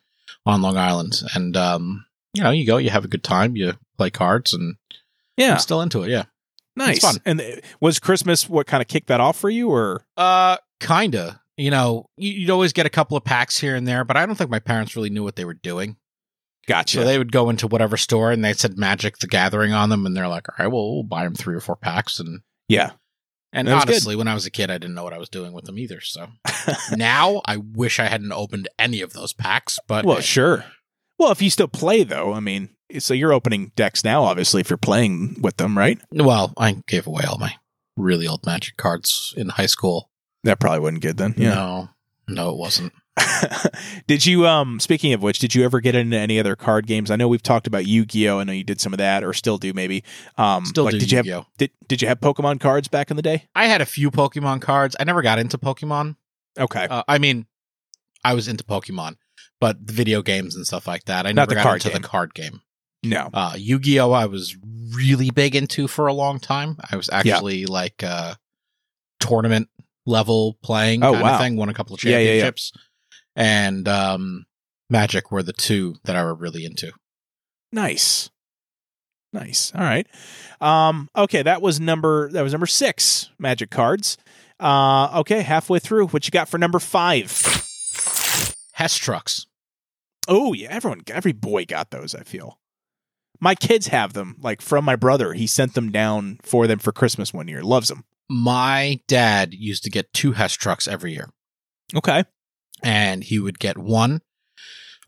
[SPEAKER 5] on Long Island, and um you know you go, you have a good time, you play cards, and
[SPEAKER 1] yeah,
[SPEAKER 5] I'm still into it. Yeah,
[SPEAKER 1] nice.
[SPEAKER 5] it's fun.
[SPEAKER 1] And uh, was Christmas what kind of kicked that off for you? Or
[SPEAKER 5] uh, kinda. You know, you- you'd always get a couple of packs here and there, but I don't think my parents really knew what they were doing.
[SPEAKER 1] gotcha.
[SPEAKER 5] So they would go into whatever store and they said Magic the Gathering on them, and they're like, all right, well, we'll buy them three or four packs, and
[SPEAKER 1] yeah,
[SPEAKER 5] And
[SPEAKER 1] That was good.
[SPEAKER 5] honestly, when I was a kid, I didn't know what I was doing with them either. So now I wish I hadn't opened any of those packs. But
[SPEAKER 1] Well, sure. Well, if you still play though, I mean, so you're opening decks now, obviously, if you're playing with them, right?
[SPEAKER 5] well, I gave away all my really old Magic cards in high school.
[SPEAKER 1] That probably wasn't good then. Yeah.
[SPEAKER 5] No, no, it wasn't.
[SPEAKER 1] did you um speaking of which, did you ever get into any other card games? I know we've talked about Yu-Gi-Oh! I know you did some of that or still do maybe. Um
[SPEAKER 5] Still
[SPEAKER 1] like
[SPEAKER 5] do
[SPEAKER 1] did you have
[SPEAKER 5] Yu-Gi-Oh.
[SPEAKER 1] did, did you have Pokemon cards back in the day?
[SPEAKER 5] I had a few Pokemon cards. I never got into Pokemon.
[SPEAKER 1] Okay.
[SPEAKER 5] Uh, I mean, I was into Pokemon, but the video games and stuff like that. I
[SPEAKER 1] Not
[SPEAKER 5] never
[SPEAKER 1] the
[SPEAKER 5] got
[SPEAKER 1] card
[SPEAKER 5] into
[SPEAKER 1] game.
[SPEAKER 5] the card game.
[SPEAKER 1] no.
[SPEAKER 5] uh Yu-Gi-Oh I was really big into for a long time. I was actually like uh tournament level playing
[SPEAKER 1] Oh,
[SPEAKER 5] kind
[SPEAKER 1] wow.
[SPEAKER 5] of thing, won a couple of
[SPEAKER 1] Yeah, yeah, yeah.
[SPEAKER 5] championships. And um Magic were the two that I were really into.
[SPEAKER 1] Nice. Nice. All right. Um, okay, that was number that was number six, magic cards. Uh okay, halfway through. What you got for number five?
[SPEAKER 5] Hess trucks.
[SPEAKER 1] Oh yeah, everyone, every boy got those. I feel my kids have them. Like from my brother, he sent them down for them for Christmas one year. Loves them.
[SPEAKER 5] My dad used to get two Hess trucks every year.
[SPEAKER 1] Okay.
[SPEAKER 5] And he would get one,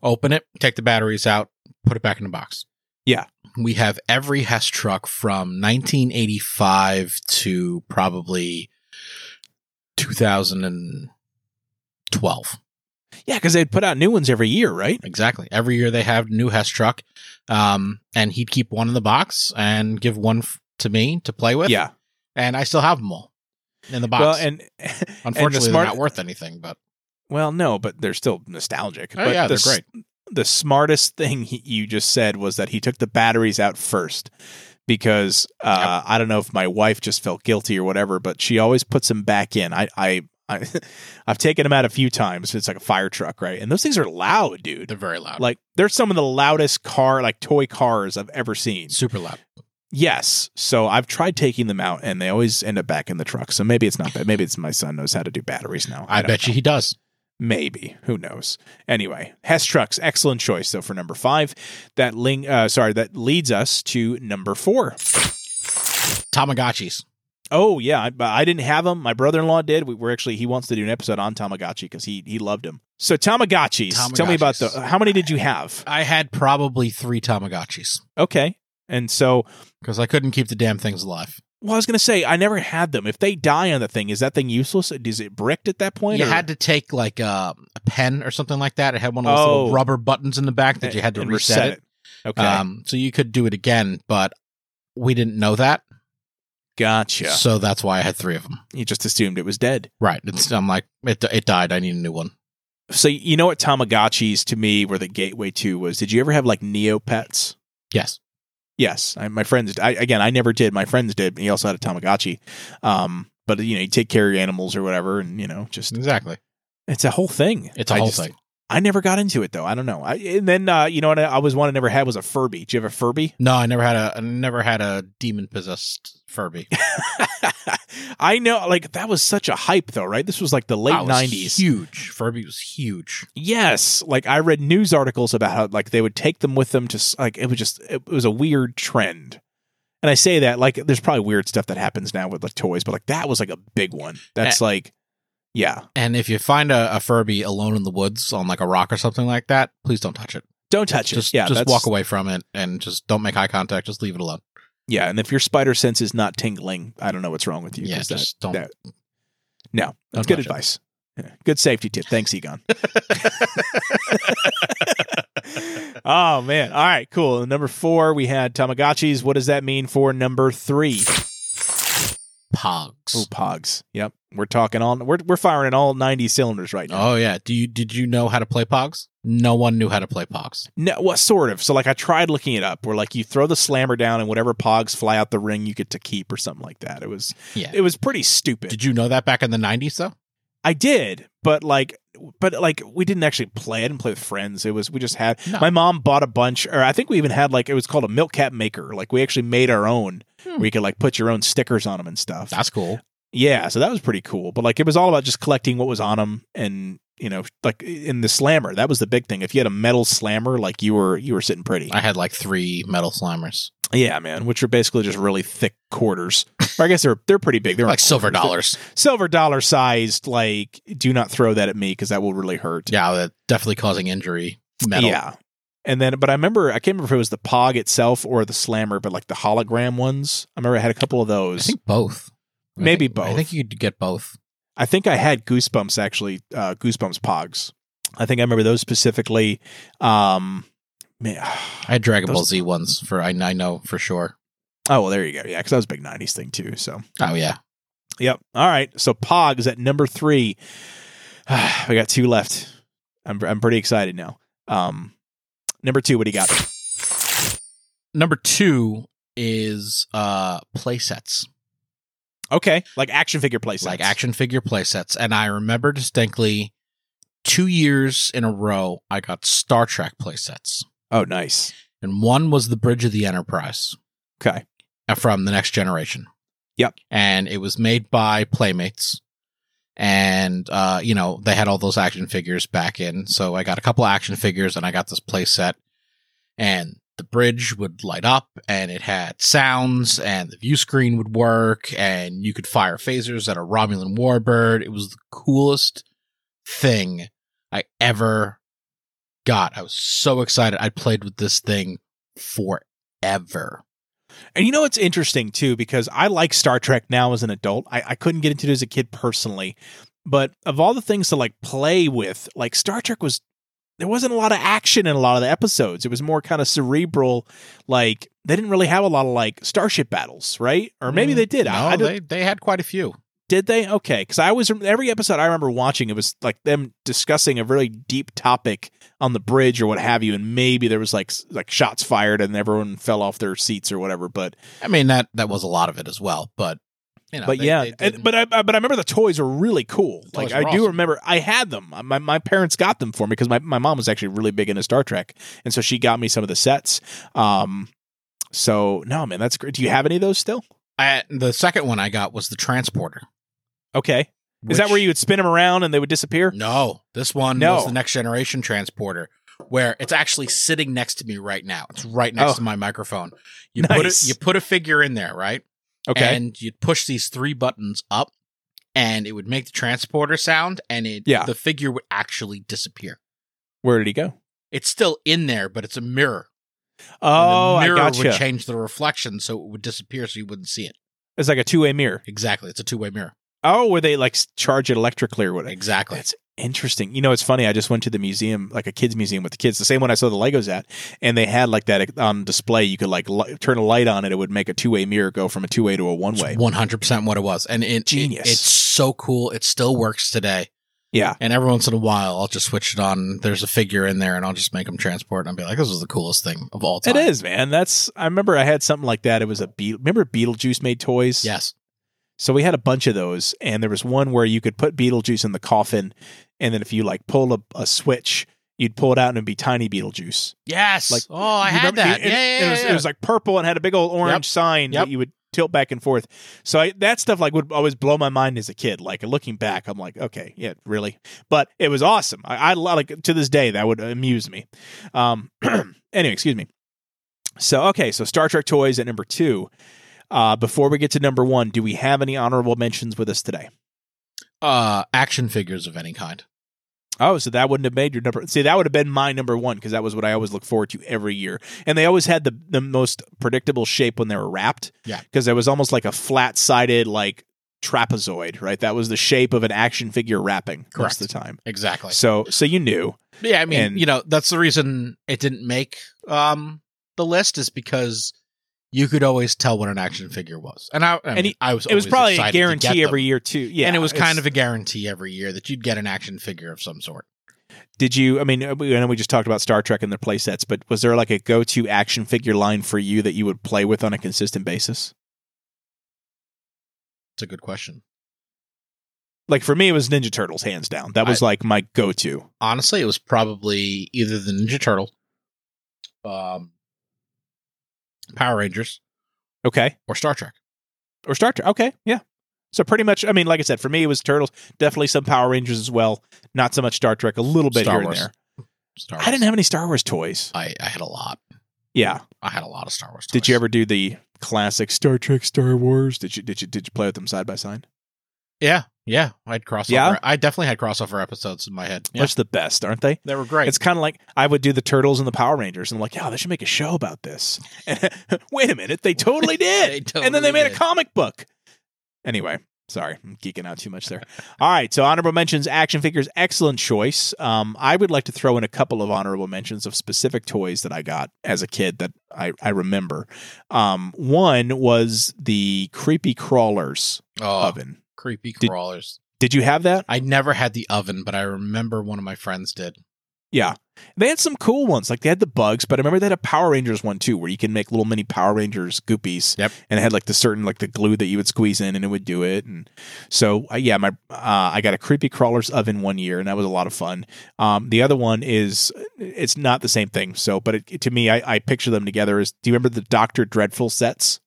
[SPEAKER 5] open it, take the batteries out, put it back in the box.
[SPEAKER 1] Yeah.
[SPEAKER 5] We have every Hess truck from 1985 to probably 2012.
[SPEAKER 1] Yeah, because they'd put out new ones every year, right?
[SPEAKER 5] Exactly. Every year they have a new Hess truck. Um, and he'd keep one in the box and give one f- to me to play with.
[SPEAKER 1] yeah.
[SPEAKER 5] And I still have them all in the box.
[SPEAKER 1] Well, and
[SPEAKER 5] Unfortunately,
[SPEAKER 1] and the
[SPEAKER 5] they're
[SPEAKER 1] smart-
[SPEAKER 5] not worth anything, but
[SPEAKER 1] well, no, but they're still nostalgic.
[SPEAKER 5] Oh,
[SPEAKER 1] but
[SPEAKER 5] yeah,
[SPEAKER 1] the,
[SPEAKER 5] they're great.
[SPEAKER 1] s- The smartest thing he, you just said was that he took the batteries out first. Because uh, I don't know if my wife just felt guilty or whatever, but she always puts them back in. I, I, I I've taken them out a few times. It's like a fire truck, right? And those things are loud, dude.
[SPEAKER 5] they're very loud.
[SPEAKER 1] Like they're some of the loudest car, like toy cars I've ever seen.
[SPEAKER 5] super loud.
[SPEAKER 1] Yes. So I've tried taking them out and they always end up back in the truck. So maybe it's not bad. Maybe it's my son knows how to do batteries now.
[SPEAKER 5] I, bet you he does.
[SPEAKER 1] Maybe. Who knows? Anyway, Hess trucks, excellent choice though for number five. That ling uh sorry, that leads us to number four.
[SPEAKER 5] Tamagotchis.
[SPEAKER 1] Oh yeah, I, but I didn't have them. My brother-in-law did. We were actually he wants to do an episode on Tamagotchi because he he loved them. So Tamagotchis, Tell me about the
[SPEAKER 5] Tamagotchis.
[SPEAKER 1] how many did you have?
[SPEAKER 5] I had probably three Tamagotchis
[SPEAKER 1] Okay. And so
[SPEAKER 5] because I couldn't keep the damn things alive.
[SPEAKER 1] Well, I was going to say I never had them. If they die on the thing, is that thing useless? Is it bricked at that point?
[SPEAKER 5] you
[SPEAKER 1] or-
[SPEAKER 5] had to take like a, a pen or something like that. It had one of those
[SPEAKER 1] Oh.
[SPEAKER 5] little rubber buttons in the back that you had to
[SPEAKER 1] and
[SPEAKER 5] reset, it.
[SPEAKER 1] Okay,
[SPEAKER 5] Um, so you could do it again, but we didn't know that.
[SPEAKER 1] gotcha.
[SPEAKER 5] So that's why I had three of them.
[SPEAKER 1] You just assumed it was dead.
[SPEAKER 5] Right. It's, I'm like, it, it died. I need a new one.
[SPEAKER 1] So you know what Tamagotchis to me were the gateway to was? Did you ever have like Neopets?
[SPEAKER 5] Yes.
[SPEAKER 1] Yes, I, my friends. I, again, I never did. My friends did. He also had a Tamagotchi. Um, but you know, you take care of your animals or whatever, and you know, just
[SPEAKER 5] Exactly.
[SPEAKER 1] it's a whole thing.
[SPEAKER 5] Mm-hmm. It's a
[SPEAKER 1] I
[SPEAKER 5] whole
[SPEAKER 1] just-
[SPEAKER 5] thing.
[SPEAKER 1] I never got into it though. I don't know. I, and then uh, you know what? I, I was one I never had was a Furby. Do you have a Furby?
[SPEAKER 5] No, I never had a I never had a demon possessed Furby.
[SPEAKER 1] I know. Like that was such a hype though, right? This was like the late
[SPEAKER 5] Wow, it was
[SPEAKER 1] nineties.
[SPEAKER 5] Huge. Furby was huge.
[SPEAKER 1] Yes, like I read news articles about how like they would take them with them to s- like it was just it was a weird trend. And I say that like there's probably weird stuff that happens now with like toys, but like that was like a big one.
[SPEAKER 5] Eh.
[SPEAKER 1] That's like yeah.
[SPEAKER 5] And if you find a, a Furby alone in the woods on like a rock or something like that, please don't touch it.
[SPEAKER 1] Don't touch it.
[SPEAKER 5] Just
[SPEAKER 1] yeah,
[SPEAKER 5] just
[SPEAKER 1] that's-
[SPEAKER 5] walk away from it and just don't make eye contact. Just leave it alone.
[SPEAKER 1] Yeah, and if your spider sense is not tingling, I don't know what's wrong with you.
[SPEAKER 5] Yeah,
[SPEAKER 1] 'cause
[SPEAKER 5] just don't-
[SPEAKER 1] no,
[SPEAKER 5] don't
[SPEAKER 1] that's good
[SPEAKER 5] touch it.
[SPEAKER 1] advice. Yeah, Good safety tip. Thanks, Egon. oh man! All right, cool. And number four, we had Tamagotchis. What does that mean for number three?
[SPEAKER 5] Pogs.
[SPEAKER 1] Oh, Pogs. Yep. We're talking all we're we're firing in all 90 cylinders right now.
[SPEAKER 5] Oh yeah. Do you did you know how to play Pogs? No one knew how to play Pogs.
[SPEAKER 1] No, what sort of? So like I tried looking it up where like you throw the slammer down and whatever Pogs fly out the ring you get to keep or something like that. It was
[SPEAKER 5] Yeah.
[SPEAKER 1] it was pretty stupid.
[SPEAKER 5] Did you know that back in the nineties though?
[SPEAKER 1] I did, but like but like we didn't actually play. I didn't play with friends. It was we just had
[SPEAKER 5] No.
[SPEAKER 1] my mom bought a bunch, or I think we even had like it was called a milk cap maker. Like we actually made our own,
[SPEAKER 5] Hmm.
[SPEAKER 1] where you could like put your own stickers on them and stuff.
[SPEAKER 5] That's cool.
[SPEAKER 1] Yeah, so that was pretty cool. But like, it was all about just collecting what was on them, and you know, like in the slammer, that was the big thing. If you had a metal slammer, like you were you were sitting pretty.
[SPEAKER 5] I had like three metal slammers.
[SPEAKER 1] yeah, man, which are basically just really thick quarters. or I guess they're they're pretty big. They're
[SPEAKER 5] Like silver dollars.
[SPEAKER 1] silver dollar sized. Like, do not throw that at me because that will really hurt.
[SPEAKER 5] Yeah, that definitely causing injury. Metal.
[SPEAKER 1] Yeah. And then, but I remember, I can't remember if it was the Pog itself or the Slammer, but like the hologram ones. I remember I had a couple of
[SPEAKER 5] I
[SPEAKER 1] those.
[SPEAKER 5] think both. I
[SPEAKER 1] Maybe
[SPEAKER 5] think- I
[SPEAKER 1] both.
[SPEAKER 5] think you could get both.
[SPEAKER 1] I think I had Goosebumps actually, uh, Goosebumps Pogs. I think I remember those specifically. Um, man,
[SPEAKER 5] I had Dragon
[SPEAKER 1] Those-
[SPEAKER 5] Ball Z ones for I, I know for sure.
[SPEAKER 1] oh, well, there you go. Yeah, because that was a big 90s thing too. So,
[SPEAKER 5] Oh yeah,
[SPEAKER 1] yep. All right. So, Pogs at number three. we got two left. I'm, I'm pretty excited now. Um, number two, what do you got?
[SPEAKER 5] number two is uh play sets
[SPEAKER 1] Okay. Like action figure playsets.
[SPEAKER 5] like action figure play sets and i remember distinctly two years in a row i got star trek play sets
[SPEAKER 1] Oh, nice.
[SPEAKER 5] and one was the bridge of the enterprise
[SPEAKER 1] Okay.
[SPEAKER 5] uh, from the next generation
[SPEAKER 1] Yep.
[SPEAKER 5] and it was made by playmates and uh you know they had all those action figures back in so i got a couple action figures and i got this play set and the bridge would light up and it had sounds and the view screen would work and you could fire phasers at a romulan warbird it was the coolest thing i ever got i was so excited i played with this thing forever
[SPEAKER 1] And you know what's interesting too, because I like Star Trek now as an adult. I, I couldn't get into it as a kid personally, but of all the things to like play with, like Star Trek was there wasn't a lot of action in a lot of the episodes. It was more kind of cerebral. Like they didn't really have a lot of like starship battles, right? Or maybe
[SPEAKER 5] Mm,
[SPEAKER 1] they did.
[SPEAKER 5] no,
[SPEAKER 1] I, I don't-
[SPEAKER 5] they, they had quite a few
[SPEAKER 1] did they? Okay, because I always rem- every episode I remember watching, it was like them discussing a really deep topic on the bridge or what have you, and maybe there was like s- like shots fired and everyone fell off their seats or whatever. But
[SPEAKER 5] I mean that that was a lot of it as well, but you know,
[SPEAKER 1] but
[SPEAKER 5] they-
[SPEAKER 1] yeah,
[SPEAKER 5] they
[SPEAKER 1] and-
[SPEAKER 5] didn't-
[SPEAKER 1] but I, I- but I remember the toys were really cool.
[SPEAKER 5] The
[SPEAKER 1] Like
[SPEAKER 5] toys
[SPEAKER 1] I do
[SPEAKER 5] were awesome.
[SPEAKER 1] remember, I had them. My my parents got them for me because my my mom was actually really big into Star Trek, and so she got me some of the sets. Um, so no, man, that's great. Do you have any of those still?
[SPEAKER 5] I, the second one I got was the transporter.
[SPEAKER 1] Okay, is that
[SPEAKER 5] which-
[SPEAKER 1] where you would spin them around and they would disappear?
[SPEAKER 5] No, this one
[SPEAKER 1] No.
[SPEAKER 5] was the next generation transporter, where it's actually sitting next to me right now. It's right next
[SPEAKER 1] Oh.
[SPEAKER 5] to my microphone. You put a,
[SPEAKER 1] Nice.
[SPEAKER 5] you put a figure in there, right?
[SPEAKER 1] Okay,
[SPEAKER 5] And you'd push these three buttons up, and it would make the transporter sound, and it
[SPEAKER 1] Yeah.
[SPEAKER 5] the figure would actually disappear.
[SPEAKER 1] where did he go?
[SPEAKER 5] It's still in there, but it's a mirror.
[SPEAKER 1] Oh,
[SPEAKER 5] and the
[SPEAKER 1] I
[SPEAKER 5] mirror
[SPEAKER 1] gotcha.
[SPEAKER 5] would change the reflection, so it would disappear, so you wouldn't see it.
[SPEAKER 1] It's like a two way mirror.
[SPEAKER 5] Exactly. It's a two way mirror.
[SPEAKER 1] Oh, where they like s- charge it electrically or whatever.
[SPEAKER 5] Exactly.
[SPEAKER 1] That's interesting. You know, it's funny. I just went to the museum, like a kids' museum with the kids, the same one I saw the Legos at, and they had like that uh, on display. You could like li- turn a light on it; it would make a two way mirror go from a two way to a one way.
[SPEAKER 5] One hundred percent what it was, and it, it-
[SPEAKER 1] Genius.
[SPEAKER 5] it's so cool. It still works today,
[SPEAKER 1] Yeah,
[SPEAKER 5] and every once in a while, I'll just switch it on. There's a figure in there, and I'll just make them transport, and I'll be like, "This is the coolest thing of all time."
[SPEAKER 1] it is, man. That's I remember I had something like that. It was a Beetle. Remember Beetlejuice made toys?
[SPEAKER 5] Yes.
[SPEAKER 1] So we had a bunch of those, and there was one where you could put Beetlejuice in the coffin, and then if you like pull a, a switch, you'd pull it out and it'd be tiny Beetlejuice.
[SPEAKER 5] Yes.
[SPEAKER 1] Like,
[SPEAKER 5] Like, oh, I
[SPEAKER 1] You
[SPEAKER 5] had
[SPEAKER 1] remember-
[SPEAKER 5] that.
[SPEAKER 1] it- it-
[SPEAKER 5] yeah, yeah,
[SPEAKER 1] it was,
[SPEAKER 5] yeah,
[SPEAKER 1] it was like purple and had a big old orange
[SPEAKER 5] Yep.
[SPEAKER 1] sign
[SPEAKER 5] Yep.
[SPEAKER 1] that you would tilt back and forth. So I, that stuff like would always blow my mind as a kid. Like looking back, I'm like, okay, yeah, really. But it was awesome. I, I lo- like to this day that would amuse me. Um, anyway, excuse me. So okay, so Star Trek toys at number two. Uh, before we get to number one, do we have any honorable mentions with us today?
[SPEAKER 5] yeah. Uh, action figures of any kind.
[SPEAKER 1] Oh, so that wouldn't have made your number. See, that would have been my number one because that was what I always look forward to every year. And they always had the the most predictable shape when they were wrapped.
[SPEAKER 5] Yeah.
[SPEAKER 1] because it was almost like a flat sided like trapezoid, right? That was the shape of an action figure wrapping
[SPEAKER 5] Correct.
[SPEAKER 1] most of the time.
[SPEAKER 5] Exactly.
[SPEAKER 1] So, so you knew.
[SPEAKER 5] Yeah, I mean,
[SPEAKER 1] And-
[SPEAKER 5] you know, that's the reason it didn't make um the list is because you could always tell what an action figure was, and I, I, mean,
[SPEAKER 1] he-
[SPEAKER 5] I was
[SPEAKER 1] It was
[SPEAKER 5] always
[SPEAKER 1] probably a
[SPEAKER 5] excited to get
[SPEAKER 1] guarantee
[SPEAKER 5] them.
[SPEAKER 1] every year too. Yeah,
[SPEAKER 5] and it was kind
[SPEAKER 1] it's-
[SPEAKER 5] of a guarantee every year that you'd get an action figure of some sort.
[SPEAKER 1] Did you? I mean, uh, we- I know we just talked about Star Trek and their playsets, but was there like a go to action figure line for you that you would play with on a consistent basis?
[SPEAKER 5] It's a good question.
[SPEAKER 1] Like for me, it was Ninja Turtles, hands down. That was like my go to.
[SPEAKER 5] Honestly, it was probably either the Ninja Turtle, um, Power Rangers,
[SPEAKER 1] Okay.
[SPEAKER 5] or Star Trek.
[SPEAKER 1] or Star Trek. Okay, yeah. So pretty much, I mean, like I said, for me it was Turtles, definitely some Power Rangers as well. Not so much Star Trek, a little bit
[SPEAKER 5] Star
[SPEAKER 1] here
[SPEAKER 5] Wars.
[SPEAKER 1] and there.
[SPEAKER 5] Star
[SPEAKER 1] I didn't have any Star Wars toys.
[SPEAKER 5] I, I had a lot.
[SPEAKER 1] Yeah.
[SPEAKER 5] I had a lot of Star Wars.
[SPEAKER 1] Did
[SPEAKER 5] toys.
[SPEAKER 1] you ever do the classic Star Trek, Star Wars? Did you did you did you play with them side by side?
[SPEAKER 5] Yeah, yeah. I had crossover.
[SPEAKER 1] Yeah?
[SPEAKER 5] I definitely had crossover episodes in my head. Yeah.
[SPEAKER 1] That's the best, aren't they?
[SPEAKER 5] They were great.
[SPEAKER 1] It's kind of like I would do the Turtles and the Power Rangers, and I'm like, oh, they should make a show about this. Wait a minute, they totally did.
[SPEAKER 5] They
[SPEAKER 1] and then they
[SPEAKER 5] totally
[SPEAKER 1] made a
[SPEAKER 5] did.
[SPEAKER 1] comic book. Anyway, sorry, I'm geeking out too much there. All right, so honorable mentions, action figures, excellent choice. Um, I would like to throw in a couple of honorable mentions of specific toys that I got as a kid that I, I remember. Um, one was the creepy crawlers
[SPEAKER 5] oh,
[SPEAKER 1] oven.
[SPEAKER 5] creepy
[SPEAKER 1] Did-
[SPEAKER 5] crawlers.
[SPEAKER 1] Did you have that?
[SPEAKER 5] I never had the oven, but I remember one of my friends did.
[SPEAKER 1] Yeah. They had some cool ones. Like they had the bugs, but I remember they had a Power Rangers one too, where you can make little mini Power Rangers goopies.
[SPEAKER 5] Yep.
[SPEAKER 1] And it had like the certain like the glue that you would squeeze in and it would do it. And so uh, yeah, my uh, I got a creepy crawlers oven one year and that was a lot of fun. Um, the other one is it's not the same thing. So, but it, to me, I, I picture them together as. Do you remember the Doctor Dreadful sets?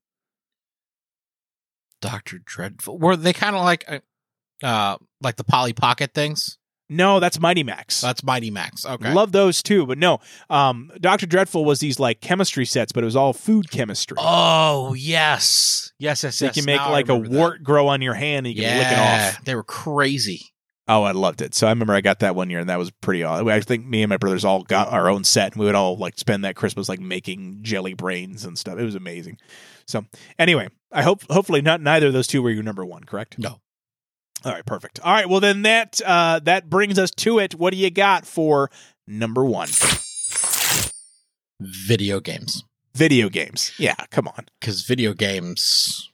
[SPEAKER 5] Doctor Dreadful. Were they kind of like, uh, uh, like the Polly Pocket things?
[SPEAKER 1] No, that's Mighty Max.
[SPEAKER 5] That's Mighty Max. Uh, Okay.
[SPEAKER 1] Love those too, but no. Um, Doctor Dreadful was these like chemistry sets, but it was all food chemistry.
[SPEAKER 5] oh yes, yes, yes.
[SPEAKER 1] So
[SPEAKER 5] yes.
[SPEAKER 1] you can make
[SPEAKER 5] Now I
[SPEAKER 1] like a
[SPEAKER 5] remember that.
[SPEAKER 1] wart grow on your hand and you can
[SPEAKER 5] Yeah,
[SPEAKER 1] lick it off.
[SPEAKER 5] they were crazy.
[SPEAKER 1] Oh, I loved it. So I remember I got that one year and that was pretty awesome. I think me and my brothers all got our own set and we would all like spend that Christmas like making jelly brains and stuff. It was amazing. So anyway, I hope hopefully not neither of those two were your number one, correct?
[SPEAKER 5] No.
[SPEAKER 1] All right, perfect. All right, well then that uh that brings us to it. What do you got for number one?
[SPEAKER 5] Video games,
[SPEAKER 1] Video games. Yeah, come on.
[SPEAKER 5] because video games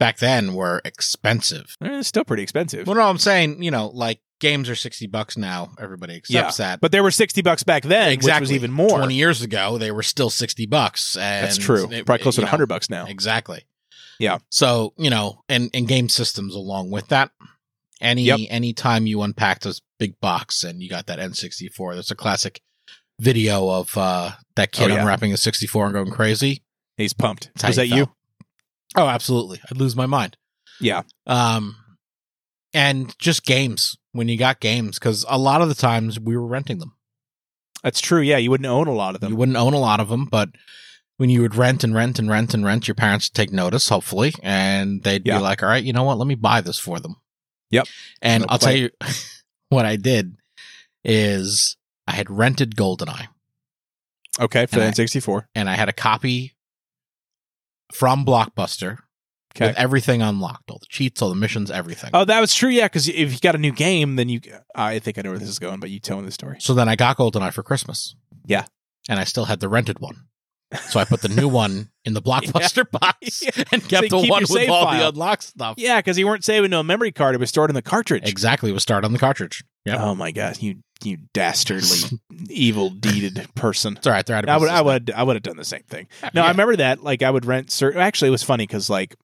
[SPEAKER 5] back then were expensive.
[SPEAKER 1] Eh, it's still pretty expensive.
[SPEAKER 5] Well, no, I'm saying you know, like games are sixty bucks now. Everybody accepts that.
[SPEAKER 1] But they were sixty bucks back then, which was even more.
[SPEAKER 5] Twenty years ago, they were still sixty bucks. And
[SPEAKER 1] That's true.
[SPEAKER 5] it-
[SPEAKER 1] Probably closer to
[SPEAKER 5] you know,
[SPEAKER 1] hundred bucks now.
[SPEAKER 5] Exactly.
[SPEAKER 1] Yeah.
[SPEAKER 5] So you know, and and game systems along with that. Any
[SPEAKER 1] Yep.
[SPEAKER 5] any time you unpack this big box and you got that N64, that's a classic video of uh that kid
[SPEAKER 1] Oh, yeah.
[SPEAKER 5] unwrapping a 64 and going crazy.
[SPEAKER 1] He's pumped.
[SPEAKER 5] That's how
[SPEAKER 1] Was that
[SPEAKER 5] felt.
[SPEAKER 1] you?
[SPEAKER 5] Oh, absolutely. I'd lose my mind.
[SPEAKER 1] Yeah.
[SPEAKER 5] Um, and just games when you got games because a lot of the times we were renting them.
[SPEAKER 1] That's true. Yeah, you wouldn't own a lot of them.
[SPEAKER 5] You wouldn't own a lot of them, but when you would rent and rent and rent and rent, your parents would take notice, hopefully, and they'd
[SPEAKER 1] Yeah.
[SPEAKER 5] be like, "All right, you know what? Let me buy this for them."
[SPEAKER 1] Yep.
[SPEAKER 5] And
[SPEAKER 1] No
[SPEAKER 5] I'll
[SPEAKER 1] play.
[SPEAKER 5] tell you what I did is I had rented Goldeneye
[SPEAKER 1] okay, for
[SPEAKER 5] And
[SPEAKER 1] the
[SPEAKER 5] I-
[SPEAKER 1] N64.
[SPEAKER 5] and I had a copy from Blockbuster
[SPEAKER 1] Okay.
[SPEAKER 5] with everything unlocked, all the cheats, all the missions, everything.
[SPEAKER 1] Oh, that was true. Yeah, because if you got a new game, then you. I think I know where this is going, but you telling the story.
[SPEAKER 5] So then I got GoldenEye for Christmas.
[SPEAKER 1] Yeah.
[SPEAKER 5] And I still had the rented one. So I put the new one in the blockbuster box
[SPEAKER 1] Yeah.
[SPEAKER 5] and
[SPEAKER 1] So
[SPEAKER 5] kept
[SPEAKER 1] you
[SPEAKER 5] the
[SPEAKER 1] keep your
[SPEAKER 5] one with
[SPEAKER 1] save
[SPEAKER 5] all the
[SPEAKER 1] file.
[SPEAKER 5] unlocked stuff.
[SPEAKER 1] Yeah, because you weren't saving to a memory card; it was stored in the cartridge.
[SPEAKER 5] Exactly. It was started on the cartridge. Yeah.
[SPEAKER 1] Oh my god, you you dastardly, evil deeded person.
[SPEAKER 5] it's all right. They're out of
[SPEAKER 1] I would,
[SPEAKER 5] business.
[SPEAKER 1] I would, I would have done the same thing.
[SPEAKER 5] now.
[SPEAKER 1] No,
[SPEAKER 5] Yeah.
[SPEAKER 1] I remember that. Like, I would rent certain. Actually, it was funny because, like,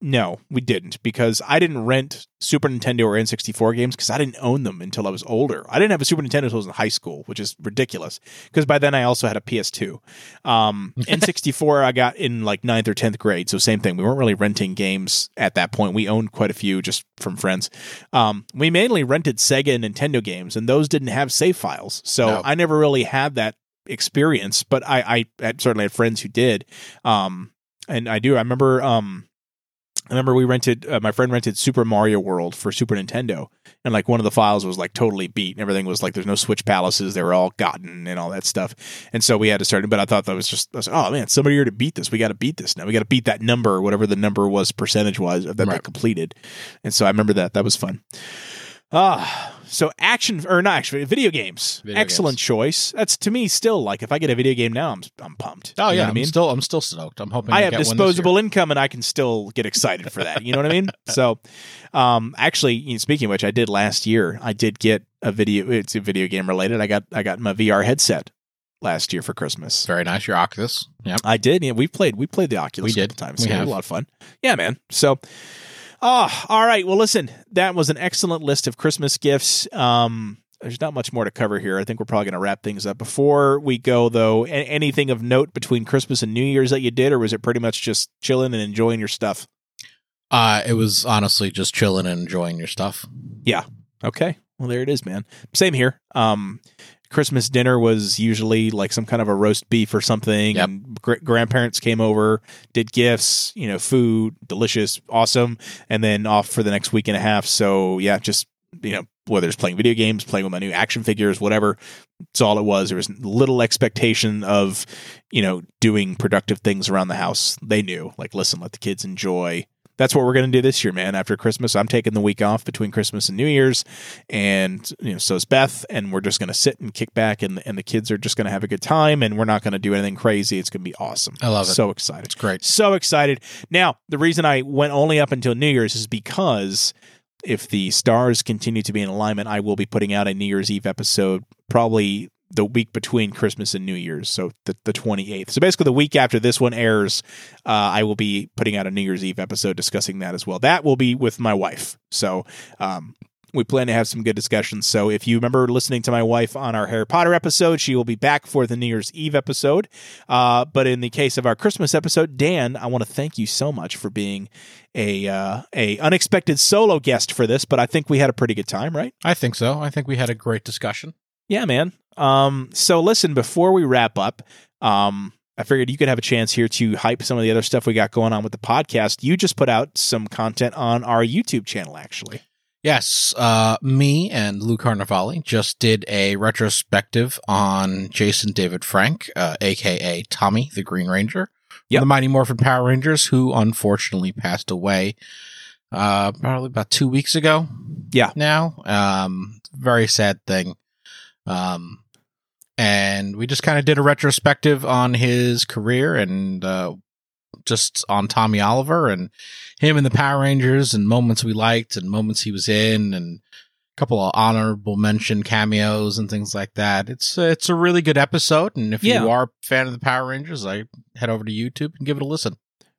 [SPEAKER 1] no, we didn't because I didn't rent Super Nintendo or N64 games because I didn't own them until I was older. I didn't have a Super Nintendo until I was in high school, which is ridiculous because by then I also had a PS2. Um, N64 I got in like ninth or 10th grade. So, same thing. We weren't really renting games at that point. We owned quite a few just from friends. Um, we mainly rented Sega and Nintendo games, and those didn't have save files. So,
[SPEAKER 5] No.
[SPEAKER 1] I never really had that experience, but I, I had- certainly had friends who did. Um, and I do. I remember. Um, I remember we rented. Uh, my friend rented Super Mario World for Super Nintendo, and like one of the files was like totally beat, and everything was like there's no Switch palaces. They were all gotten and all that stuff. And so we had to start. But I thought that was just. I was like, oh man, somebody here to beat this. We got to beat this now. We got to beat that number, or whatever the number was percentage wise of that they
[SPEAKER 5] Right.
[SPEAKER 1] completed. And so I remember that. That was fun. Ah, so action or not action video games.
[SPEAKER 5] Video
[SPEAKER 1] Excellent choice. That's to me still like if I get a video game now, I'm I'm pumped.
[SPEAKER 5] Oh, yeah.
[SPEAKER 1] You know what
[SPEAKER 5] I
[SPEAKER 1] I mean,
[SPEAKER 5] am still, I'm still stoked. I'm hoping
[SPEAKER 1] I
[SPEAKER 5] to
[SPEAKER 1] have
[SPEAKER 5] get one this year.
[SPEAKER 1] disposable income and I can still get excited for that. You know what I mean? So, um, actually, you know, speaking of which, I did last year. I did get a video. It's a video game related. I got I got my VR headset last year for Christmas.
[SPEAKER 5] Very nice. Your Oculus. Yeah.
[SPEAKER 1] I did. Yeah, we played. We played the Oculus.
[SPEAKER 5] We did.
[SPEAKER 1] a couple Times.
[SPEAKER 5] We
[SPEAKER 1] so it was
[SPEAKER 5] have.
[SPEAKER 1] a lot of fun. Yeah, man. So, oh, all right. Well, listen, that was an excellent list of Christmas gifts. Um, there's not much more to cover here. I think we're probably going to wrap things up. Before we go, though, a- anything of note between Christmas and New Year's that you did, or was it pretty much just chilling and enjoying your stuff?
[SPEAKER 5] Uh, it was honestly just chilling and enjoying your stuff.
[SPEAKER 1] Okay. Well, there it is, man. Same here. Um, Christmas dinner was usually like some kind of a roast beef or something.
[SPEAKER 5] Yep.
[SPEAKER 1] And gr- grandparents came over, did gifts, you know, food, delicious, awesome, and then off for the next week and a half. So yeah, just you know, whether it's playing video games, playing with my new action figures, whatever, it's all it was. There was little expectation of, you know, doing productive things around the house. They knew, like, listen, let the kids enjoy. That's what we're going to do this year, man. After Christmas, I'm taking the week off between Christmas and New Year's, and you know, so is Beth, and we're just going to sit and kick back, and and the kids are just going to have a good time, and we're not going to do anything crazy. It's going to be awesome.
[SPEAKER 5] I love it.
[SPEAKER 1] So excited.
[SPEAKER 5] It's great.
[SPEAKER 1] So excited. Now, the reason I went only up until New Year's is because if the stars continue to be in alignment, I will be putting out a New Year's Eve episode probably the week between Christmas and New Year's, so the, the 28th. So basically, the week after this one airs, uh, I will be putting out a New Year's Eve episode discussing that as well. That will be with my wife. So, um, we plan to have some good discussions. So, if you remember listening to my wife on our Harry Potter episode, she will be back for the New Year's Eve episode. Uh, but in the case of our Christmas episode, Dan, I want to thank you so much for being a uh, a unexpected solo guest for this. But I think we had a pretty good time, right?
[SPEAKER 5] I think so. I think we had a great discussion.
[SPEAKER 1] Yeah, man. Um, so listen, before we wrap up, um, I figured you could have a chance here to hype some of the other stuff we got going on with the podcast. You just put out some content on our YouTube channel, actually.
[SPEAKER 5] Yes, uh, me and Lou Carnavale just did a retrospective on Jason David Frank, uh, aka Tommy the Green Ranger,
[SPEAKER 1] Yep.
[SPEAKER 5] from the Mighty Morphin Power Rangers, who unfortunately passed away uh, probably about two weeks ago.
[SPEAKER 1] Yeah.
[SPEAKER 5] now, um, very sad thing. Um, and we just kind of did a retrospective on his career and uh, just on Tommy Oliver and him and the Power Rangers and moments we liked and moments he was in and a couple of honorable mention cameos and things like that. It's it's a really good episode and if
[SPEAKER 1] Yeah.
[SPEAKER 5] you are a fan of the Power Rangers, I head over to YouTube and give it a listen.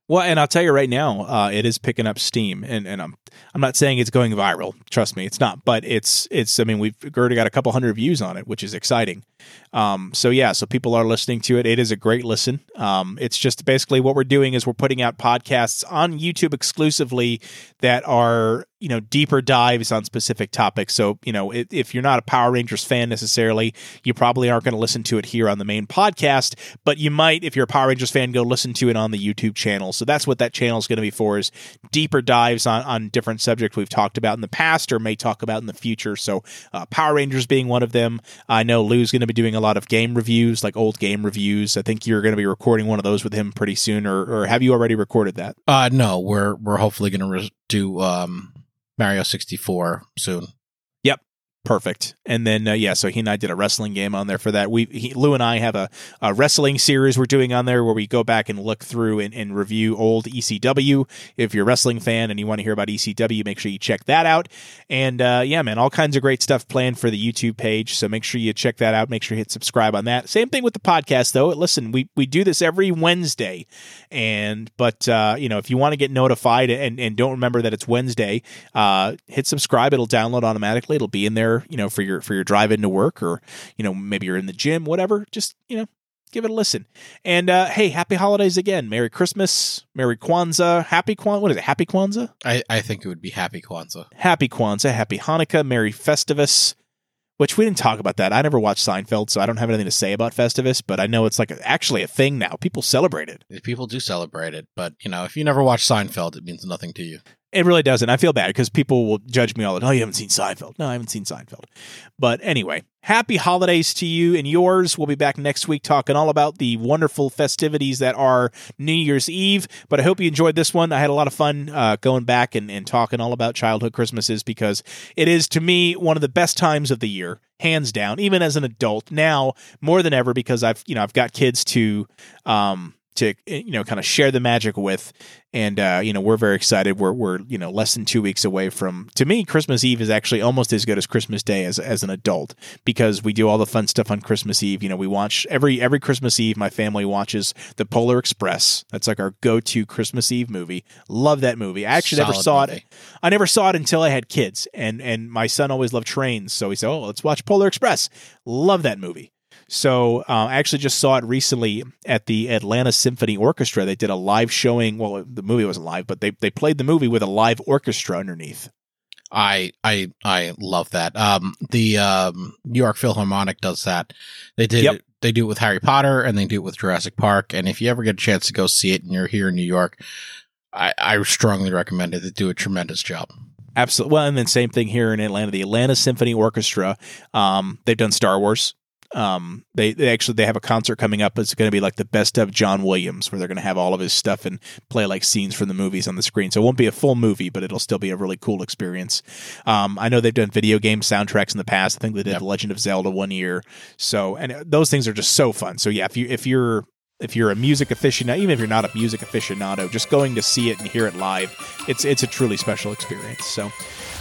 [SPEAKER 1] Well, and I'll tell you right now, uh, it is picking up steam, and, and I'm I'm not saying it's going viral. Trust me, it's not. But it's it's. I mean, we've already got a couple hundred views on it, which is exciting. Um, so yeah, so people are listening to it. It is a great listen. Um, it's just basically what we're doing is we're putting out podcasts on YouTube exclusively that are you know deeper dives on specific topics so you know if, if you're not a power rangers fan necessarily you probably aren't going to listen to it here on the main podcast but you might if you're a power rangers fan go listen to it on the youtube channel so that's what that channel is going to be for is deeper dives on, on different subjects we've talked about in the past or may talk about in the future so uh, power rangers being one of them i know lou's going to be doing a lot of game reviews like old game reviews i think you're going to be recording one of those with him pretty soon or, or have you already recorded that
[SPEAKER 5] Uh, no, we're we're hopefully going to re- do um, Mario 64 soon.
[SPEAKER 1] Perfect. And then uh, yeah, so he and I did a wrestling game on there for that. We he, Lou and I have a, a wrestling series we're doing on there where we go back and look through and, and review old ECW. If you're a wrestling fan and you want to hear about ECW, make sure you check that out. And uh, yeah, man, all kinds of great stuff planned for the YouTube page. So make sure you check that out. Make sure you hit subscribe on that. Same thing with the podcast though. Listen, we we do this every Wednesday, and but uh, you know if you want to get notified and and don't remember that it's Wednesday, uh, hit subscribe. It'll download automatically. It'll be in there, you know, for your for your drive into work or you know maybe you're in the gym, whatever. Just you know, give it a listen. And uh, hey, happy holidays again. Merry Christmas, Merry Kwanzaa, Happy Kwanzaa. What is it? Happy Kwanzaa,
[SPEAKER 5] I, I think it would be Happy Kwanzaa.
[SPEAKER 1] Happy Kwanzaa, Happy Hanukkah, Merry Festivus. Which we didn't talk about that. I never watched Seinfeld, so I don't have anything to say about Festivus. But I know it's like a, actually a thing now. People celebrate it.
[SPEAKER 5] People do celebrate it, but you know, if you never watch Seinfeld, it means nothing to you.
[SPEAKER 1] It really doesn't. I feel bad because people will judge me all the time. Oh, you haven't seen Seinfeld. No, I haven't seen Seinfeld. But anyway, happy holidays to you and yours. We'll be back next week talking all about the wonderful festivities that are New Year's Eve. But I hope you enjoyed this one. I had a lot of fun uh, going back and, and talking all about childhood Christmases because it is, to me, one of the best times of the year hands down even as an adult now more than ever because i've you know i've got kids to um to you know kind of share the magic with and uh, you know we're very excited we're we're you know less than two weeks away from to me christmas eve is actually almost as good as christmas day as, as an adult because we do all the fun stuff on christmas eve you know we watch every every christmas eve my family watches the polar express that's like our go-to christmas eve movie love that movie i actually never
[SPEAKER 5] Solid
[SPEAKER 1] saw it
[SPEAKER 5] movie.
[SPEAKER 1] I never saw it until I had kids, and and my son always loved trains, so he said, "Oh, let's watch Polar Express." Love that movie. So uh, I actually just saw it recently at the Atlanta Symphony Orchestra. They did a live showing. Well, the movie wasn't live, but they they played the movie with a live orchestra underneath.
[SPEAKER 5] I I I love that. Um, the um, New York Philharmonic does that. They did.
[SPEAKER 1] Yep.
[SPEAKER 5] It, they do it with Harry Potter and they do it with Jurassic Park. And if you ever get a chance to go see it and you're here in New York, I, I strongly recommend it. They do a tremendous job.
[SPEAKER 1] Absolutely. Well, and then same thing here in Atlanta. The Atlanta Symphony Orchestra. Um, they've done Star Wars. Um, they, they actually they have a concert coming up. It's going to be like the best of John Williams, where they're going to have all of his stuff and play like scenes from the movies on the screen. So it won't be a full movie, but it'll still be a really cool experience. Um, I know they've done video game soundtracks in the past. I think they did
[SPEAKER 5] Yep.
[SPEAKER 1] The Legend of Zelda one year. So and uh, those things are just so fun. So yeah, if you if you're if you're a music aficionado, even if you're not a music aficionado, just going to see it and hear it live, it's it's a truly special experience. So,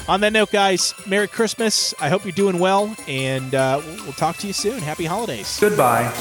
[SPEAKER 1] on that note, guys, Merry Christmas. I hope you're doing well, and uh, we'll we'll talk to you soon. Happy holidays.
[SPEAKER 4] Goodbye.